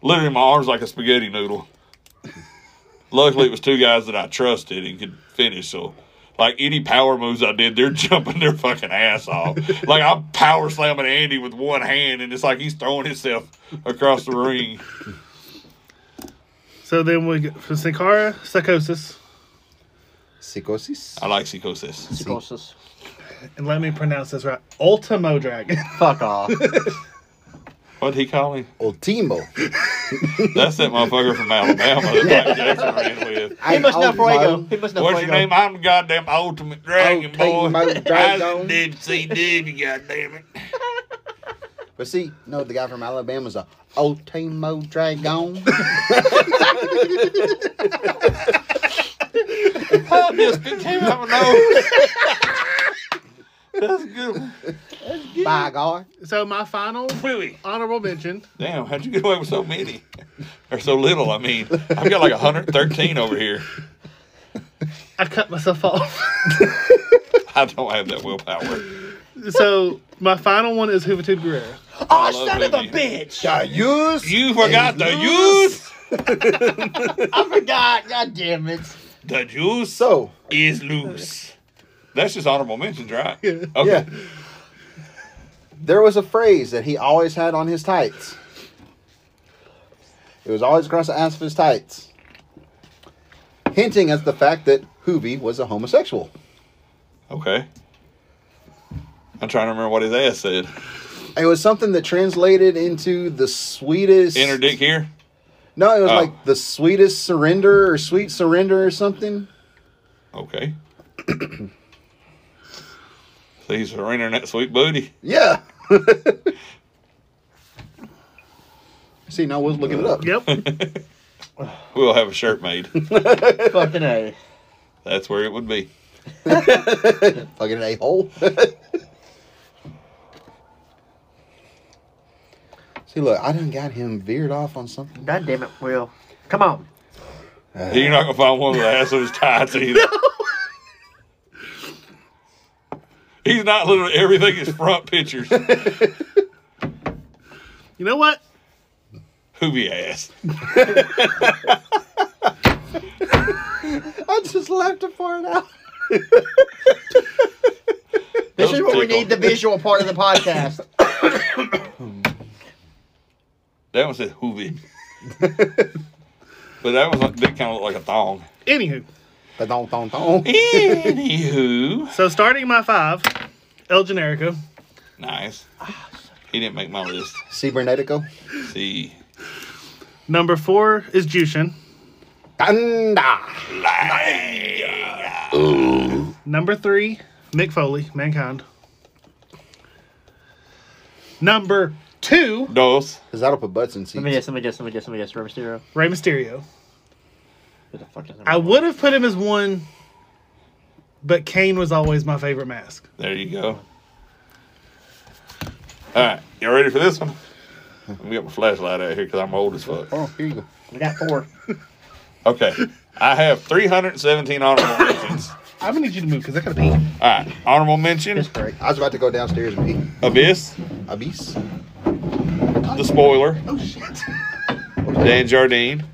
Literally, my arms like a spaghetti noodle. Luckily, it was two guys that I trusted and could finish. So, like any power moves I did, they're jumping their fucking ass off. like I'm power slamming Andy with one hand, and it's like he's throwing himself across the ring.
So then we get for Sankara, psychosis,
Psychosis.
I like psychosis.
Psychosis.
and let me pronounce this right. Ultimo Dragon.
Fuck off.
What'd he call him?
Ultimo.
That's that motherfucker from Alabama that Mike Jackson ran with.
he must know Fuego.
Ultimo.
He must know
What's your
Fuego.
name? I'm the goddamn ultimate dragon boy.
Ultimo
I
Dragon.
did CW, goddamn it.
But see, no, the guy from Alabama's a Ultimo Dragon.
That just became out of nowhere. That's a good. one.
By God.
so my final honorable mention.
Damn, how'd you get away with so many? Or so little, I mean. I've got like 113 over here.
I cut myself off.
I don't have that willpower.
so my final one is Juventud Guerrera.
I
Oh,
love
son of a
Hoovy.
bitch!
The use.
You forgot the juice.
I forgot. God damn it.
The juice
So,
is loose. That's just honorable mentions, right? Okay.
yeah. There was a phrase that he always had on his tights. It was always across the ass of his tights. Hinting at the fact that Hoovy was a homosexual.
Okay. I'm trying to remember what his ass said.
It was something that translated into the sweetest.
Inner dick here.
No, it was
Oh.
like the sweetest surrender or sweet surrender or something.
Okay. so he's surrendering that sweet booty.
Yeah. See, now we're looking it up.
Yep.
We'll have a shirt made.
Fucking A.
That's where it would be.
Fucking a hole. See, look, I done got him veered off on something.
God damn it, Will. Come on.
You're not gonna find one with the ass of his tights either. He's not literally everything is front pictures.
You know what?
Hoovy ass.
I just laughed it for it out.
This is
Those
where we
tickle.
need the visual part of the podcast.
That one said Hoovy. but that was like, that kind of looked like a thong.
Anywho,
But don't, don't, don't.
Anywho,
so starting my five, El Generico.
nice. He didn't make my list.
See, Bernetico.
See,
Number four is Jushin.
Thunder.
Number three, Mick Foley, Mankind. Number two,
dos.
Because that'll put butts in seats.
Let me guess, let me guess, let me guess, let me guess. Rey Mysterio.
Rey Mysterio.
Who the fuck is
I would have put him as one, but Kane was always my favorite mask.
There you go. All right, y'all ready for this one? Let me get my flashlight out here because I'm old as fuck.
Oh, here you go.
We got four.
Okay, I have 317 honorable mentions.
I'm gonna need you to move because I gotta pee.
All right, honorable mention:
That's great.
I was about to go downstairs and pee.
Abyss,
Abyss.
the spoiler. Oh shit. Dan Jardine.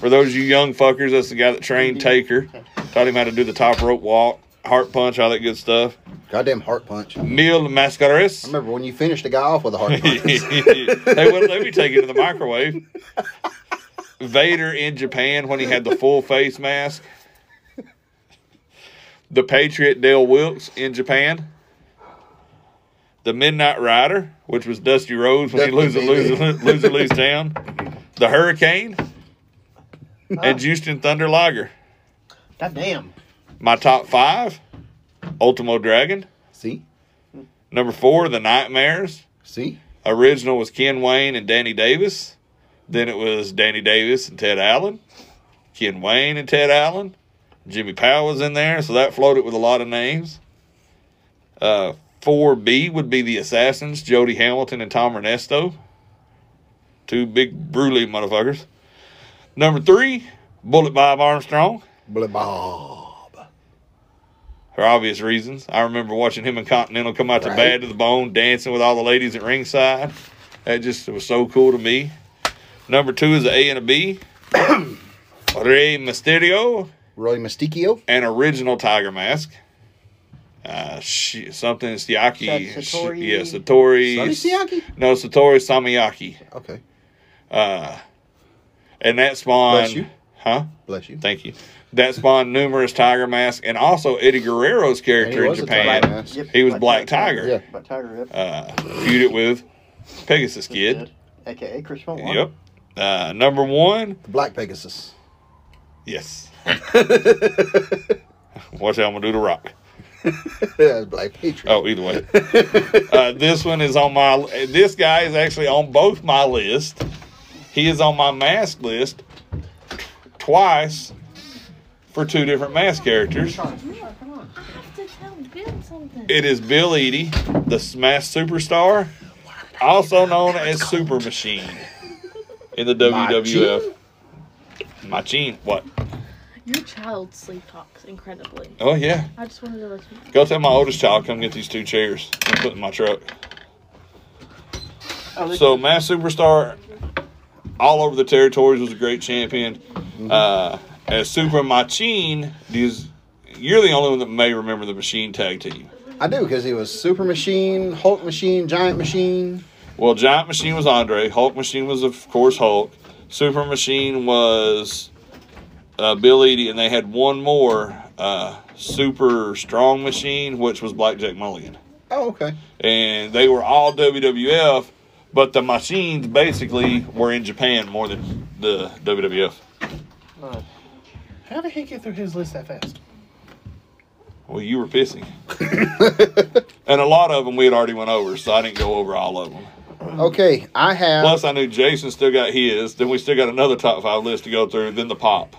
For those of you young fuckers, that's the guy that trained Taker, taught him how to do the top rope walk, heart punch, all that good stuff.
Goddamn heart punch. I
Neil Mascaris.
remember when you finished the guy off with a heart punch.
they wouldn't let me take it to the microwave. Vader in Japan when he had the full face mask. The Patriot Dale Wilkes in Japan. The Midnight Rider, which was Dusty Rhodes when he loses
Definitely.
loses loses lose town. The Hurricane and Houston Thunder Liger.
God damn.
My top five: Ultimo Dragon.
See?
Number four: The Nightmares.
See?
Original was Ken Wayne and Danny Davis. Then it was Danny Davis and Ted Allen. Ken Wayne and Ted Allen. Jimmy Powell was in there, so that floated with a lot of names. Uh, 4B would be the Assassins, Jody Hamilton and Tom Ernesto. Two big brulee motherfuckers. Number three, Bullet Bob Armstrong,
Blah, blah.
for obvious reasons. I remember watching him and Continental come out to
Right.
Bad to the Bone, dancing with all the ladies at ringside. That just was so cool to me. Number two is a A and a B. Rey Mysterio,
Roy Mysticio.
an original Tiger Mask. Uh, shi something Siaki.
That's
shi-
Satori.
yeah, Satori.
Sonny Siaki?
No, Satori Samiyaki.
Okay.
Uh, and that spawned.
Bless you.
Huh?
Bless you.
Thank you. That spawned numerous Tiger masks, and also Eddie Guerrero's
He
character in
was a tight
Japan.
ass.
Yep,
He was Black Tiger.
Yeah.
Black Tiger, yep.
Uh, feuded with Pegasus Kid.
AKA Chris Paul.
Yep. Uh, number one.
Black Pegasus.
Yes. Watch how I'm gonna do the rock.
Black Patriot.
Oh, either way. uh, this one is on my. This guy is actually on both my list. He is on my mask list twice for two different mask characters.
I have to tell Ben something.
It is Bill Eady, the Smash Superstar, also known as Super Machine in the WWF. Machine, what?
Your child sleep talks incredibly.
Oh yeah,
I just wanted to let you know.
go tell my oldest child come get these two chairs and put in my truck. So Mass Superstar, all over the territories, was a great champion. Uh, as Super Machine, these you're the only one that may remember the Machine tag team.
I do because he was Super Machine, Hulk Machine, Giant Machine.
Well, Giant Machine was Andre. Hulk Machine was of course Hulk. Super Machine was uh, Bill Eadie, and they had one more uh, Super Strong Machine, which was Blackjack Mulligan.
Oh, okay.
and they were all WWF, but the machines basically were in Japan more than the WWF.
How did he get through his list that fast?
Well, you were pissing, and a lot of them we had already went over, so I didn't go over all of them.
Okay, I have.
Plus, I knew Jason still got his. Then we still got another top five list to go through. Then the pop.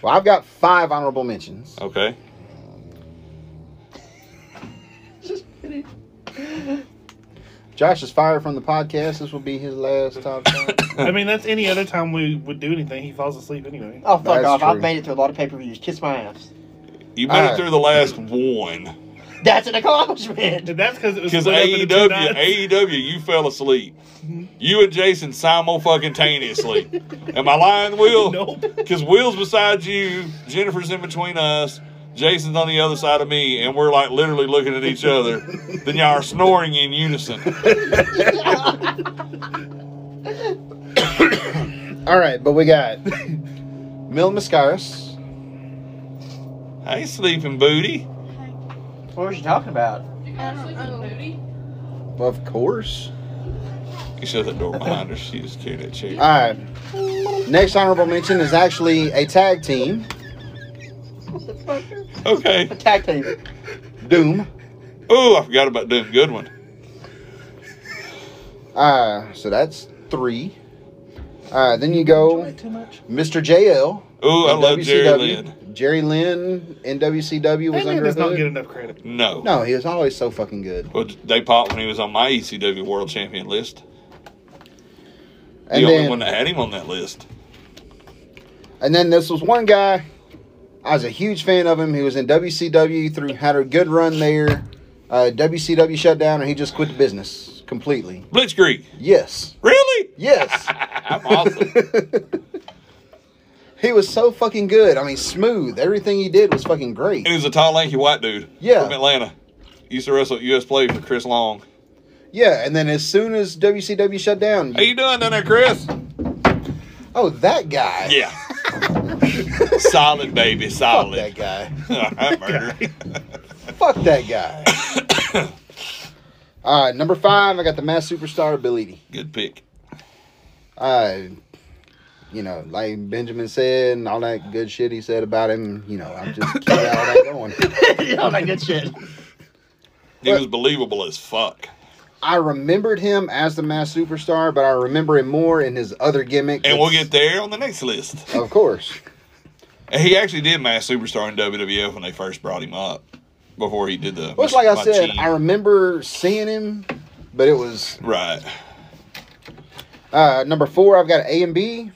well, I've got five honorable mentions.
Okay.
Josh is fired from the podcast. This will be his last top five.
I mean, that's any other time we would do anything. He falls asleep anyway.
Oh, fuck
That's
off.
true.
I've made it through a lot of pay per views. Kiss my ass.
You made
Alright.
it through the last one E
That's an accomplishment.
And that's because it was
because
split up into two
AEW,
nights. Mm-hmm.
AEW, you fell asleep. You and Jason simultaneously. Am I lying, Will?
Nope.
Because Will's beside you, Jennifer's in between us, Jason's on the other side of me, and we're like literally looking at each other. then y'all are snoring in unison.
All right, but we got Mil Mascaris,
Hey, sleeping booty.
What was you talking about?
You guys sleeping booty?
of course.
You shut that door behind her. She just carried that
All
chair.
right. Next honorable mention is actually a tag team,
Okay.
Tag team.
Doom.
Oh, I forgot about doing good one.
Uh, so that's three. Uh, then you go
Too much.
Mr. JL.
Oh, I
in
love Jerry
WCW.
Lynn.
Jerry Lynn in WCW was
That man
under.
does
the
not
hood.
get enough credit.
No.
No, he was always so fucking good.
Well, they popped when he was on my ECW World Champion list. The
And
only
then,
one that had him on that list.
and then this was one guy. I was a huge fan of him. He was in WCW through had a good run there. Uh, WCW shut down and he just quit the business completely.
Blitzkrieg.
Yes,
Really?
yes.
I'm awesome.
he was so fucking good. I mean, smooth. Everything he did was fucking great.
He was a tall, lanky white dude.
Yeah.
From Atlanta. Used to wrestle at US Play for Chris Long.
Yeah, and then as soon as WCW shut down,
How you doing down there, Chris?
oh that guy.
Yeah. solid, baby.
Fuck that
Solid.
guy.
All right, murder.
Fuck that guy. All right, number five, I got the mass superstar Bill Eadie.
Good pick.
Uh, you know, like Benjamin said, and all that good shit he said about him. You know, I'm just keeping all that going.
All that good shit.
He
What?
was believable as fuck.
I remembered him as the mass superstar, but I remember him more in his other gimmick.
And we'll
that's-
get there on the next list.
of course.
And he actually did mass superstar in WWF when they first brought him up. Before he did the.
Well, it's like I
my
said,
chin.
I remember seeing him, but it was
right.
uh, number four. I've got A and B,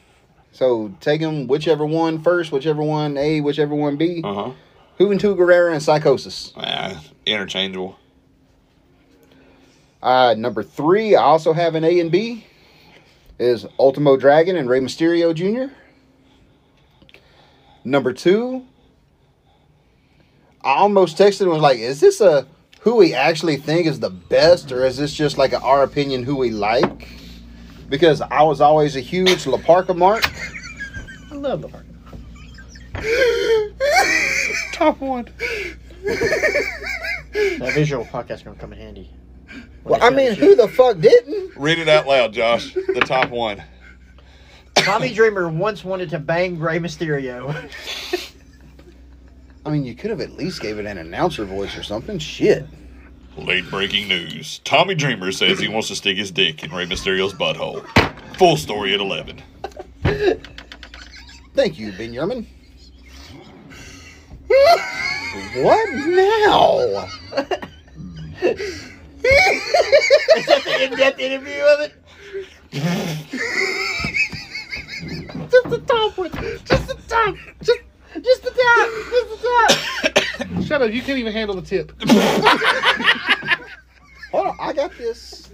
so take them whichever one first, whichever one A, whichever one B.
Uh huh.
Juventud Guerrera and Psychosis.
interchangeable.
Uh, number three, I also have an A and B, is Ultimo Dragon and Rey Mysterio Jr. Number two, I almost texted and was like, is this a who we actually think is the best, or is this just like a, our opinion who we like? because I was always a huge La Parka Mark.
I love the park.
Top one.
That visual podcast gonna come in handy.
Well, I mean, who the fuck didn't?
Read it out loud, Josh. The top one.
Tommy Dreamer once wanted to bang Rey Mysterio.
I mean, you could have at least gave it an announcer voice or something. Shit.
Late breaking news. Tommy Dreamer says he wants to stick his dick in Rey Mysterio's butthole. Full story at 11.
Thank you, Benjamin. what now?
Is that the in-depth interview of it?
Just the top one. Just the top. Just, just the top. Just the top.
Shut up! You can't even handle the tip.
Hold on, I got this.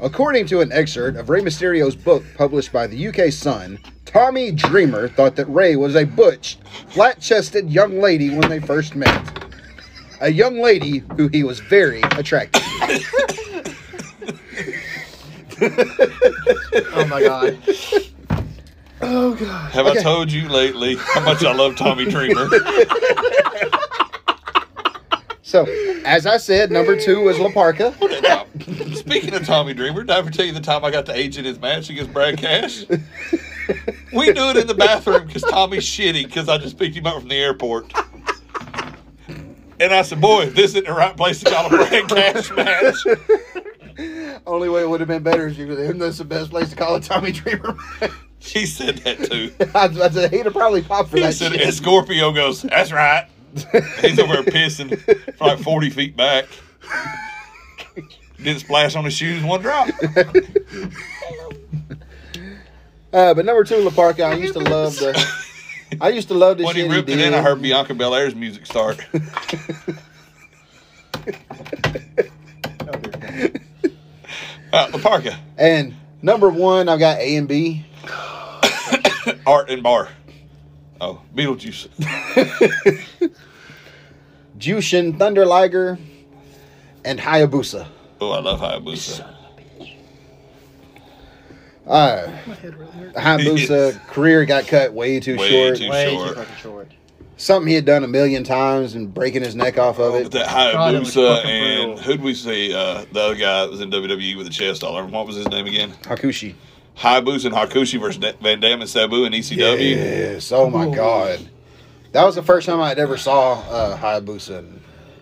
According to an excerpt of Rey Mysterio's book published by the UK Sun, Tommy Dreamer thought that Rey was a butch, flat chested young lady when they first met. A young lady who he was very attracted to.
Oh my god.
Have I told you lately how much I love Tommy Dreamer?
So, as I said, number two was La Parka.
Now, Speaking of Tommy Dreamer, did I ever tell you the time I got to age in his match against Brad Cash? We do it in the bathroom because Tommy's shitty because I just picked him up from the airport. And I said, boy, this isn't the right place to call a Brad Cash match.
Only way it would have been better is you could have that's the best place to call it Tommy Dreamer.
She said that too.
I, I said, he'd have probably popped for
He
that
said,
shit.
and Scorpio goes, that's right. He's over there pissing from like 40 feet back. Didn't splash on his shoes one drop.
Uh, but number two, La Parka, I used to love the. I used to love the
When he
shit
ripped
he
it
did.
in, I heard Bianca Belair's music start. Uh, La Parka,
And number one, I've got A and B.
Art and Bar. Oh, Beetlejuice.
Jushin, Thunder Liger, and Hayabusa.
Oh, I love Hayabusa.
Uh, Hayabusa
Yes.
career got cut way too
Way
short.
too
Way
Short.
too fucking short.
Something he had done a million times and breaking his neck off of
With
it.
that
God, it was
Hayabusa
fucking
and
brutal.
who'd we see? Uh, the other guy that was in WWE with the chest all over him. What was his name again?
Hakushi.
Hayabusa and Hakushi versus Da- Van Dam and Sabu E and ECW.
Yes. Oh my god. That was the first time I'd ever saw uh, Hayabusa.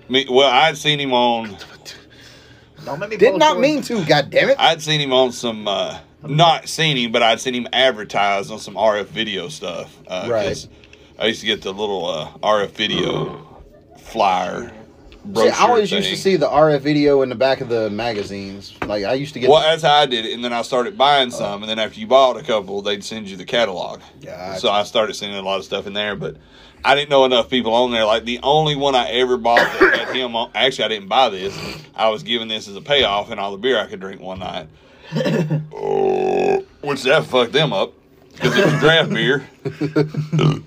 Me, well, I'd seen him on.
Don't make me
Did
pull
not
a
mean to. God damn it.
I'd seen him on some. Uh, not seen him, but I'd seen him advertised on some RF video stuff. Uh, 'cause I used to get the little uh, RF video flyer.
See,
brochure
I always used
thing.
to see the RF video in the back of the magazines. Like I used to get. Oh.
Well, that's how I did it, and then I started buying some, and then after you bought a couple, they'd send you the catalog.
Gotcha.
So I started seeing a lot of stuff in there, but I didn't know enough people on there. Like the only one I ever bought that had him on. Actually, I didn't buy this. I was given this as a payoff and all the beer I could drink one night. oh, which that fucked them up because it was draft beer,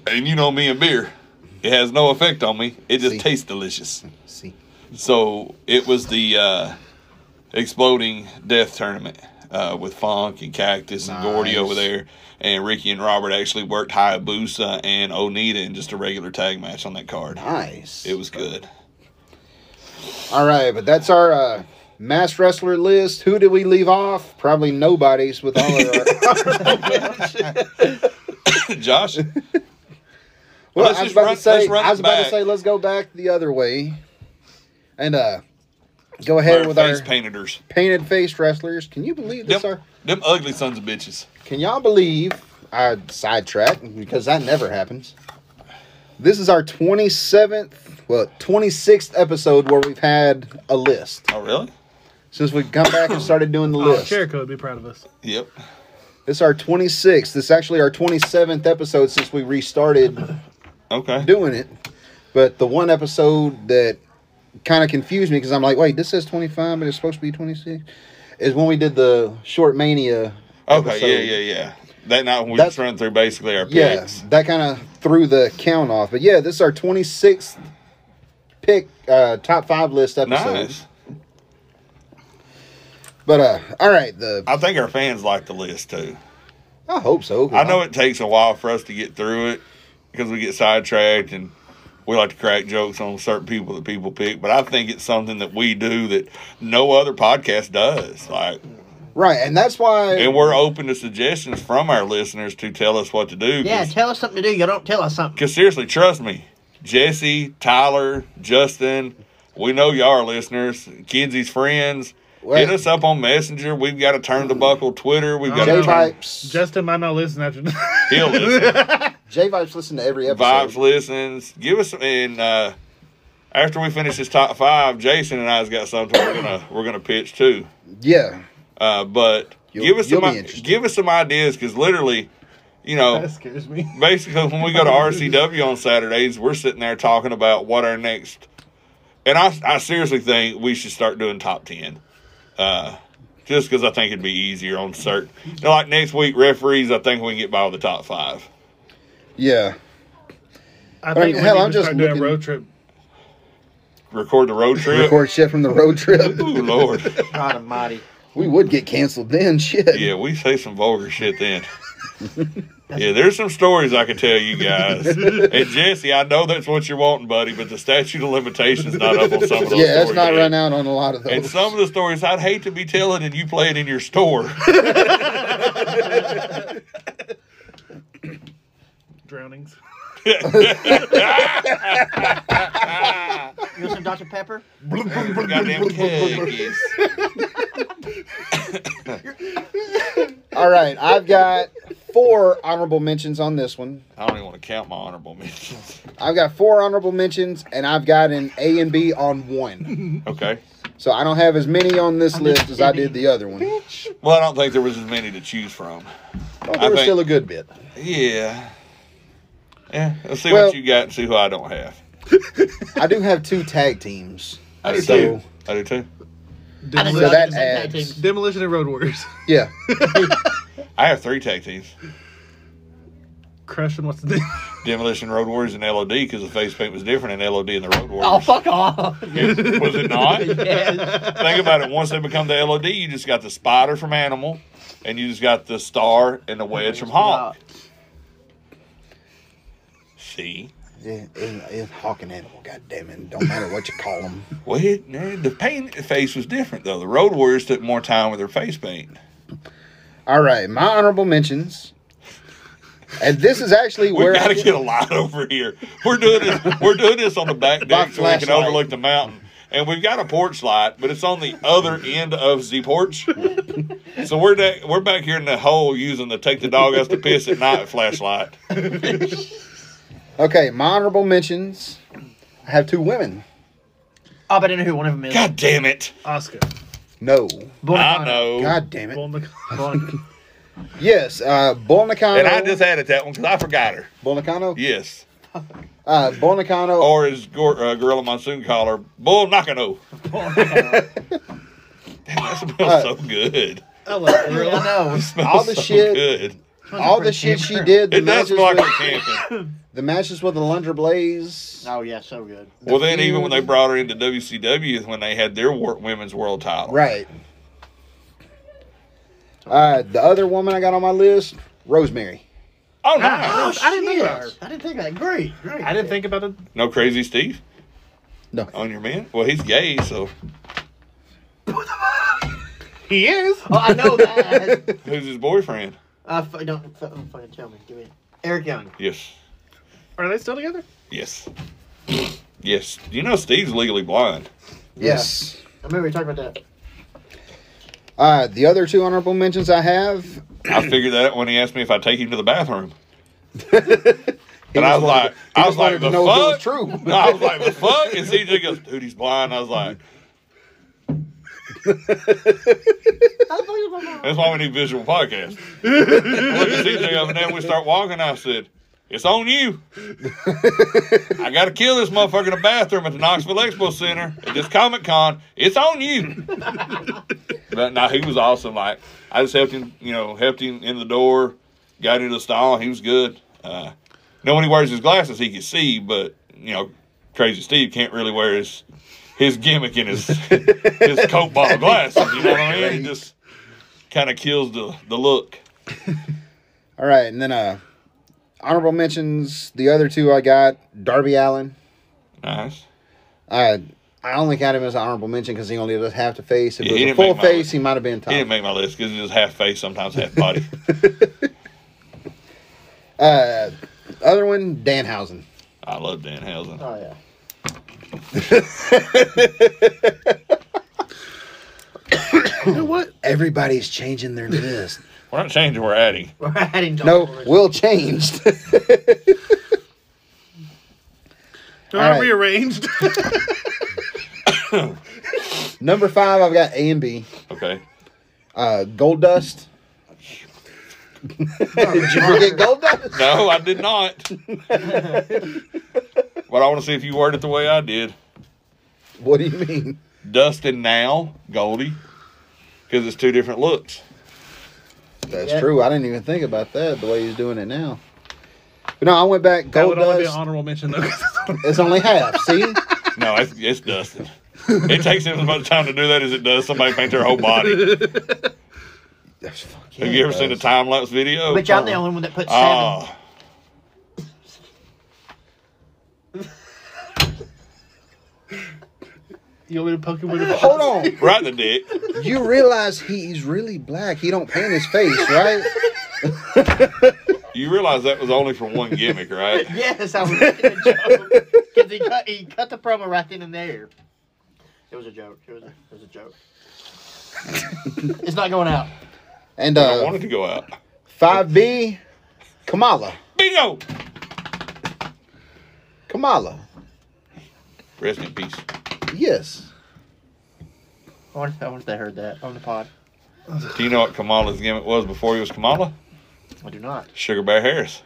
and you know me and beer. It has no effect on me. It just
See.
tastes delicious.
See.
So it was the uh, exploding death tournament uh, with Funk and Cactus and Gordy
Nice.
over there, and Ricky and Robert actually worked Hayabusa and Onita in just a regular tag match on that card.
Nice.
It was good.
All right, but that's our uh, mass wrestler list. Who did we leave off? Probably nobody's with all of our.
Josh,
well,
Let's
I was
just
about
run-
to say.
let's run
I was
it
about to
back.
say. Let's go back the other way, and uh, go ahead
our
with
face
our
painters,
painted face wrestlers. Can you believe this?
them,
Sir?
them ugly sons of bitches.
Can y'all believe? I sidetracked because that never happens. This is our twenty seventh, well, twenty sixth episode where we've had a list
Oh, really?
since we come back and started doing the
Oh,
list.
Jericho would be proud of us.
Yep.
This is our 26th. This is actually our 27th episode since we restarted
Okay.
doing it. But the one episode that kind of confused me because I'm like, wait, this says 25, but it's supposed to be 26, is when we did the Short Mania.
Okay.
episode.
Yeah. Yeah. Yeah. That night when we
That's-
just run through basically our
Yeah,
picks.
that kind of threw the count off. But yeah, this is our 26th pick, uh, top five list episode.
Nice.
But uh, all right. The
I think our fans like the list too.
I hope so.
I know it takes a while for us to get through it because we get sidetracked and we like to crack jokes on certain people that people pick. But I think it's something that we do that no other podcast does. Like,
Right, and that's why.
and we're open to suggestions from our listeners to tell us what to do.
Yeah,
'cause-
tell us something to do. You don't tell us something.
Because seriously, trust me, Jesse, Tyler, Justin, we know y'all are listeners. Kidsy's friends.
Wait.
Hit us up on Messenger. We've got a turn to buckle Twitter. We've got
J
a turn.
Vipes.
Justin might not listen after
He'll listen.
J Vipes listen to every episode.
Vibes listens. Give us and uh, after we finish this top five, Jason and I's got something we're gonna we're gonna pitch too.
Yeah.
Uh, but
You'll-
give us
you'll
some
be
i-
interested.
give us some ideas because literally, you know,
that scares me.
basically when we go to RCW on Saturdays, we're sitting there talking about what our next. And I, I seriously think we should start doing top ten, uh, just because I think it'd be easier on certain. Now, like next week, referees, I think we can get by with the top five.
Yeah.
I
mean,
think we
hell,
need
I'm
to
just
start doing
looking-
a road trip.
Record the road trip.
Record shit from the road trip.
Ooh, Lord.
God almighty.
we would get canceled then. Shit.
Yeah, we say some vulgar shit then. Yeah, there's some stories I could tell you guys. And Jesse, I know that's what you're wanting, buddy, but the statute of limitations not up on some of those
Yeah, that's
stories
not
yet.
run out on a lot of those.
And some of the stories I'd hate to be telling and you play it in your store.
Drownings.
You want some Dr. Pepper?
Goddamn cookies.
All right, I've got four honorable mentions on this one.
I don't even want to count my honorable mentions.
I've got four honorable mentions, and I've got an A and B on one.
Okay.
So I don't have as many on this list as I did the other one.
Well, I don't think there was as many to choose from.
But
I
there was
think-
still a good bit.
Yeah. Yeah. Let's see
Well-
what you got and see who I don't have.
I do have two tag teams.
I do
So-
too. I do too.
So
Demolition,
that
tag team.
adds.
Demolition and Road Warriors.
Yeah.
I have three tag teams
Crushing what's the name?
Demolition Road Warriors and LOD because the face paint was different in LOD and the Road
Oh,
Warriors.
fuck off.
was it not?
yes.
think about it. Once they become the LOD, you just got the spider from Animal, and you just got the star and the wedge from Hawk. See,
Yeah, it's, it's hawking animal. God damn it! Don't matter what you call them.
well, it, eh, the paint face was different though. The Road Warriors took more time with their face paint.
All right, my honorable mentions. And this is actually
We
where
got to get a light over here. We're doing this. We're doing this on the back deck so we can
flashlight.
overlook the mountain. And we've got a porch light, but it's on the other end of the porch. so we're da- we're back here in the hole using the take the dog out to piss at night flashlight.
Okay, my honorable mentions. I have two women.
Oh, but I know who one of them is.
God damn it!
Oscar.
No.
I know.
God damn it.
Bull Nic- Bull-
Yes, uh, Bull Nakano.
And I just added that one because I forgot her.
Bull Nakano?
Yes.
Uh, Bull Nakano.
Or as Gor- uh, Gorilla Monsoon caller, Bull Nakano. Damn, that smells
Uh,
so good.
I love Gorilla.
Oh, I know.
all the
so
shit,
Good.
all the shit she did. The
It does
matches,
smell like
with,
we're camping.
the matches with Alundra Blaze.
Oh, yeah, so good.
Well, then even when they
feud.
brought her into WCW, when they had their wor- women's world title,
Right. Uh, the other woman I got on my list, Rosemary.
Oh no,
I didn't think about her.
Oh, I didn't think about it. Great, great.
I didn't think about it.
no crazy Steve
No.
on your man. Well, he's gay, so
He is.
Oh, I know that.
who's his boyfriend?
uh, f- don't, f- don't fucking tell me. Give me Eric Young.
Yes,
Are they still together?
yes, yes. You know Steve's legally blind.
Yes.
I remember we talked about that.
Uh, the other two honorable mentions I have.
I figured that out when he asked me if I take him to the bathroom.
he
And I
just
was
wanted
like,
to- he
I
just
was
wanted
like,
to
the
know
fuck?
if it was true.
No, I was like, the fuck? And CJ goes, dude, he's blind. I was like, that's why we need visual podcasts. I looked at CJ up and down, we start walking. I said, it's on you. I got to kill this motherfucker in the bathroom at the Knoxville Expo Center at this Comic Con. It's on you. but now he was awesome. Like, I just helped him, you know, helped him in the door, got into the stall. He was good. Uh, you know, when he wears his glasses, he can see, but, you know, Crazy Steve can't really wear his his gimmick in his his Coke bottle glasses. You know what I mean? It just kind of kills the the look.
All right, and then uh, honorable mentions. The other two I got Darby Allen.
Nice.
I I only count him as an honorable mention because he only does half the face. If
Yeah, he didn't
it was a
make
full
my
face,
list.
he might have been top.
He didn't make my list because it's half face, sometimes half body.
Uh, other one, Danhausen.
I love Dan Housen.
Oh yeah.
You know what? Everybody's changing their list.
We're not changing, we're adding.
We're adding
no,
Dolores.
Will changed.
All
All
right.
right.
rearranged.
Number five, I've got A and B.
Okay.
Uh, Gold Dust. Did you forget Gold Dust?
No, I did not. but I want to see if you word it the way I did.
What do you mean?
Dustin now, Goldie, because it's two different looks.
That's
Yeah.
true. I didn't even think about that the way he's doing it now. But no, I went back.
that
Gold
would only be an
Dust.
honorable mention though.
It's only half. See,
No, it's, it's Dustin. It takes him as much time to do that as it does somebody paint their whole body.
That's fucking
Have you ever seen a time lapse video?
But y'all the only one that put seven.
Ah,
you want me to poke him with a
Hold on.
right in the dick.
You realize he's really black. He don't paint his face, right?
You realize that was only for one gimmick, right?
Yes, I was making a joke because he cut, he cut the promo right then and there. It was a joke. It was a, it was a joke. it's not going out.
And
I
uh,
wanted to go out.
five B, Kamala.
Bingo!
Kamala.
Rest in peace.
Yes.
I wonder, I wonder if they heard that on the pod.
Do you know what Kamala's gimmick was before he was Kamala?
I do not.
Sugar Bear Harris.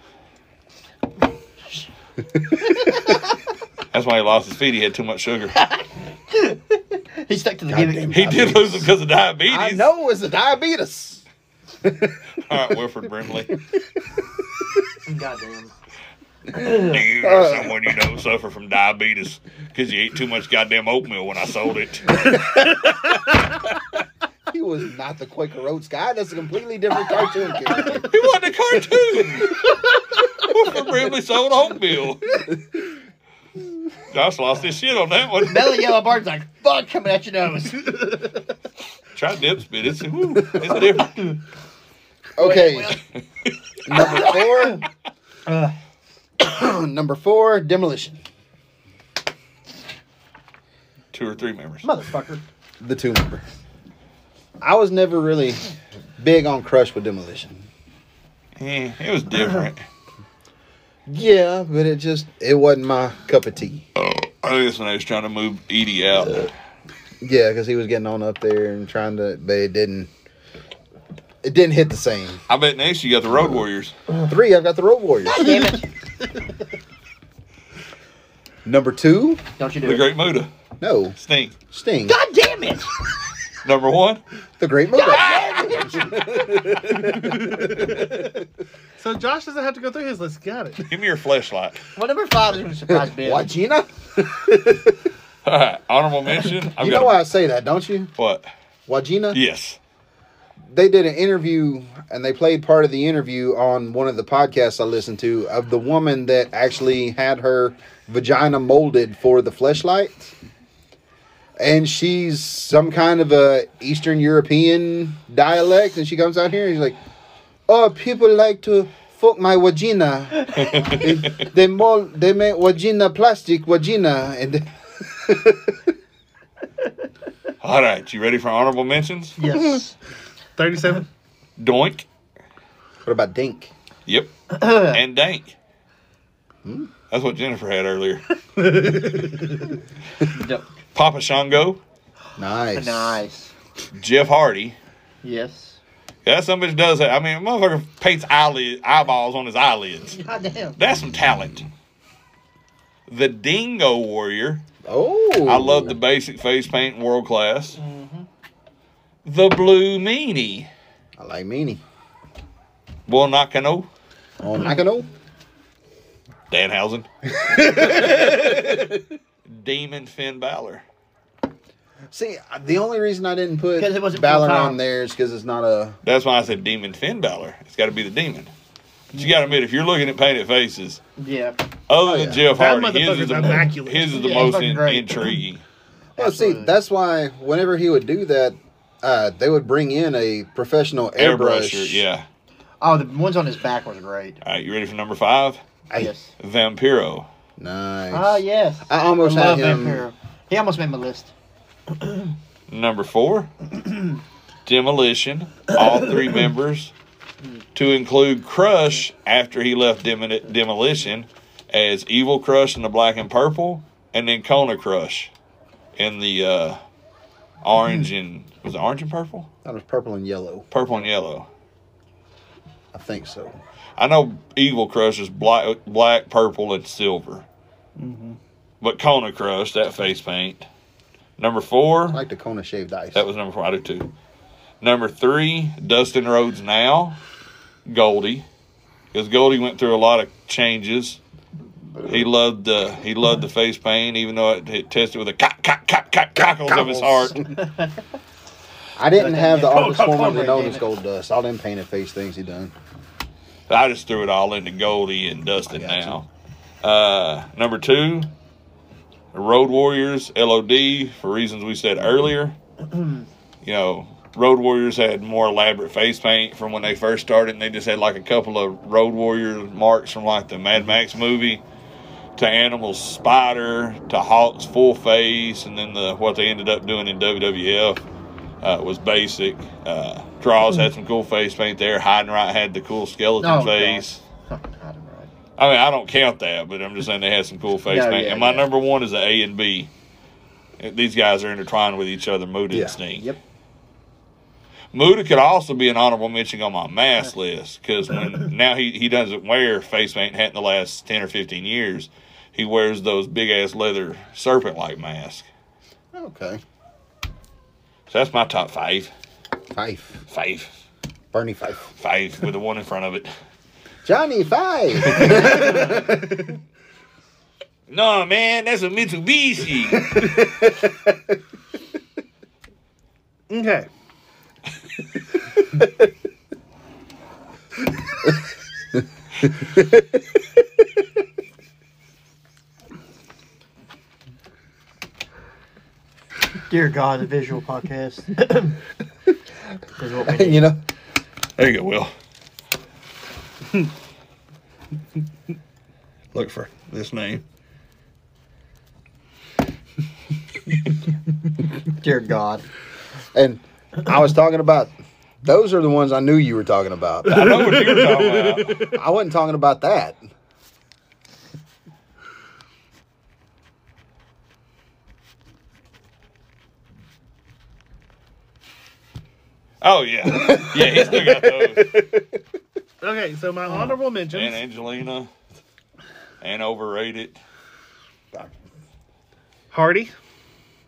That's why he lost his feet. He had too much sugar.
He stuck to the
Goddamn
gimmick.
He did lose it because of diabetes.
I know it's a diabetes.
All right, Wilfred Brimley.
Goddamn.
Do you or someone you know suffer from diabetes because you ate too much goddamn oatmeal when I sold it?
He was not the Quaker Oats guy. That's a completely different cartoon character.
He wasn't a cartoon. Wilfred Brimley sold oatmeal. Josh lost his shit on that one.
Belly yellow bird's like fuck coming at your nose.
Try dip spit. It's, woo, it's different.
Okay. Number four. Number four, demolition.
Two or three members.
Motherfucker.
The two member. I was never really big on crush with demolition.
Yeah, it was different.
Yeah, but it just it wasn't my cup of tea.
Oh, I think that's when they was trying to move Edie out.
Yeah, because he was getting on up there and trying to, but it didn't. It didn't hit the same.
I bet next you got the Road Warriors.
Three, I've got the Road Warriors.
Damn it.
Number two,
Don't you do
The
it.
Great Muda.
no,
Sting.
Sting.
God damn it.
Number one.
The Great Muda.
So Josh doesn't have to go through his list. Got it.
Give me your flashlight.
Well, number five is going to surprise Ben.
Why, Gina?
All right. Honorable mention. I've
you
got
know
a-
why I say that, don't you?
What?
Why, Gina?
Yes.
They did an interview and they played part of the interview on one of the podcasts I listened to of the woman that actually had her vagina molded for the fleshlight. And she's some kind of a Eastern European dialect, and she comes out here and she's like, "Oh, people like to fuck my vagina. It- they mold, they make vagina plastic vagina." And
All right. You ready for honorable mentions?
Yes.
Thirty-seven.
Doink.
what about Dink?
Yep. and Dank. That's what Jennifer had earlier.
Dope.
Papa Shango.
Nice,
Nice.
Jeff Hardy.
Yes.
Yeah, that some bitch does that. I mean, motherfucker paints eyelid, eyeballs on his eyelids.
God damn.
That's some talent. The Dingo Warrior.
Oh,
I love the basic face paint, world class. The Blue Meanie.
I like Meanie.
Bull Nakano.
Oh, Nakano.
Danhausen. Demon Finn Balor.
See, the only reason I didn't put
'Cause it wasn't
Balor
full-time.
on there is because it's not a.
That's why I said Demon Finn Balor. It's got to be the demon. But you got to admit, if you're looking at painted faces,
Yeah.
other
Oh,
than
yeah.
Jeff
That
Hardy, his
motherfucker's
is the,
immaculate.
his is the
Yeah,
most
fucking
in-
great.
intriguing.
Well, see,
Absolutely.
that's why whenever he would do that, uh, they would bring in a professional airbrush.
Airbrusher, yeah.
Oh, the ones on his back was great.
All right, you ready for number five?
Hey,
Yes.
Vampiro.
Nice.
Oh, yes.
I almost
I
had
love
him.
Vampiro. He almost made my list.
Number four, Demolition. All three members, to include Crush after he left Demo- Demolition, as Evil Crush in the black and purple, and then Kona Crush in the uh, orange and was it orange and purple,
That was purple and yellow.
purple and yellow.
I think so.
I know Evil Crush is black, black, purple, and silver. But Kona Crush, that face paint. Number four,
I like the Kona shaved ice.
That was number four. I do too. Number three, Dustin Rhodes now, Goldie, because Goldie went through a lot of changes. He loved the he loved the face paint, even though it, it tested with a cock cock cock cock cockles of his heart.
I didn't have the
Come on,
artist
come on,
formerly
come on,
known
David.
as Gold Dust. All them painted face things he done.
I just threw it all into Goldie and Dustin
I got
now. Uh, number two, Road Warriors LOD for reasons we said earlier. you know, Road Warriors had more elaborate face paint from when they first started, and they just had like a couple of Road Warrior marks from like the Mad Max movie to Animal Spider to Hawk's full face, and then the what they ended up doing in WWF uh, was basic. Uh, Draws had some cool face paint there. Hide and Right had the cool skeleton
Oh,
face.
God. Fucking Adam Wright.
I mean, I don't count that, but I'm just saying they had some cool face
No,
paint.
yeah,
and my
yeah.
number one is the A and B. These guys are intertwined with each other. Mood
Yeah.
instinct.
Yep.
Muda could also be an honorable mention on my mask list because when now he, he doesn't wear face paint hat in the last ten or fifteen years, he wears those big ass leather serpent like masks.
Okay.
So that's my top five,
Fife.
five,
Bernie Fife.
five with the one in front of it.
Johnny Fife.
No man, that's a Mitsubishi.
Okay.
Dear God, the visual podcast. is what we need.
you know,
there you go, Will.
look for.
This name.
Dear God.
And I was talking about. Those are the ones I knew you were talking about.
I know what you're talking about.
I wasn't talking about that.
Oh yeah, yeah, he still got those.
Okay, so my honorable
And
mentions.
Angelina, and overrated.
Hardy,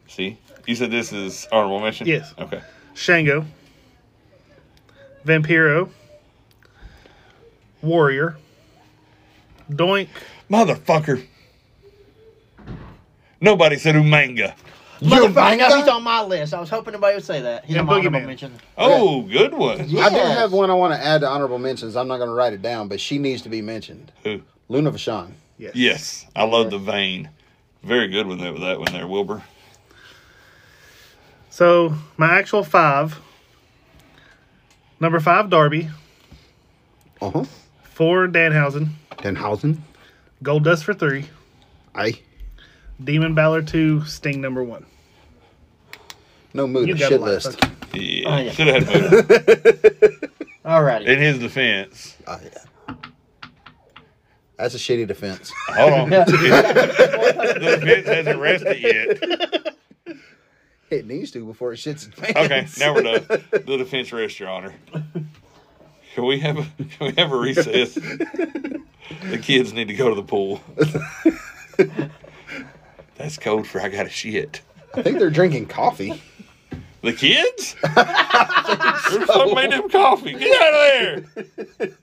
See, you said this is honorable mention.
Yes.
Okay.
Shango, Vampiro, Warrior, Doink,
Motherfucker. Nobody said Umanga.
Motherfucker, he's on my list. I was hoping nobody would say that. He's
Yeah,
on my honorable
Boogeyman.
mention.
Oh, good one.
I do
Yes.
have one I want to add to honorable mentions. I'm not going to write it down, but she needs to be mentioned.
Who?
Luna Vachon.
yes.
Yes, I love the vein. Very good one there with that one there, Wilbur.
So my actual five. Number five, Darby.
Uh huh.
Four, Danhausen.
Denhausen.
Gold Dust for three.
Aye.
Demon Balor two. Sting number one.
No mood.
You
a
got
Shit
a lot.
list.
Okay.
Yeah,
Oh, yeah.
should have had Buddha.
Alrighty.
In his defense,
Oh, yeah. That's a shitty defense.
hold on. the defense hasn't rested yet.
it needs to before it shits its pants.
Okay, now we're done. The defense rests, Your Honor. Can we have a, can we have a recess? the kids need to go to the pool. That's code for I got to shit.
I think they're drinking coffee.
The kids? Who fuck made them coffee? Get out of there!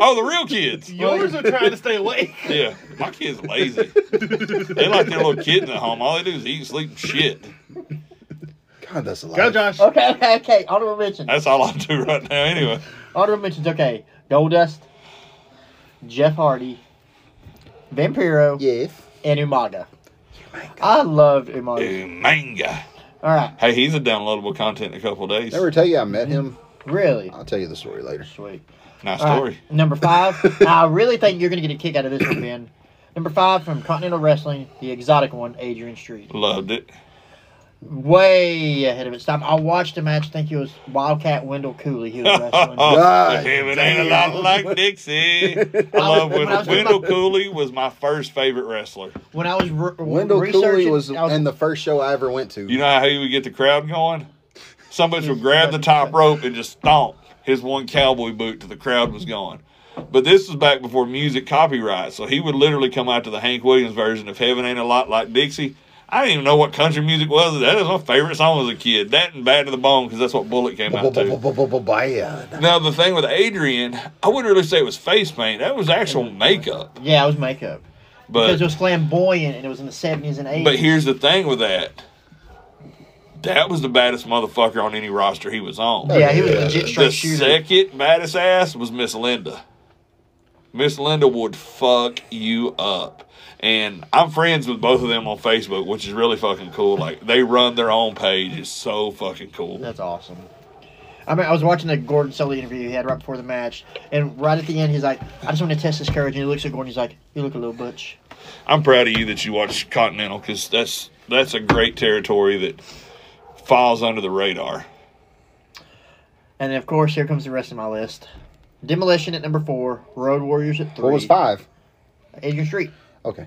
Oh, the real kids.
Yours are trying to stay awake.
Yeah, my kids lazy. They like their little kids at home. All they do is eat, sleep, and shit.
God, that's a lot.
Go, Josh.
Okay, okay, okay. Honorable mentions.
That's all I do right now, anyway.
Honorable mentions. Okay, Goldust, Jeff Hardy, Vampiro,
Yes.
and Umaga.
Oh
I loved Umaga.
Ooh, manga.
All right,
Hey, he's a downloadable content in a couple days.
Never tell you I met him.
really
I'll tell you the story later.
sweet.
Nice
All
story.
right, number five. I really think you're gonna get a kick out of this one, Ben. Number five from Continental Wrestling, the exotic one, Adrian Street.
Loved it.
Way ahead of its time. I watched a match. I think it was Wildcat Wendell Cooley. He was wrestling.
If
God
it Oh, ain't a
damn.
lot like Dixie. I love
when
when
I was-
Wendell Cooley was my first favorite wrestler.
when I was re-
Wendell
researching,
Cooley was
I was
in the first show I ever went to.
You know how he would get the crowd going? Somebody would grab the top rope and just stomp his one cowboy boot till the crowd was going. But this was back before music copyright, so he would literally come out to the Hank Williams version of Heaven Ain't a Lot Like Dixie. I didn't even know what country music was. That is my favorite song as a kid. That and Bad to the Bone, because that's what Bullet came out to.
Bad.
Now, the thing with Adrian, I wouldn't really say it was face paint. That was actual makeup.
yeah, it was makeup because
But
it was flamboyant and it was in the seventies and eighties.
But here's the thing with that. That was the baddest motherfucker on any roster he was on.
Oh, yeah, he was a legit straight
The
shooter.
second baddest ass was Miss Linda. Miss Linda would fuck you up. And I'm friends with both of them on Facebook, which is really fucking cool. Like they run their own page. It's so fucking cool.
That's awesome. I mean, I was watching the Gordon Sully interview he had right before the match, and right at the end, he's like, "I just want to test his courage." And he looks at Gordon, he's like, "You look a little butch."
I'm proud of you that you watch Continental because that's that's a great territory that falls under the radar.
And then, of course, here comes the rest of my list: Demolition at number four, Road Warriors at three.
What was five?
Adrian Street.
Okay.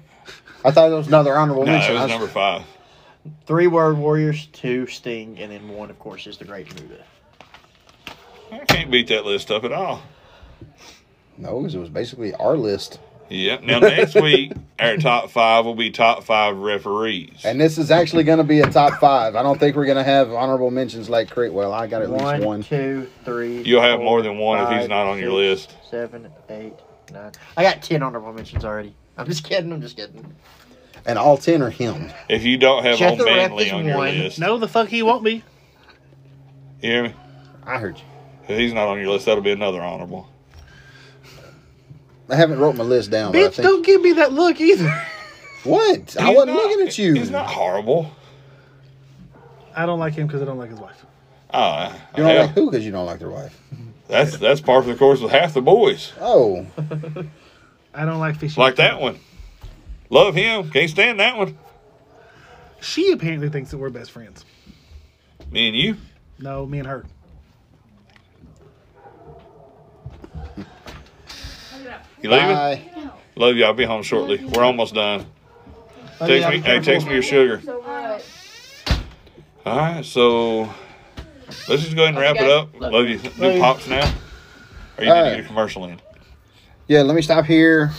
I thought it was another honorable
No, it
mention.
was
I was-
number five.
Three Word Warriors, two Sting, and then one, of course, is the Great Muda.
I can't beat that list up at all.
No, because it was basically our list.
Yep. Now next week, our top five will be top five referees.
And this is actually going to be a top five. I don't think we're going to have honorable mentions like Critwell. I got at least
One,
one.
two, three.
You'll have
four,
more than one if he's
five,
not on your
six,
list.
Seven, eight, nine. I got ten honorable mentions already. I'm just kidding. I'm just kidding.
And all ten are him.
If you don't have
Jeff
old
the Ref
Manley
is
on your
one.
list,
No, the fuck he won't be.
you hear me?
I heard you.
If he's not on your list, that'll be another honorable.
I haven't wrote my list down. but I
Bitch,
think,
don't give me that look either.
What? I
He's not-
wasn't looking at you.
He's not horrible.
I don't like him because I don't like his wife.
Uh,
You don't like who because you don't like their wife.
that's that's par for the course with half the boys.
Oh,
I don't like fishy.
Like that one. Love him. Can't stand that one.
She apparently thinks that we're best friends.
Me and you.
No, me and her.
You leaving?
bye.
Love you. I'll be home shortly. We're almost done. Text me. Hey, text me your sugar.
So, uh,
All right, so let's just go ahead and wrap it up. Love you. Do pops now. Or you need
All
to
right.
get a commercial in.
Yeah, let me stop here.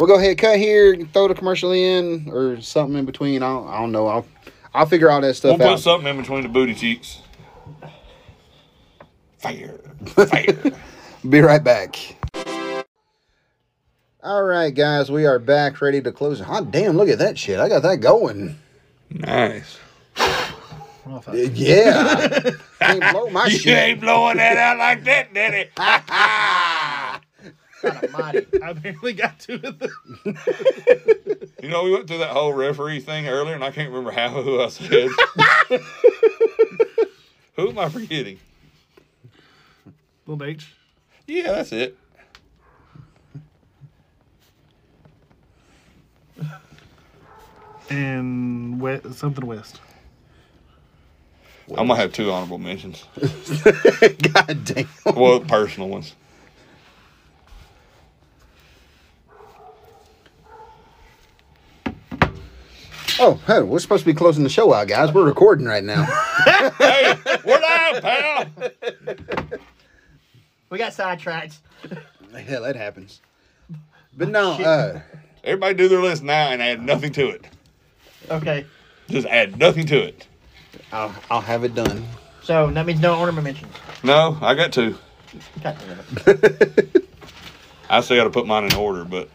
We'll go ahead, cut here, throw the commercial in or something in between. I don't, I don't know. I'll I'll figure all that
We'll
stuff
put
out.
something in between the booty cheeks. Fire. Fire.
Be right back. All right, guys, we are back, ready to close. Hot damn! Look at that shit. I got that going.
nice.
Yeah. Can't blow my
You
shit.
ain't blowing that out like that, Daddy.
God almighty.
I apparently got two of them.
You know, we went through that whole referee thing earlier, and I can't remember half of who I said. who am I forgetting?
Little H.
Yeah, that's it.
And we- something West.
I'm going to have two honorable mentions.
God damn.
Well, personal ones.
Oh, hey, we're supposed to be closing the show out, guys. We're recording right now.
Hey, we're live, pal.
We got sidetracked.
Hell, that happens. But no, uh,
Everybody do their list now and add nothing to it.
Okay.
Just add nothing to it.
I'll I'll have it done.
So that means no honorable mentions.
No, I got two.
God damn it.
I still got to put mine in order, but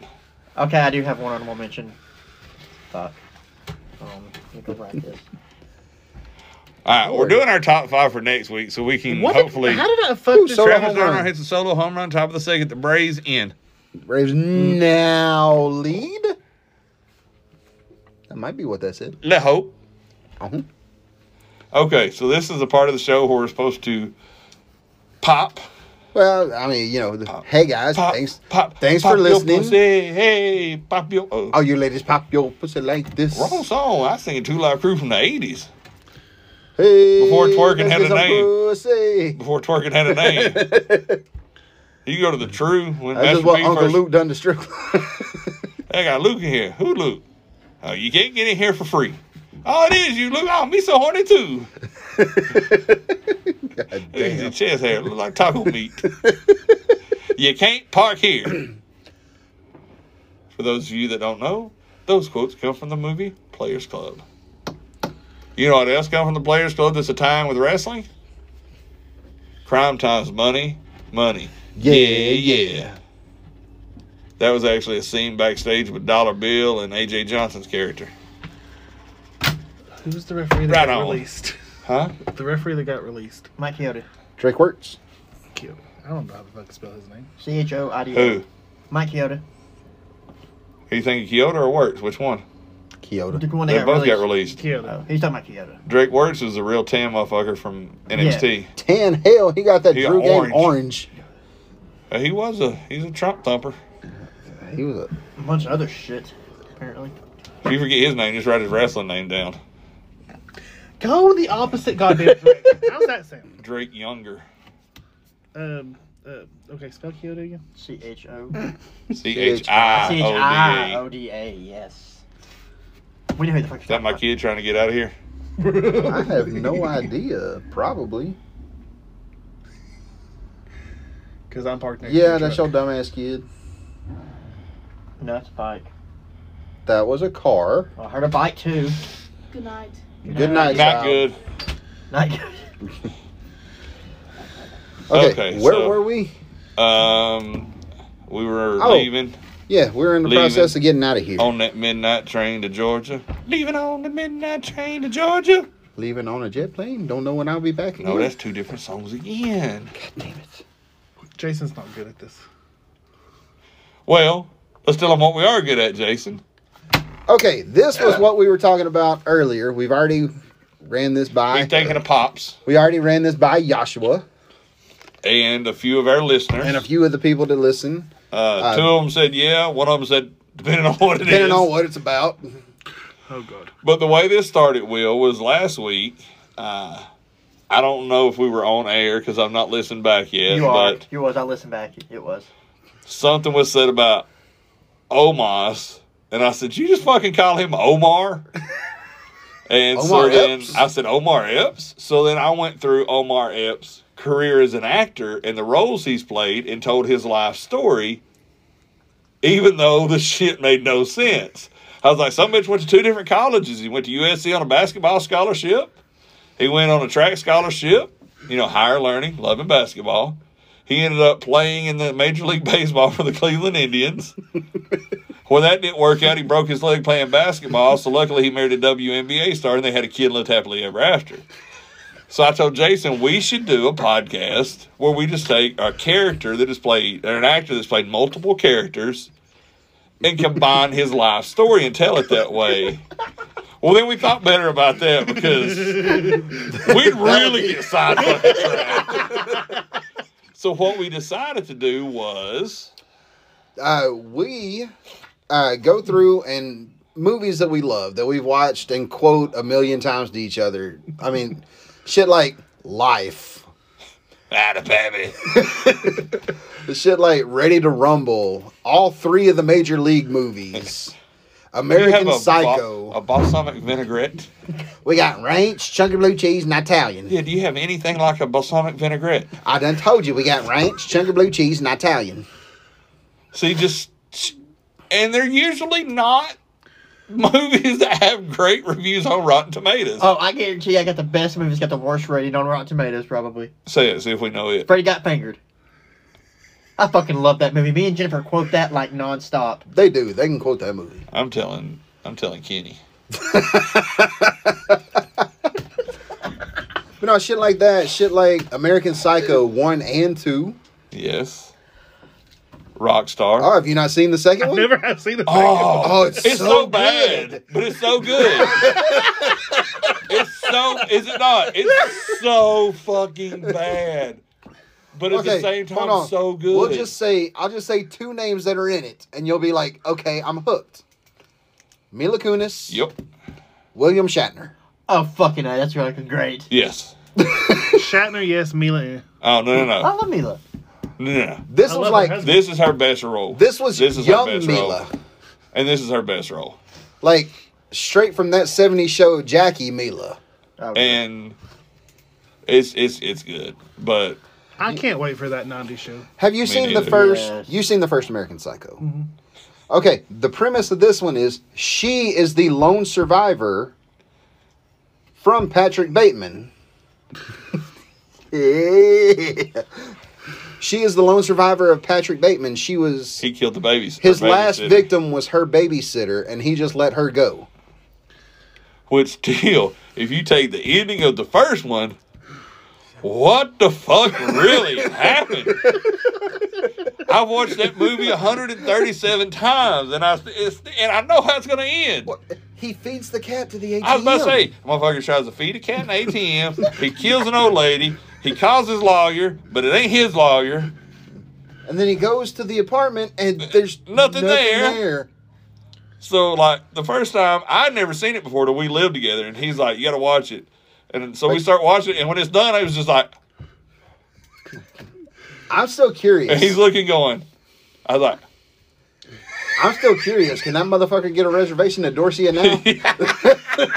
Okay, I do have one honorable mention. Fuck. Um, let me go write this.
all All right, we're doing our top five for next week, so we can
What?
hopefully.
Did, how did I fuck
Ooh,
this
so-
up?
Travis
Home
Darno
run.
hits a solo home run, top of the second. The Braves in.
Braves now lead. That might be what that said.
Le hope.
Mhm.
Okay, so this is the part of the show where we're supposed to pop,
Well, I mean, you know, the- hey guys,
pop,
thanks,
pop.
thanks
pop
for
your
listening.
pussy, Hey, pop your. Oh,
All you ladies, pop your pussy like this.
Wrong song. I sing Two Live Crew from the '80s.
Hey,
Before twerking
let's
had
get
a
some
name.
pussy.
Before twerking had a name. you go to the True when
That's
Master
just what
P
Uncle
first-
Luke done to strip. club.
They got Luke in here. Who Luke? Oh, you can't get in here for free. Oh, it is you, Luke. Oh, me so horny too.
God
Look at your
damn.
chest hair. Look like taco meat. you can't park here. For those of you that don't know, those quotes come from the movie Players Club. You know what else come from the Players Club that's a time with wrestling? Crime times money, money.
Yeah,
yeah. That was actually a scene backstage with Dollar Bill and AJ Johnson's character.
Who's the referee that
Right
got
on.
released?
Huh?
The referee that got released.
Mike Chiodo.
Drake works.
Cute. I don't know how the fuck to spell his name.
C H O I D O.
Who?
Mike Chiodo.
Who you think Kyoto or Works? Which one?
The
Kyoto.
one
They
that
both got released.
released.
Kyoto.
Oh, he's talking about Kyoto.
Drake Wirtz is a real tan motherfucker from NXT.
Tan hell, he got that
He got
Drew game
orange.
orange.
Uh, He was a he's a Trump thumper.
He was a
A bunch of other shit, apparently.
If you forget his name, just write his wrestling name down.
Go the opposite goddamn direction. How's that sound?
Drake Younger.
Um, uh, okay, spell Kyoto again.
C H O.
C H I
C H I
O D E.
O D E. A, yes. We know who the fuck
A. Is that my kid trying to get out of here?
I have no idea. Probably.
Because I'm parked next
Yeah,
to
that's your dumbass kid.
No, it's a bike.
That was a car.
Well, Oh, I heard a bike too.
Good night.
Good night,
Not
child.
good.
Like,
Okay,
Okay,
where
so-
were we?
Um, we were
Oh.
leaving
Yeah, we're in the
Leaving.
process of getting out of here.
on that midnight train to Georgia. Leaving on the midnight train to Georgia.
Leaving on a jet plane. Don't know when I'll be back.
No,
again.
that's two different songs again.
Jason's not good at this.
Well, let's tell them what we are good at, Jason.
okay. This was what we were talking about earlier. We've already ran this by.
We've taken a pops
we already ran this by Joshua
and a few of our listeners.
and a few of the people that listen,
uh, two of them said yeah. One of them said depending on what it is.
depending on what it's about.
Oh god.
But the way this started, Will, was last week. Uh, I don't know if we were on air because I've not listened back yet.
you are.
but
You was. I listened back. It was.
something was said about Omos, and I said, "You just fucking call him Omar." and so
Omar
then
Epps?
I said, "Omar Epps." So then I went through Omar Epps' career as an actor and the roles he's played, and told his life story. Even though the shit made no sense, I was like, "Some bitch went to two different colleges. He went to USC on a basketball scholarship. He went on a track scholarship. You know, higher learning, loving basketball." He ended up playing in the Major League Baseball for the Cleveland Indians. well, that didn't work out. He broke his leg playing basketball. So luckily, he married a WNBA star, and they had a kid and lived happily ever after. So I told Jason we should do a podcast where we just take a character that has played, or an actor that's played multiple characters, and combine his life story and tell it that way. Well, then we thought better about that because we'd really get sidetracked. So what we decided to do was
uh, we uh, go through and movies that we love that we've watched and quote a million times to each other. I mean, shit like Life,
out of baby.
shit like Ready to Rumble, all three of the major league movies, American
a,
Psycho.
ba- a balsamic vinaigrette.
we got ranch, chunky blue cheese, and Italian.
Yeah, do you have anything like a balsamic vinaigrette?
I done told you we got ranch, chunky blue cheese, and Italian.
See, just and they're usually not movies that have great reviews on Rotten Tomatoes.
Uh,
Oh, I guarantee I got the best movie. It's got the worst rating on Rotten Tomatoes, probably.
Say it, see if we know it.
Freddy Got Fingered. I fucking love that movie. Me and Jennifer quote that like nonstop.
They do. They can quote that movie.
I'm telling, I'm telling Kenny.
But no, shit like that. Shit like American Psycho 1 and 2.
Yes. Rockstar.
Oh, have you not seen the second
I
one?
never have seen the second
Oh,
Oh, it's,
it's so, bad,
good.
but it's so good. it's so, is it not? It's so fucking bad, but at the same
hold
time,
on.
so good.
We'll just say I'll just say two names that are in it, and you'll be like, okay, I'm hooked. Mila Kunis,
Yep.
William Shatner.
Oh fucking! hell, That's fucking great.
Yes.
Shatner, yes, Mila. eh.
Oh no no no
I love Mila.
no no. no.
This
I
was
love
like
her husband.
This is her best role.
this was
this is
young
her best
Mila,
role, and this is her best role.
like straight from that '70s show Jackie Mila.
Oh,
and it's it's it's good. But
I can't wait for that Nandi show.
Have you seen the
neither.
first?
Yes.
You seen the first American Psycho?
Mm-hmm.
Okay, the premise of this one is she is the lone survivor from Patrick Bateman. Yeah. She is the lone survivor of Patrick Bateman. She was
he killed the babies. her
his last
babysitter,
victim was her babysitter, and he just let her go.
Which still, if you take the ending of the first one, what the fuck really happened? I watched that movie 137 times, and I it's, and I know how it's gonna end.
He feeds the cat to the ATM.
I was about to say, motherfucker tries to feed a cat in an ATM. he kills an old lady. He calls his lawyer, but it ain't his lawyer.
and then he goes to the apartment, and there's
Uh, Nothing there.
there.
So like the first time I'd never seen it before till we lived together and he's like, You gotta watch it. And so we start watching it and when it's done I was just like
I'm still curious.
and he's looking going. I was
I'm still curious. Can that motherfucker get a reservation at Dorsia now?
like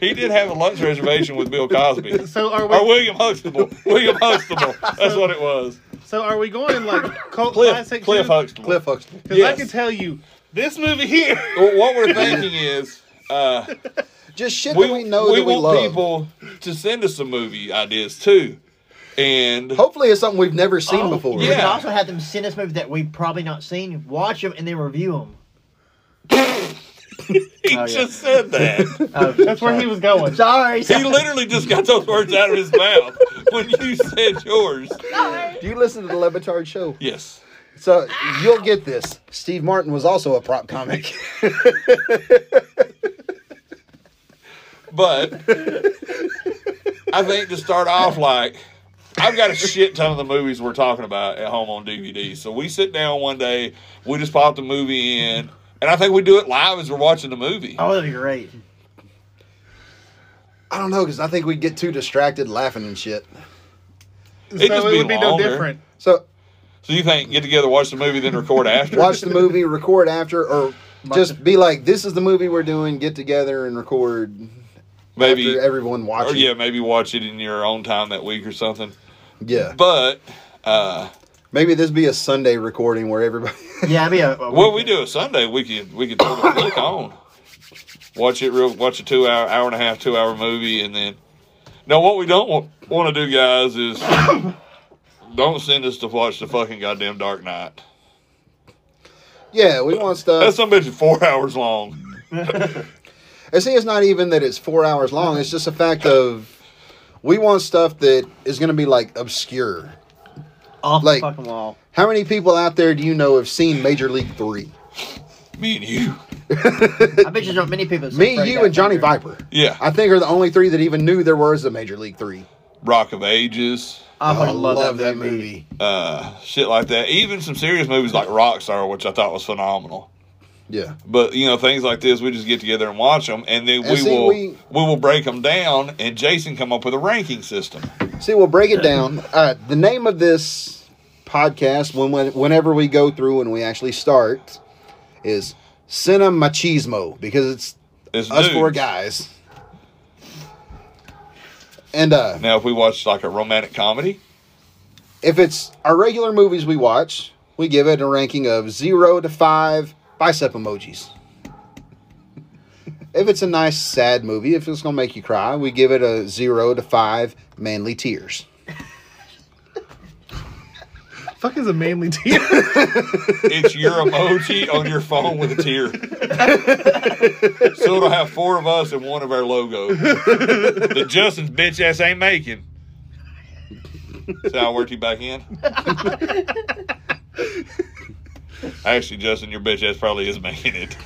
he did have a lunch reservation with Bill Cosby.
So are
Or
we?
William Huxtable. William Huxtable. That's what it was.
So are we going like cult
Cliff
classic?
Cliff Huxtable.
Cliff Huxtable.
Because I
yes.
can tell you, this movie here.
Well, what we're thinking is uh,
Just shit
we,
that we know
we
that we
want
love.
people to send us some movie ideas too. And
Hopefully, it's something we've never seen
Oh,
before.
We
Yeah.
can also have them send us movies that we've probably not seen, watch them, and then review them.
he
Oh, yeah.
just said that.
That's where he was going.
Oh, Sorry.
He literally just got those words out of his mouth when you said yours.
Do you listen to the Levitard show?
Yes.
So you'll get this. Steve Martin was also a prop comic.
But I think to start off, like, I've got a shit ton of the movies we're talking about at home on DVD. So we sit down one day, we just pop the movie in, and I think we do it live as we're watching the movie.
Oh, that'd be great.
I don't know because I think we get too distracted laughing and shit.
So
just
it
be
would be no
longer.
different.
So
So you think get together, watch the movie, then record after?
watch the movie, record after, or just be like, "This is the movie we're doing." Get together and record.
maybe.
after everyone
Or
watching.
yeah, maybe watch it in your own time that week or something.
yeah.
But uh,
Maybe this be a Sunday recording where everybody.
Yeah, I mean, a, a
Well, we
weekend.
do a Sunday. We could we could throw the flick on. Watch it real. Watch a two hour, hour and a half, two hour movie, and then. No, what we don't want, want to do, guys, is don't send us to watch the fucking goddamn Dark Knight.
yeah, we want stuff.
That some bitch is four hours long.
And see, it's not even that it's four hours long. It's just a fact of we want stuff that is going to be like obscure.
off
like-
the fucking wall.
How many people out there do you know have seen Major League Three?
Me and you.
I bet you not many people. that's
Me,
afraid
you,
that
and Johnny
finger.
Viper.
Yeah.
I think are the only three that even knew there was a Major League Three.
Rock of Ages.
I
Oh,
fucking love, that, movie.
Uh, shit like that. Even some serious movies like Rockstar, which I thought was phenomenal.
Yeah,
But you know things like this, we just get together and watch them, and then
And
we
see,
will
we-
we will break them down, and Jason come up with a ranking system.
See, we'll break it down. All right, the name of this podcast, when, when whenever we go through and we actually start, is Cinemachismo because it's
It's
us
dudes.
four guys. And uh,
Now, if we watch like a romantic comedy,
if it's our regular movies we watch, we give it a ranking of zero to five bicep emojis. if it's a nice sad movie, if it's gonna make you cry, we give it a zero to five manly tears.
Fuck is a manly tear.
It's your emoji on your phone with a tear. so it'll have four of us and one of our logos that Justin's bitch ass ain't making. So I worked you back in. Actually, Justin, your bitch ass probably is making it.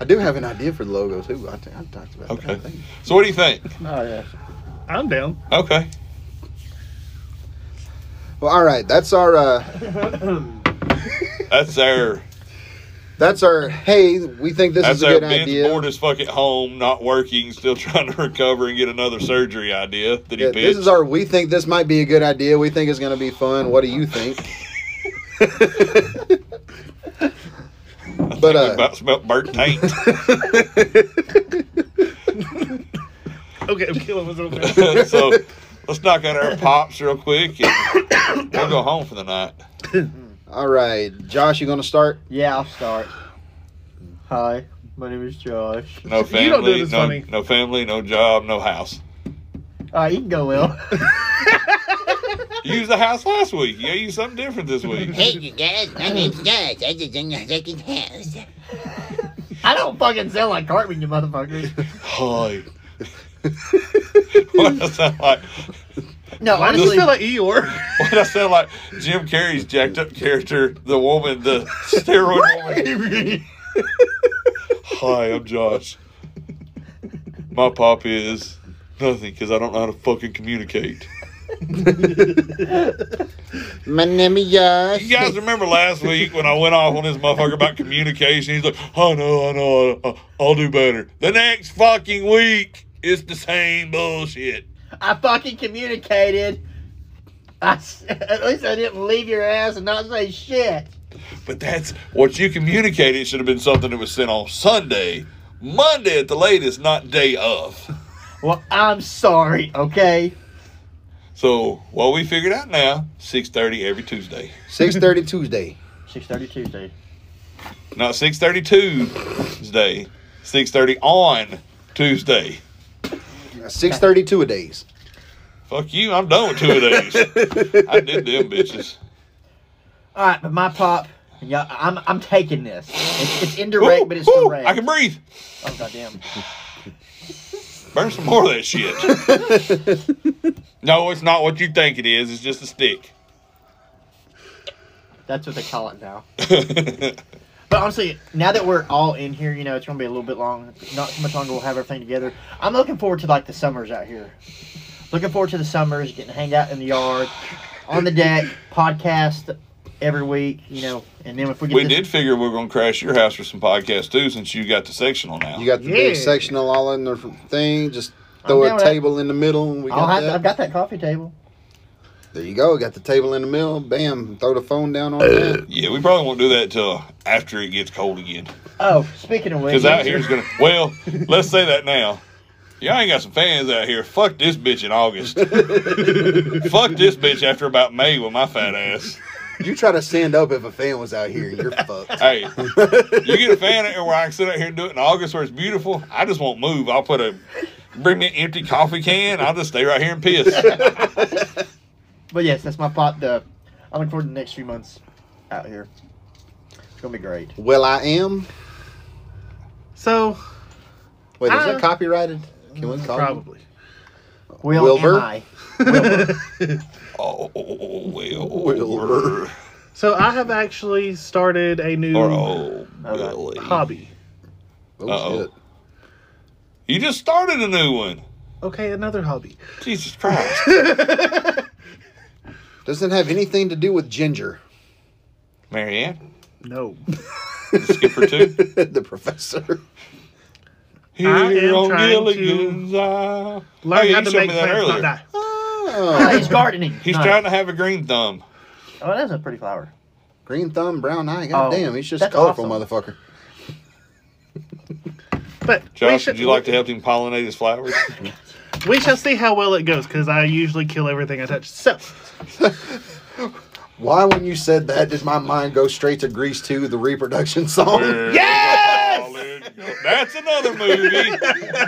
I do have an idea for the logo too. I, think I talked about that. I
Okay.
think.
So what do you think?
Oh yeah.
I'm down.
Okay.
Well, all right. That's our uh,
That's our
that's our. Hey, we think this
that's
is a
our
good
Ben's
idea.
bored as fuck at home, not working, still trying to recover and get another surgery idea that he
Yeah,
pitched.
this is our. We think this might be a good idea. We think it's going to be fun. What do you think? but
We
uh,
about smelt burnt taint.
Okay, I'm killing myself. now.
so let's knock out our pops real quick and we'll go home for the night.
all right, Josh, you going to start?
Yeah, I'll start. Hi, my name is Josh.
No family,
You don't do this
no,
funny.
no family, no job, no house.
Uh, you can go, Will.
You used the house last week. You gotta use something different this week.
you guys, my name's Josh. I just in the second house.
I don't fucking sound like Cartman, you motherfuckers.
Hi. what does that sound like?
No,
I just
honestly,
feel like Eeyore.
What does that sound like? Jim Carrey's jacked up character, the woman, the steroid woman. Hi, I'm Josh. My pop is nothing because I don't know how to fucking communicate.
My name is Josh.
You guys remember last week when I went off on this motherfucker about communication? He's like, I know, I know, I- I- I'll do better. The next fucking week, it's the same bullshit.
I fucking communicated. I s at least I didn't leave your ass and not say shit.
But that's what you communicated should have been something that was sent on Sunday, Monday at the latest, not day of.
Well, I'm sorry, okay?
So what we figured out now, six thirty every Tuesday,
Six thirty Tuesday.
6.30 Tuesday.
not six thirty Tuesday, six thirty on Tuesday.
Six thirty two a days.
Fuck you, I'm done with two of these. I did them bitches.
All right, but my pop, yeah, I'm I'm taking this. It's, it's indirect,
Ooh,
but it's
ooh,
direct.
I can breathe.
oh goddamn!
Burn some more of that shit. no, it's not what you think it is. It's just a stick.
That's what they call it now. But honestly, now that we're all in here, you know, it's gonna be a little bit long. Not too much longer. We'll have everything together. I'm looking forward to like the summers out here. Looking forward to the summers, getting to hang out in the yard, on the deck, podcast every week. You know, and then if we get
we
this,
did figure we were going to crash your house for some podcasts too, since you got the sectional now.
You got the big
Yeah.
sectional all in the thing. Just
I'm
throw
down
a
with that.
table in the middle. And we
I'll
got
have,
that.
I've got that coffee table.
There you go. Got the table in the middle. Bam. Throw the phone down on that.
yeah, we probably won't do that till after it gets cold again.
Oh, speaking of which,
Because out here's going to. Well, let's say that now. Y'all ain't got some fans out here. Fuck this bitch in August. Fuck this bitch after about May with my fat ass.
You try to stand up if a fan was out here, you're fucked.
Hey, you get a fan out here where I can sit out here and do it in August where it's beautiful. I just won't move. I'll put a bring me an empty coffee can. I'll just stay right here and piss.
But yes, that's my pot. The I'm looking forward to the next few months out here. It's gonna be great.
Well, I am.
So
Wait, is
Uh-uh.
Uh,
that copyrighted? Can we call it?
probably.
Will
Wilbur?
and I.
Oh, well,
Wilbur.
So I have actually started a new
or oh, Billy.
hobby.
Oh,
Uh-oh.
shit.
You just started a new one.
Okay, another hobby.
Jesus Christ.
Doesn't have anything to do with ginger.
Marianne, Oh,
No.
skipper two.
the professor.
Here
am
on
trying to
Gilligan's Isle. Oh,
Learn
yeah,
how
you
to
showed
make
me that
plants not
earlier.
die.
Oh.
he's gardening.
He's
No.
trying to have a green thumb.
Oh, that's a pretty flower.
Green thumb, brown eye. God
Oh,
damn, he's just a
that's
colorful
awesome.
motherfucker.
But we
Josh,
should,
would you like to help him pollinate his flowers?
We shall see how well it goes because I usually kill everything I touch. So
Why, when you said that, did my mind go straight to Grease 2, the reproduction song?
yes! That's another movie.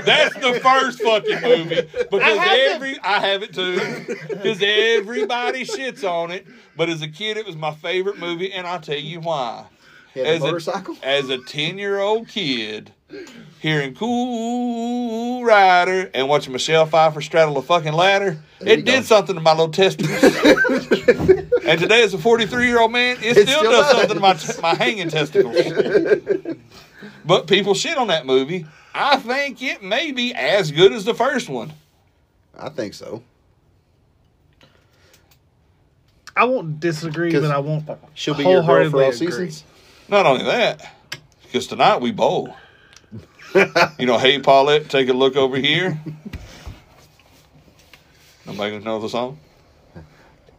That's the first fucking movie because
I have
every I have it too because everybody shits on it. But as a kid, it was my favorite movie, and I'll tell you why.
He had a
As
motorcycle.
as a ten year old kid, hearing Cool Rider and watching Michelle Pfeiffer straddle a fucking ladder,
There you
it did
go.
something to my little testicles. and today, as a forty three year old man, it,
It
still,
still
does,
does.
something to my t- my hanging testicles. But people shit on that movie. I think it may be as good as the first one.
I think so.
I won't disagree,
'Cause
but I won't.
She'll be your girl for
wholeheartedly
all
agree.
seasons.
Not only that, because tonight we bowl. you know, hey Paulette, take a look over here. Nobody gonna know the song.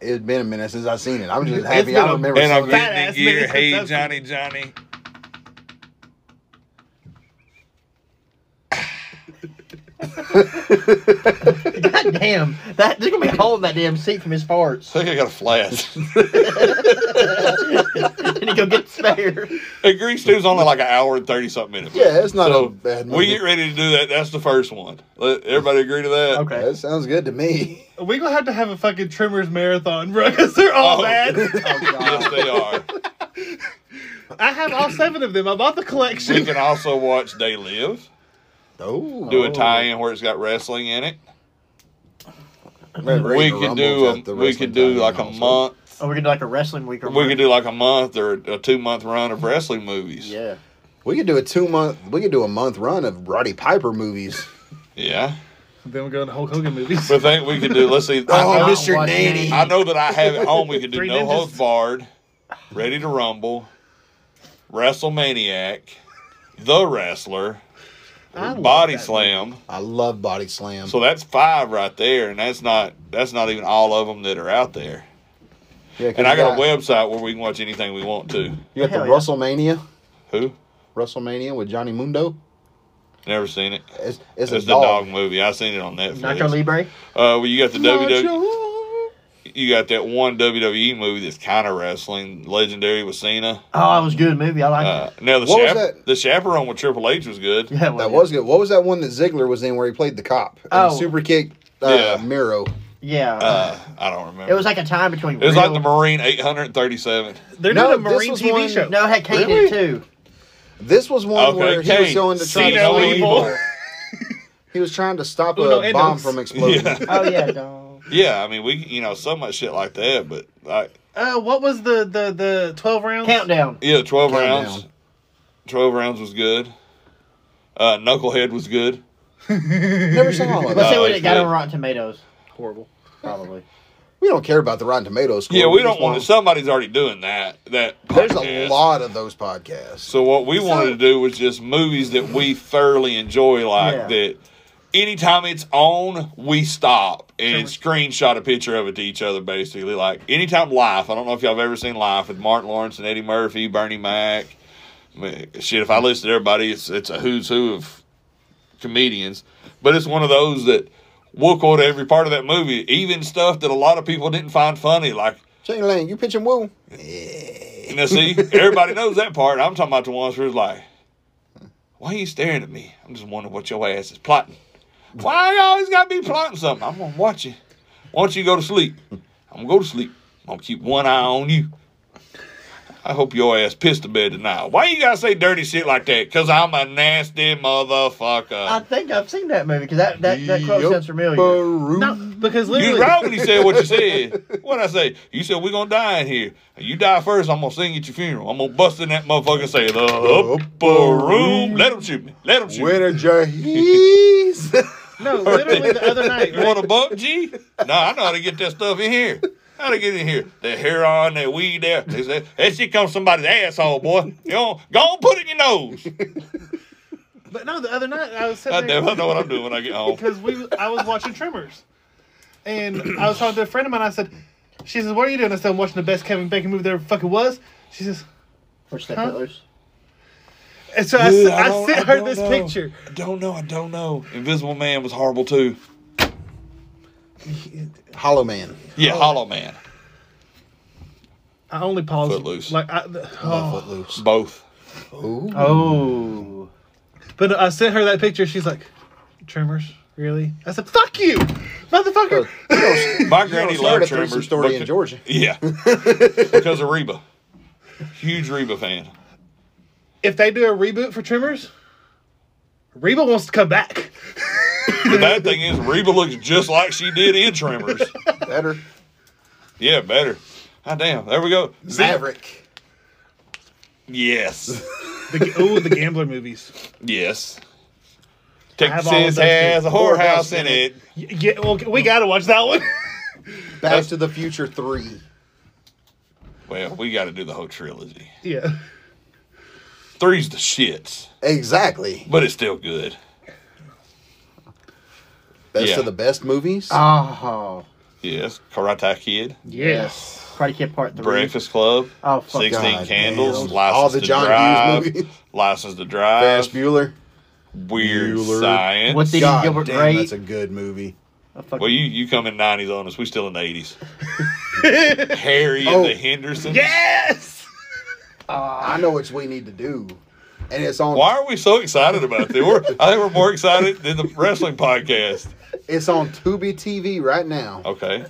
It's been a minute since I've seen it. I'm just
It's
happy
been
I
a-
remember.
And I'm
seeing it.
Fat
getting in
ass
gear.
man,
Hey
that's-
Johnny, Johnny.
God damn. That, there's going to be a hole in that damn seat from his farts.
I think I got a flash.
and he go get spare.
and Grease Two's only like an hour and thirty something minutes.
Yeah, it's not
So
a bad movie.
we get ready to do that. That's the first one. Let everybody agree to that.
That sounds good to me.
We're gonna have to have a fucking Trimmers marathon, bro, because they're all
Oh.
bad.
Yes, they are.
I have all seven of them. I bought the
We
collection.
can also watch They Live.
Oh,
Do a tie-in where it's got wrestling in it.
Man,
we
Ready to
could
Rumble's
do
got
a,
the
we
wrestling
could do
tie-in
like a
also.
month.
Oh, we're going to do like a wrestling week or
We could do like a month or a two month run of wrestling movies.
Yeah.
We could do a two month. We could do a month run of Roddy Piper movies.
Yeah.
then we're going to Hulk Hogan movies.
But I think we could do. Let's see.
Oh,
I, know,
Mr.
watch
Nanny.
I know that I have at home. We could do
Three
No
Ninjas.
Holds Barred, Ready to Rumble, WrestleManiac, The Wrestler,
I love
Body
that
Slam.
I love Body Slam.
So that's five right there, and that's not that's not even all of them that are out there.
Yeah, 'cause
And I
you
got a website where we can watch anything we want to.
You got the
Hell yeah.
WrestleMania.
Who?
WrestleMania with Johnny Mundo.
Never seen it.
It's, it's,
It's the
a
dog
dog.
movie. I seen it on Netflix.
Nacho Libre.
Uh, well, you got the WWE.
WWE.
you got that one WWE movie that's kind of wrestling, legendary with Cena.
Oh, it was a good movie. I liked
Uh, now the
What was
chap-
that?
the chaperone with Triple H was good.
it. Yeah, it
That was good. What was that one that Ziggler was in where he played the cop? And
Oh.
super kick.
Yeah.
Uh, Miro.
Yeah.
Uh, I don't remember.
it was like a time between.
It was like
real-
the Marine 837.
movie. They're
No,
doing a
this
Marine
was
TV
one-
show.
No, it had Kane
Really?
in it too.
This was one
Okay,
where he
Kane.
was going to try
Cena
to stop
evil.
He was trying to stop
Uno
a bomb
endos.
from exploding.
Yeah.
Oh yeah, dog.
Yeah, I mean we you know so much shit like that, but like
Uh, what was the the the twelve rounds?
Countdown.
yeah, the 12
Countdown.
rounds. 12 rounds was good. Uh, Knucklehead was good.
Never saw all of
Let's
No,
that.
see what
it's
it got
good.
on Rotten Tomatoes.
Horrible.
Probably.
We don't care about the Rotten Tomatoes score.
Yeah, we
just
don't want somebody's already doing that. That
There's a
podcast.
lot of those podcasts.
So what we wanted to do was just movies that we thoroughly enjoy, like
Yeah.
that. Anytime it's on, we stop and screenshot a picture of it to each other. Basically, like anytime Life. I don't know if y'all have ever seen Life with Martin Lawrence and Eddie Murphy, Bernie Mac. I mean, Shit, if I listed everybody, it's it's a who's who of comedians. But it's one of those that we'll quote every part of that movie, even stuff that a lot of people didn't find funny, like
Shane Lane, you pitching woo?
you know, see, everybody knows that part. I'm talking about the ones where it's like, why are you staring at me? I'm just wondering what your ass is plotting. Why you always gotta be plotting something? I'm gonna watch you. Why don't you go to sleep? I'm gonna go to sleep. I'm gonna keep one eye on you. I hope your ass pissed to bed tonight. Why you gotta say dirty shit like that? Cause I'm a nasty
I
motherfucker.
think I've seen that movie because that, that, that quote sounds familiar.
No, because
You
literally,
was right when you said what you said. What I say? You said we're gonna die in here. You die first, I'm gonna sing at your funeral. I'm gonna bust in that motherfucker and say the upper room. Let 'em shoot me. Let 'em shoot me.
Winner Jahees.
no, literally the other night.
You
Right?
want a buck, G? Nah, I know how to get that stuff in here. How to get in here? That hair on, that weed there. They say, that shit comes from somebody's asshole, boy. You know, go on, put it in your nose.
But no, the other night I was
I
sitting there
never know what I'm doing when I get home.
because we I was watching Tremors, and I was talking to a friend of mine. I said, "She says, what are you doing?" I said, "I'm watching the best Kevin Bacon movie there ever fucking was." She says,
Or Step
Huh?
Brothers.
and so I,
Dude,
s-
I
I,
don't- I
sent her
don't
this
know.
picture.
I don't know. I don't know. Invisible Man was horrible too.
Hollow Man.
Oh.
Yeah, Hollow Man.
I only paused
Oh.
Footloose.
like I, the-
Oh.
oh.
Footloose.
Both.
Ooh.
Oh.
But I sent her that picture. She's like, "Tremors, really?" I said, "Fuck you, motherfucker."
My
You
granny
don't start
loved
a threesome
Tremors.
story in
because-
Georgia.
Yeah, because of Reba. Huge Reba fan.
if they do a reboot for Tremors, Reba wants to come back.
The bad thing is Reba looks just like she did in Tremors.
Better.
Yeah, better. Ah, damn. There we go. See-
Maverick.
Yes.
The, ooh, the Gambler movies.
Yes.
have
Texas
all of those
has
too.
a whorehouse in it.
Y- Yeah, well, we gotta watch that one.
Back to the Future 3.
Well, we got to do the whole trilogy.
yeah.
Three's the shits,
Exactly.
but it's still good.
Best
Yeah.
of the best movies.
Oh,
Yes. Karate Kid,
Yes.
Karate Kid Part Three.
Breakfast Club,
Oh, fuck
16
God
Candles,
damn.
License
All the
to
John
Drive,
Hughes movies.
License to Drive,
Ferris Bueller.
Weird
Bueller.
Science.
What's Eating
God
Gilbert
damn,
Grape.
that's a good movie.
Oh, fuck.
Well, you, you come in 90s on us. we still in the 80s. Harry
Oh.
and the Hendersons.
Yes.
I know it's we need to do, and it's on.
Why are we so excited about this? We're, I think we're more excited than the wrestling podcast.
It's on Tubi TV right now.
Okay.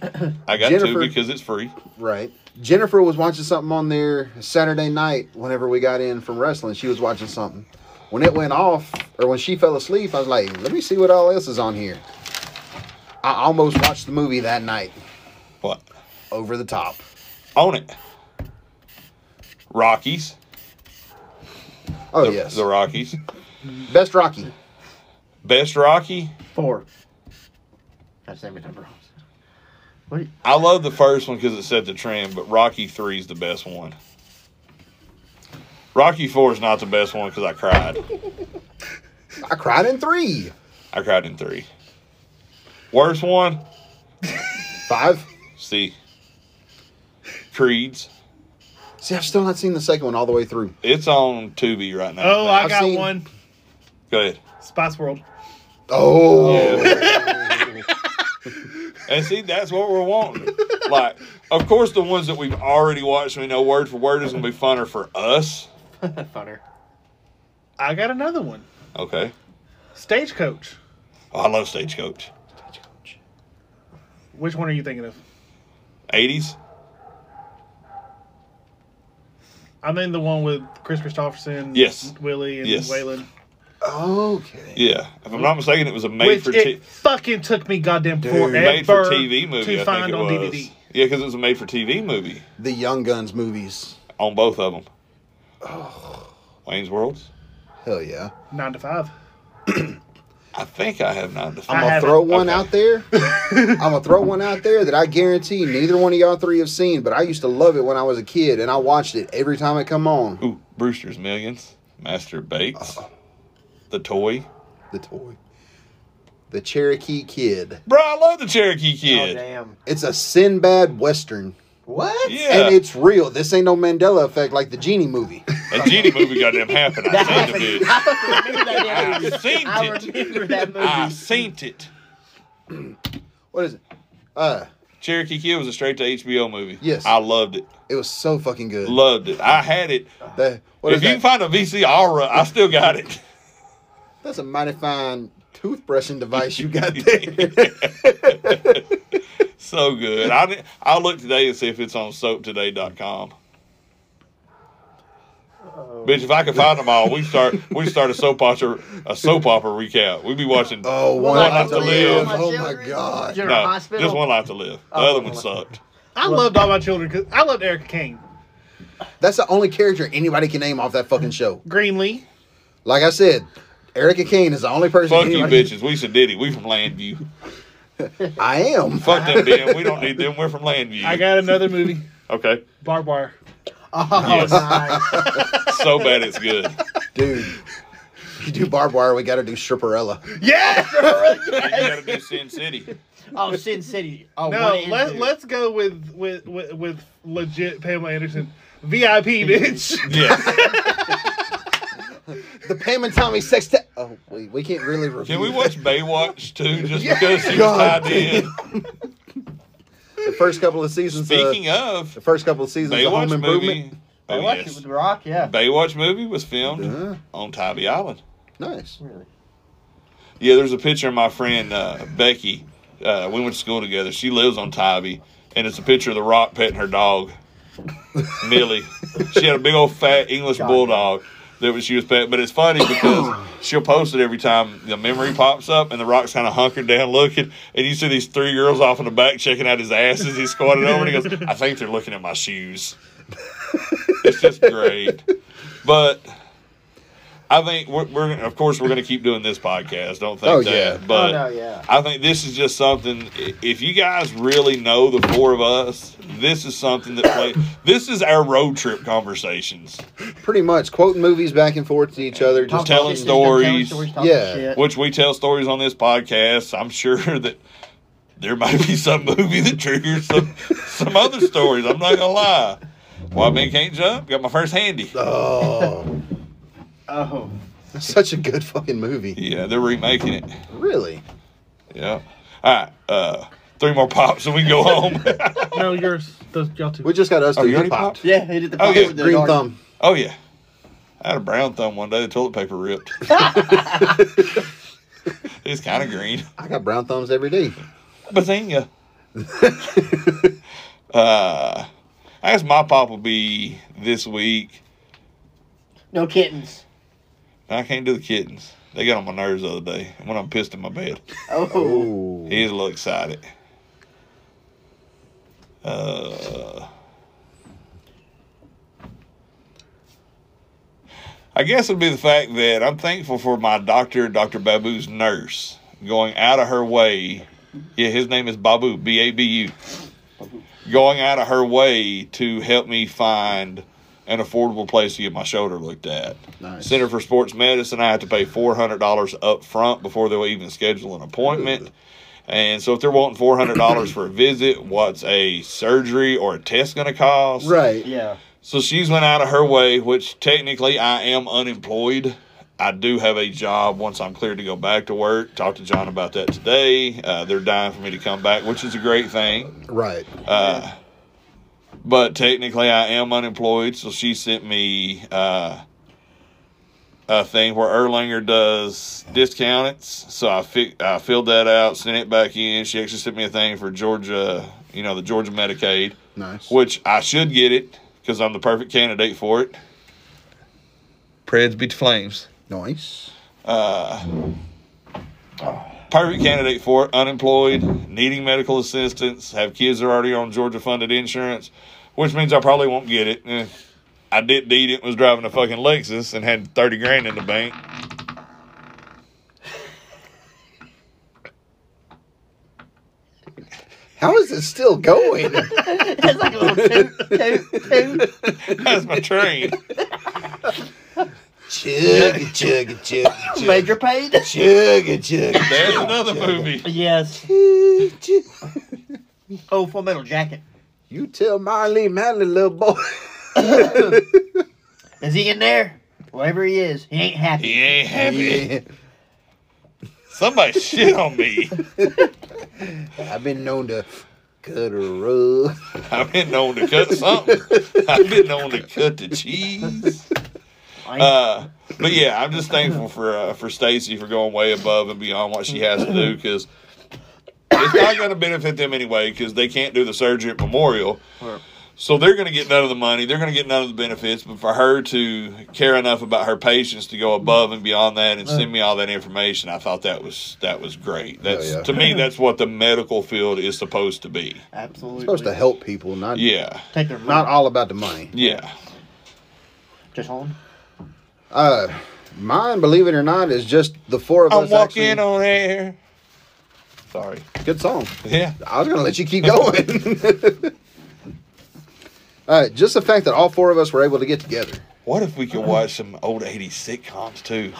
I got two
Jennifer-
because it's free.
Right. Jennifer was watching something on there Saturday night whenever we got in from wrestling. She was watching something. When it went off, or when she fell asleep, I was like, let me see what all else is on here. I almost watched the movie that night.
What?
Over the top.
Own it. Rockies.
Oh,
The,
yes.
the Rockies.
Best Rocky.
Best Rocky.
Four. That's the number. What? do you-
I love the first one because it set the trend, but Rocky 3 is the best one. Rocky 4 is not the best one because I cried.
I cried in three.
I cried in 3. Worst one?
Five.
See. Creeds.
See, I've still not seen the second one all the way through.
It's on Tubi right now.
Oh, I
I've
got
seen-
one.
Go ahead.
Spice World.
Oh.
And see, that's what we're wanting. Like, of course, the ones that we've already watched, we know word for word is going to be funner for us.
Funner.
I got another one.
Okay.
Stagecoach.
Oh, I love Stagecoach.
Which one are you thinking of?
80s?
I'm in the one with Chris Christopherson,
Yes.
Willie, and
Yes.
Waylon.
Okay.
Yeah. If I'm not mistaken, it was a made
Which
for
it
t-
fucking took me goddamn forever
made for TV movie.
to
I
find
think it
on
was.
DVD.
Yeah, because it was a made for TV movie
The Young Guns movies.
on both of them. Wayne's Worlds.
Hell yeah.
Nine to five.
I think I have nine to
I'm
five.
I
gonna
haven't.
throw one
Okay.
out there. I'm gonna throw one out there that I guarantee neither one of y'all three have seen, but I used to love it when I was a kid, and I watched it every time it come on.
Ooh, Brewster's Millions, Master Bates, The Toy.
The toy, the Cherokee Kid.
Bro, I love the Cherokee
Oh
Kid.
damn.
It's a Sinbad western,
What?
yeah,
and it's real. This ain't no Mandela effect like the Genie movie.
a genie movie goddamn happened. I seen the bitch.
I remember that damn
I
movie.
seen
I
it.
remember that movie.
I seen it.
What is it? Uh,
Cherokee Kid was a straight to HBO movie.
Yes.
I loved it.
it was so fucking good.
Loved it. I had it.
The- what is
if you can
that?
find a VCR, I still got it.
That's a mighty fine toothbrushing device you got there.
So good. I didn't- I'll look today and see if it's on soaptoday.com. Bitch, if I can find them all, we start we start a soap opera a soap opera recap. We'd be watching
oh, one
One
life to live.
My
Oh my
children.
god.
General
no,
Hospital.
just one life to live. The
Oh,
other
one
one
life.
sucked.
I loved all my children because I loved Erica Kane,
That's the only character anybody can name off that fucking show.
Greenlee.
Like I said, Erica Kane is the only person.
Fuck you,
anybody-
bitches. We should did it. We from Landview.
I am.
Fuck them, damn. We don't need them. We're from Landview.
I got another movie,
okay.
Barbed Wire.
Oh,
Yes.
nice.
So bad it's good.
Dude, you do barbed wire, we got to do stripperella.
You gotta do Sin City.
oh, Sin City. Oh, one
No,
and
let
two.
let's go with with with, with legit Pamela Anderson, VIP bitch.
Yeah.
The Pam and Tommy sextet. Oh, wait, we can't really review.
Can we watch Baywatch too? Just
Yeah.
because she was
God
tied in.
the first couple of seasons? uh,
Speaking of
the first couple of seasons of Home
Baywatch
Improvement.
movie,
I
oh,
watched it
yes.
with The Rock. Yeah.
Baywatch movie was filmed
Uh-huh.
on Tybee Island.
Nice.
Really?
Yeah, there's a picture of my friend uh, Becky. Uh, we went to school together. She lives on Tybee, and it's a picture of the Rock petting her dog, Millie. She had a big old fat English bulldog that was she was petting. But it's funny because she'll post it every time the memory pops up, and the Rock's kind of hunkered down looking, and you see these three girls off in the back checking out his ass as he's squatted over, and he goes, "I think they're looking at my shoes." it's just great, but. I think we're, we're gonna- of course we're going to keep doing this podcast. Don't think
Oh,
that,
yeah.
but
oh no, yeah.
I think this is just something. i- If you guys really know the four of us, this is something that play. This is our road trip conversations,
Pretty much quoting movies back and forth to each other.
Talk-
Just
telling
shit, telling
stories.
talking
Yeah.
shit.
which we tell stories on this podcast. I'm sure that there might be some movie that triggers some some other stories. I'm not gonna lie. Why men can't jump? Got my first handy.
oh,
Oh,
that's such a good fucking movie.
Yeah, they're remaking it.
Really?
Yeah. All right. Uh, three more pops and we can go home.
No, yours. Those, y'all two.
We just got us
Oh,
to
you already
get popped.
yeah. He did the
Oh, yeah,
with the
Green
dog.
thumb.
oh yeah. I had a brown thumb one day. The toilet paper ripped. it's kind of green.
I got brown thumbs every day.
Bazinga. uh, I guess my pop will be this week.
No kittens.
I can't do the kittens. They got on my nerves the other day when I'm pissed in my bed.
Oh,
Oh,
He is a little excited. Uh, I guess it'd be the fact that I'm thankful for my doctor, Dr. Babu's nurse, going out of her way. Yeah, his name is Babu, B A B U. Going out of her way to help me find an affordable place to get my shoulder looked at.
nice.
Center for Sports Medicine, I have to pay four hundred dollars up front before they'll even schedule an appointment. And so, if they're wanting four hundred dollars for a visit, what's a surgery or a test going to cost?
Right.
yeah.
So she's went out of her way, which technically I am unemployed. I do have a job once I'm cleared to go back to work. Talked to John about that today. Uh, they're dying for me to come back, which is a great thing.
Right.
Uh, but technically, I am unemployed, so she sent me uh, a thing where Erlanger does discounts. So I fi- I filled that out, sent it back in. She actually sent me a thing for Georgia, you know, the Georgia Medicaid,
Nice.
which I should get it because I'm the perfect candidate for it. Preds beat the flames.
Nice.
perfect candidate for it, unemployed, needing medical assistance, have kids that are already on Georgia funded insurance, which means I probably won't get it. Eh, I did need it, was driving a fucking Lexus and had 30 grand in the bank.
How is it still going?
It's like a little toot, toot, toot.
That's my train.
chug, chug, chug, chug,
Major paid.
chug, chug.
There's another movie.
Yes.
movie.
Oh, Full Metal Jacket.
You tell Marley Madley, little boy.
Is he in there? Wherever he is, he ain't happy.
He ain't happy.
Yeah,
Somebody shit on me.
I've been known to cut a rug.
I've been known to cut something. I've been known to cut the cheese.
I ain't-
Uh, but yeah, I'm just thankful for uh, for Stacy for going way above and beyond what she has to do because it's not going to benefit them anyway because they can't do the surgery at Memorial.
Right.
So they're going to get none of the money. They're going to get none of the benefits. But for her to care enough about her patients to go above and beyond that and send me all that information, I thought that was that was great. That's
yeah.
to me that's what the medical field is supposed to be.
Absolutely.
Supposed to help people, not
Yeah,
Take their
not
money.
all about the money.
yeah.
Just home.
Uh, mine, believe it or not, is just the four of
I'm
us.
walking
actually-
on air. Sorry.
Good song.
Yeah.
I was gonna let you keep going. uh, just the fact that all four of us were able to get together.
What if we could watch some old 80s sitcoms too?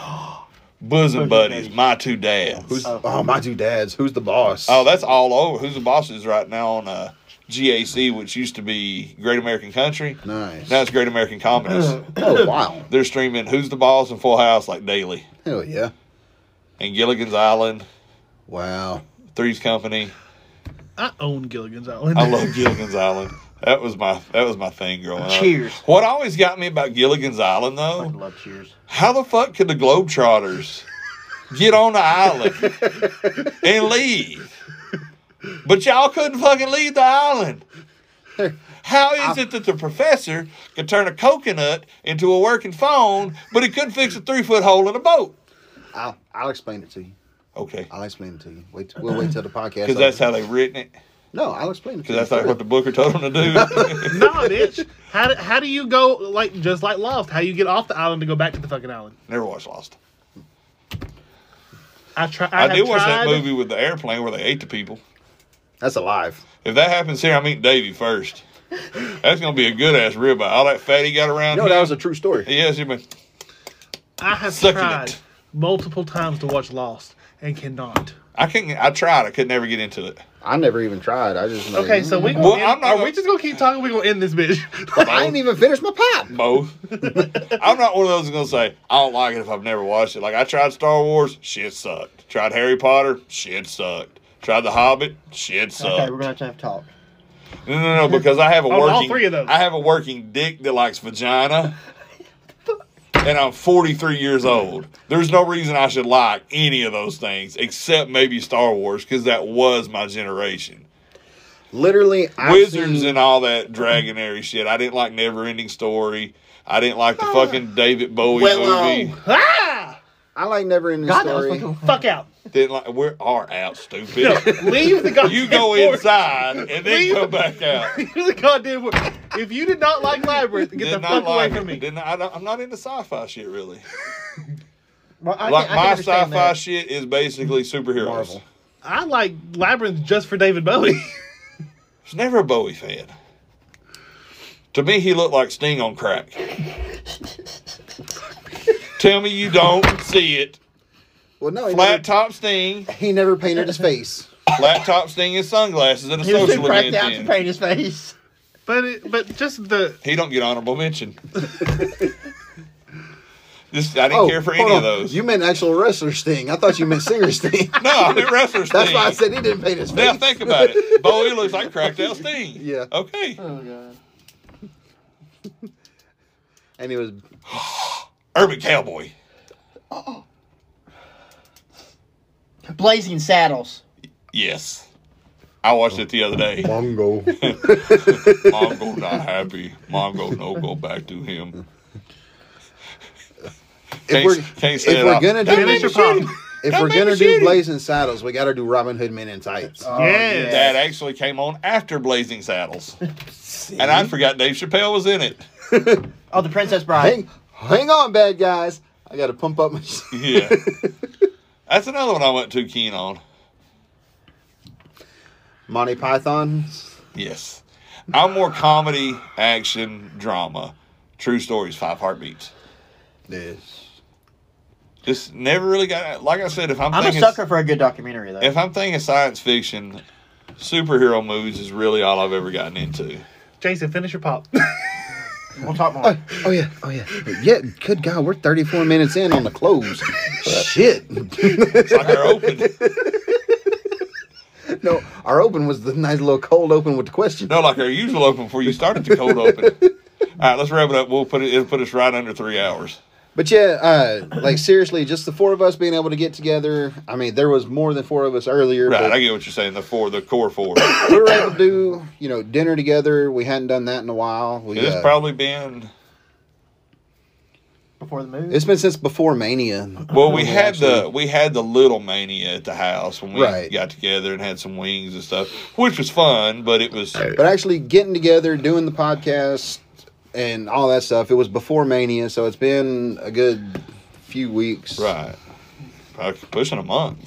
Bosom Buddies, My Two Dads.
Who's oh, my two dads? Who's the boss?
Oh, that's all over. Who's the bosses right now on uh, GAC, which used to be Great American Country?
nice.
Now it's Great American Comedies.
oh wow,
They're streaming Who's the Boss and Full House like daily.
hell yeah,
And Gilligan's Island,
wow.
Three's Company.
I own Gilligan's Island.
I love Gilligan's Island. That was my that was my thing growing up.
Cheers.
What always got me about Gilligan's Island
I
though,
love Cheers.
how the fuck could the Globetrotters get on the island and leave? But y'all couldn't fucking leave the island. How is it that the professor could turn a coconut into a working phone, but he couldn't fix a three foot hole in a boat?
I'll, I'll explain it to you.
Okay,
I'll explain it to you. Wait, we'll wait till the podcast.
because that's
over.
how they've written it.
No, I'll explain it. to
Because
you
that's like what the Booker told them to do.
No, bitch. How do, how do you go like just like Lost? How you get off the island to go back to the fucking island?
Never watched Lost.
I try. I,
I,
have
did watch that
tried-
movie with the airplane where they ate the people.
That's alive.
If that happens here, I'm eating Davy first. That's gonna be a good ass ribeye. All that fat he got around.
No,
him.
that was a true story.
Yes, you been.
I have
Succulent.
tried multiple times to watch Lost and cannot.
I couldn't. I tried. I could never get into it.
I never even tried. I just like, mm,
Okay, so we gonna
Well,
end-
I'm not
are
gonna-
we just gonna keep talking? We gonna end this bitch?
I ain't even finished my pop.
Both. I'm not one of those that's gonna say I don't like it if I've never watched it. Like I tried Star Wars, shit sucked. Tried Harry Potter, shit sucked. Tried The Hobbit, shit sucked.
Okay, we're gonna have to have talk.
No, no, no, because I have a
On all
working.
three of those.
I have a working dick that likes vagina, and I'm 43 years old. There's no reason I should like any of those things except maybe Star Wars because that was my generation.
Literally, I've
Wizards
seen-
and all that dragonary shit. I didn't like Never Ending Story. I didn't like the fucking David Bowie movie.
ah,
I like never ending
God, that was
story.
fucking.
fuck out.
Didn't like. We are out,
No,
stupid.
leave the goddamn.
you go
door.
inside and then
Leave-
come back out.
Leave the goddamn. Door. If you did not like Labyrinth, get
Did
the
not
fuck away
like.
from me.
Did not, I don't, I'm not into sci-fi shit really.
Well, I
like
can, I
my
can
sci-fi
understand that.
shit is basically superheroes.
Marvel.
I like Labyrinth just for David Bowie.
It's never a Bowie fan. To me, he looked like Sting on crack. Tell me you don't see it.
Well, no, he
Flat
never,
top Sting.
he never painted his face.
Flat top Sting in sunglasses at a
He was too
social
cracked out to
event. Then.
paint his face.
But it, but just the
He don't get honorable mention. Just I didn't care for
Oh, hold
any of
on.
those.
You meant actual wrestler's thing. I thought you meant singer's thing.
no, I'm a wrestler Sting.
That's why I said he didn't paint his face.
Now think about it. Bowie looks like cracked out Sting.
Yeah.
Okay.
Oh god.
And he was
Urban cowboy.
Blazing Saddles.
Yes. I watched it the other day.
Mongo.
Mongo not happy. Mongo no go back to him. Can't,
we're-
can't
if
say it
we're
out.
gonna do-
That
finish
made
your
me shitty.
pop.
If
Don't
we're
make me
gonna do
shitty.
Blazing Saddles, we got to do Robin Hood Men in Tights.
yes.
Oh, that actually came on after Blazing Saddles, and I forgot Dave Chappelle was in it.
Oh, the Princess Bride.
hang, hang on, bad guys. I got to pump up my.
Yeah, that's another one I wasn't too keen on.
Monty Python.
Yes, I'm more comedy, action, drama, true stories, five heartbeats.
Yes.
Just never really got. Like I said, if I'm
I'm a
thinking,
sucker for a good documentary though.
if I'm thinking science fiction, superhero movies is really all I've ever gotten into.
Jason, finish your pop.
We'll talk more.
Oh yeah, oh yeah, yeah. Good God, we're 34 minutes in on the close. Shit.
It's like our open.
No, our open was the nice little cold open with the question.
No, like our usual open before you started the cold open. All right, let's wrap it up. We'll put it. It'll put us right under three hours.
But yeah, uh, like seriously, just the four of us being able to get together. I mean, there was more than four of us earlier,
Right, I
but
get what you're saying. The four, the core four.
we were able to do you know dinner together. We hadn't done that in a while. We,
It's
uh,
probably been.
Before the movie.
it's been since before Mania.
Well, we had the we had the little mania at the house when we
Right.
got together and had some wings and stuff, which was fun. But it was
but actually getting together, doing the podcast, and all that stuff. It was before Mania, so it's been a good few weeks.
right, probably pushing a month.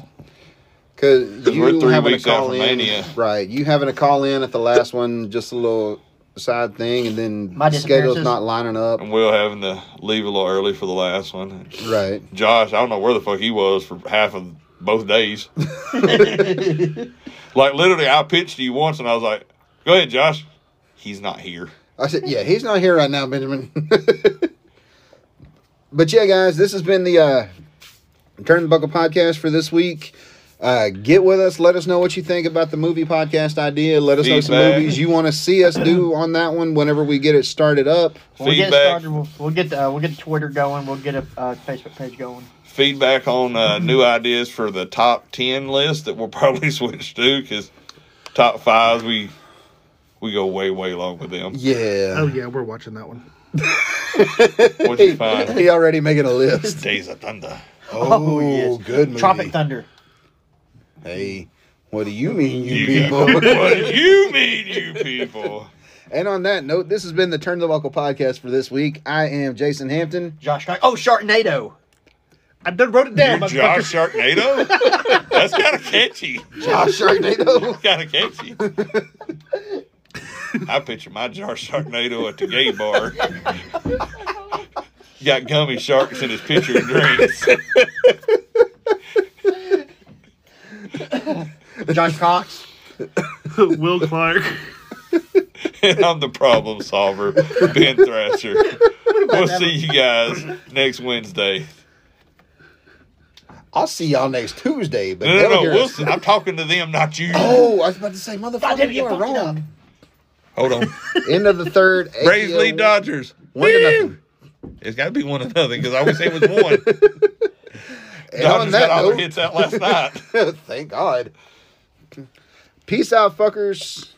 Because
'Cause
you
we're three
having
weeks
a
out
call
from
in,
Mania.
right? You having a call in at the last one, just a little side thing, and then
My
schedule's
disappearances.
not lining up,
And Will having to leave a little early for the last one.
right?
Josh, I don't know where the fuck he was for half of both days. like literally, I pitched you once, and I was like, "Go ahead, Josh." He's not here.
I said, yeah, he's not here right now, Benjamin. but yeah, guys, this has been the uh, Turn the Buckle podcast for this week. Uh, get with us. Let us know what you think about the movie podcast idea. Let us know some
Feedback.
movies you want to see us do on that one whenever we get it started up.
When we get it
Feedback.
started, we'll, we'll get the, uh, we'll get the Twitter going. We'll get a uh, Facebook page going.
Feedback on uh, new ideas for the top ten list that we'll probably switch to because top fives we we go way way long with them,
Oh
Yeah.
yeah, we're watching that one.
which is fine.
He already making a list.
Days of Thunder.
Oh, good movie.
Tropic Thunder.
Hey, what do you mean, you,
You
people?
what do you mean, you people?
and on that note, this has been the Turn the Buckle podcast for this week. I am Jason Hampton.
Josh. Cox- Oh, Sharknado.
I done wrote it down.
You're
motherfucker.
Josh Sharknado? That's kind of catchy.
Josh Sharknado.
Kind of catchy. I picture my Josh Sharknado at the gay bar. Got gummy sharks in his pitcher of drinks.
Josh Cox.
Will Clark.
and I'm the problem solver, Ben Thrasher. We'll see you guys next Wednesday.
I'll see y'all next Tuesday. But
No, no,
they'll
no.
hear
We'll
us-
see. I'm talking to them, not you.
Oh, I was about to say, motherfucker,
Goddamn it,
you
you
are
fucked it
wrong.
Hold on.
End of the third.
Braves
ATL,
lead Dodgers.
One to nothing.
It's got to be one or nothing because I always say it was one.
And on
Dodgers got all their
that
hits out last night.
note, thank God. Peace out, fuckers.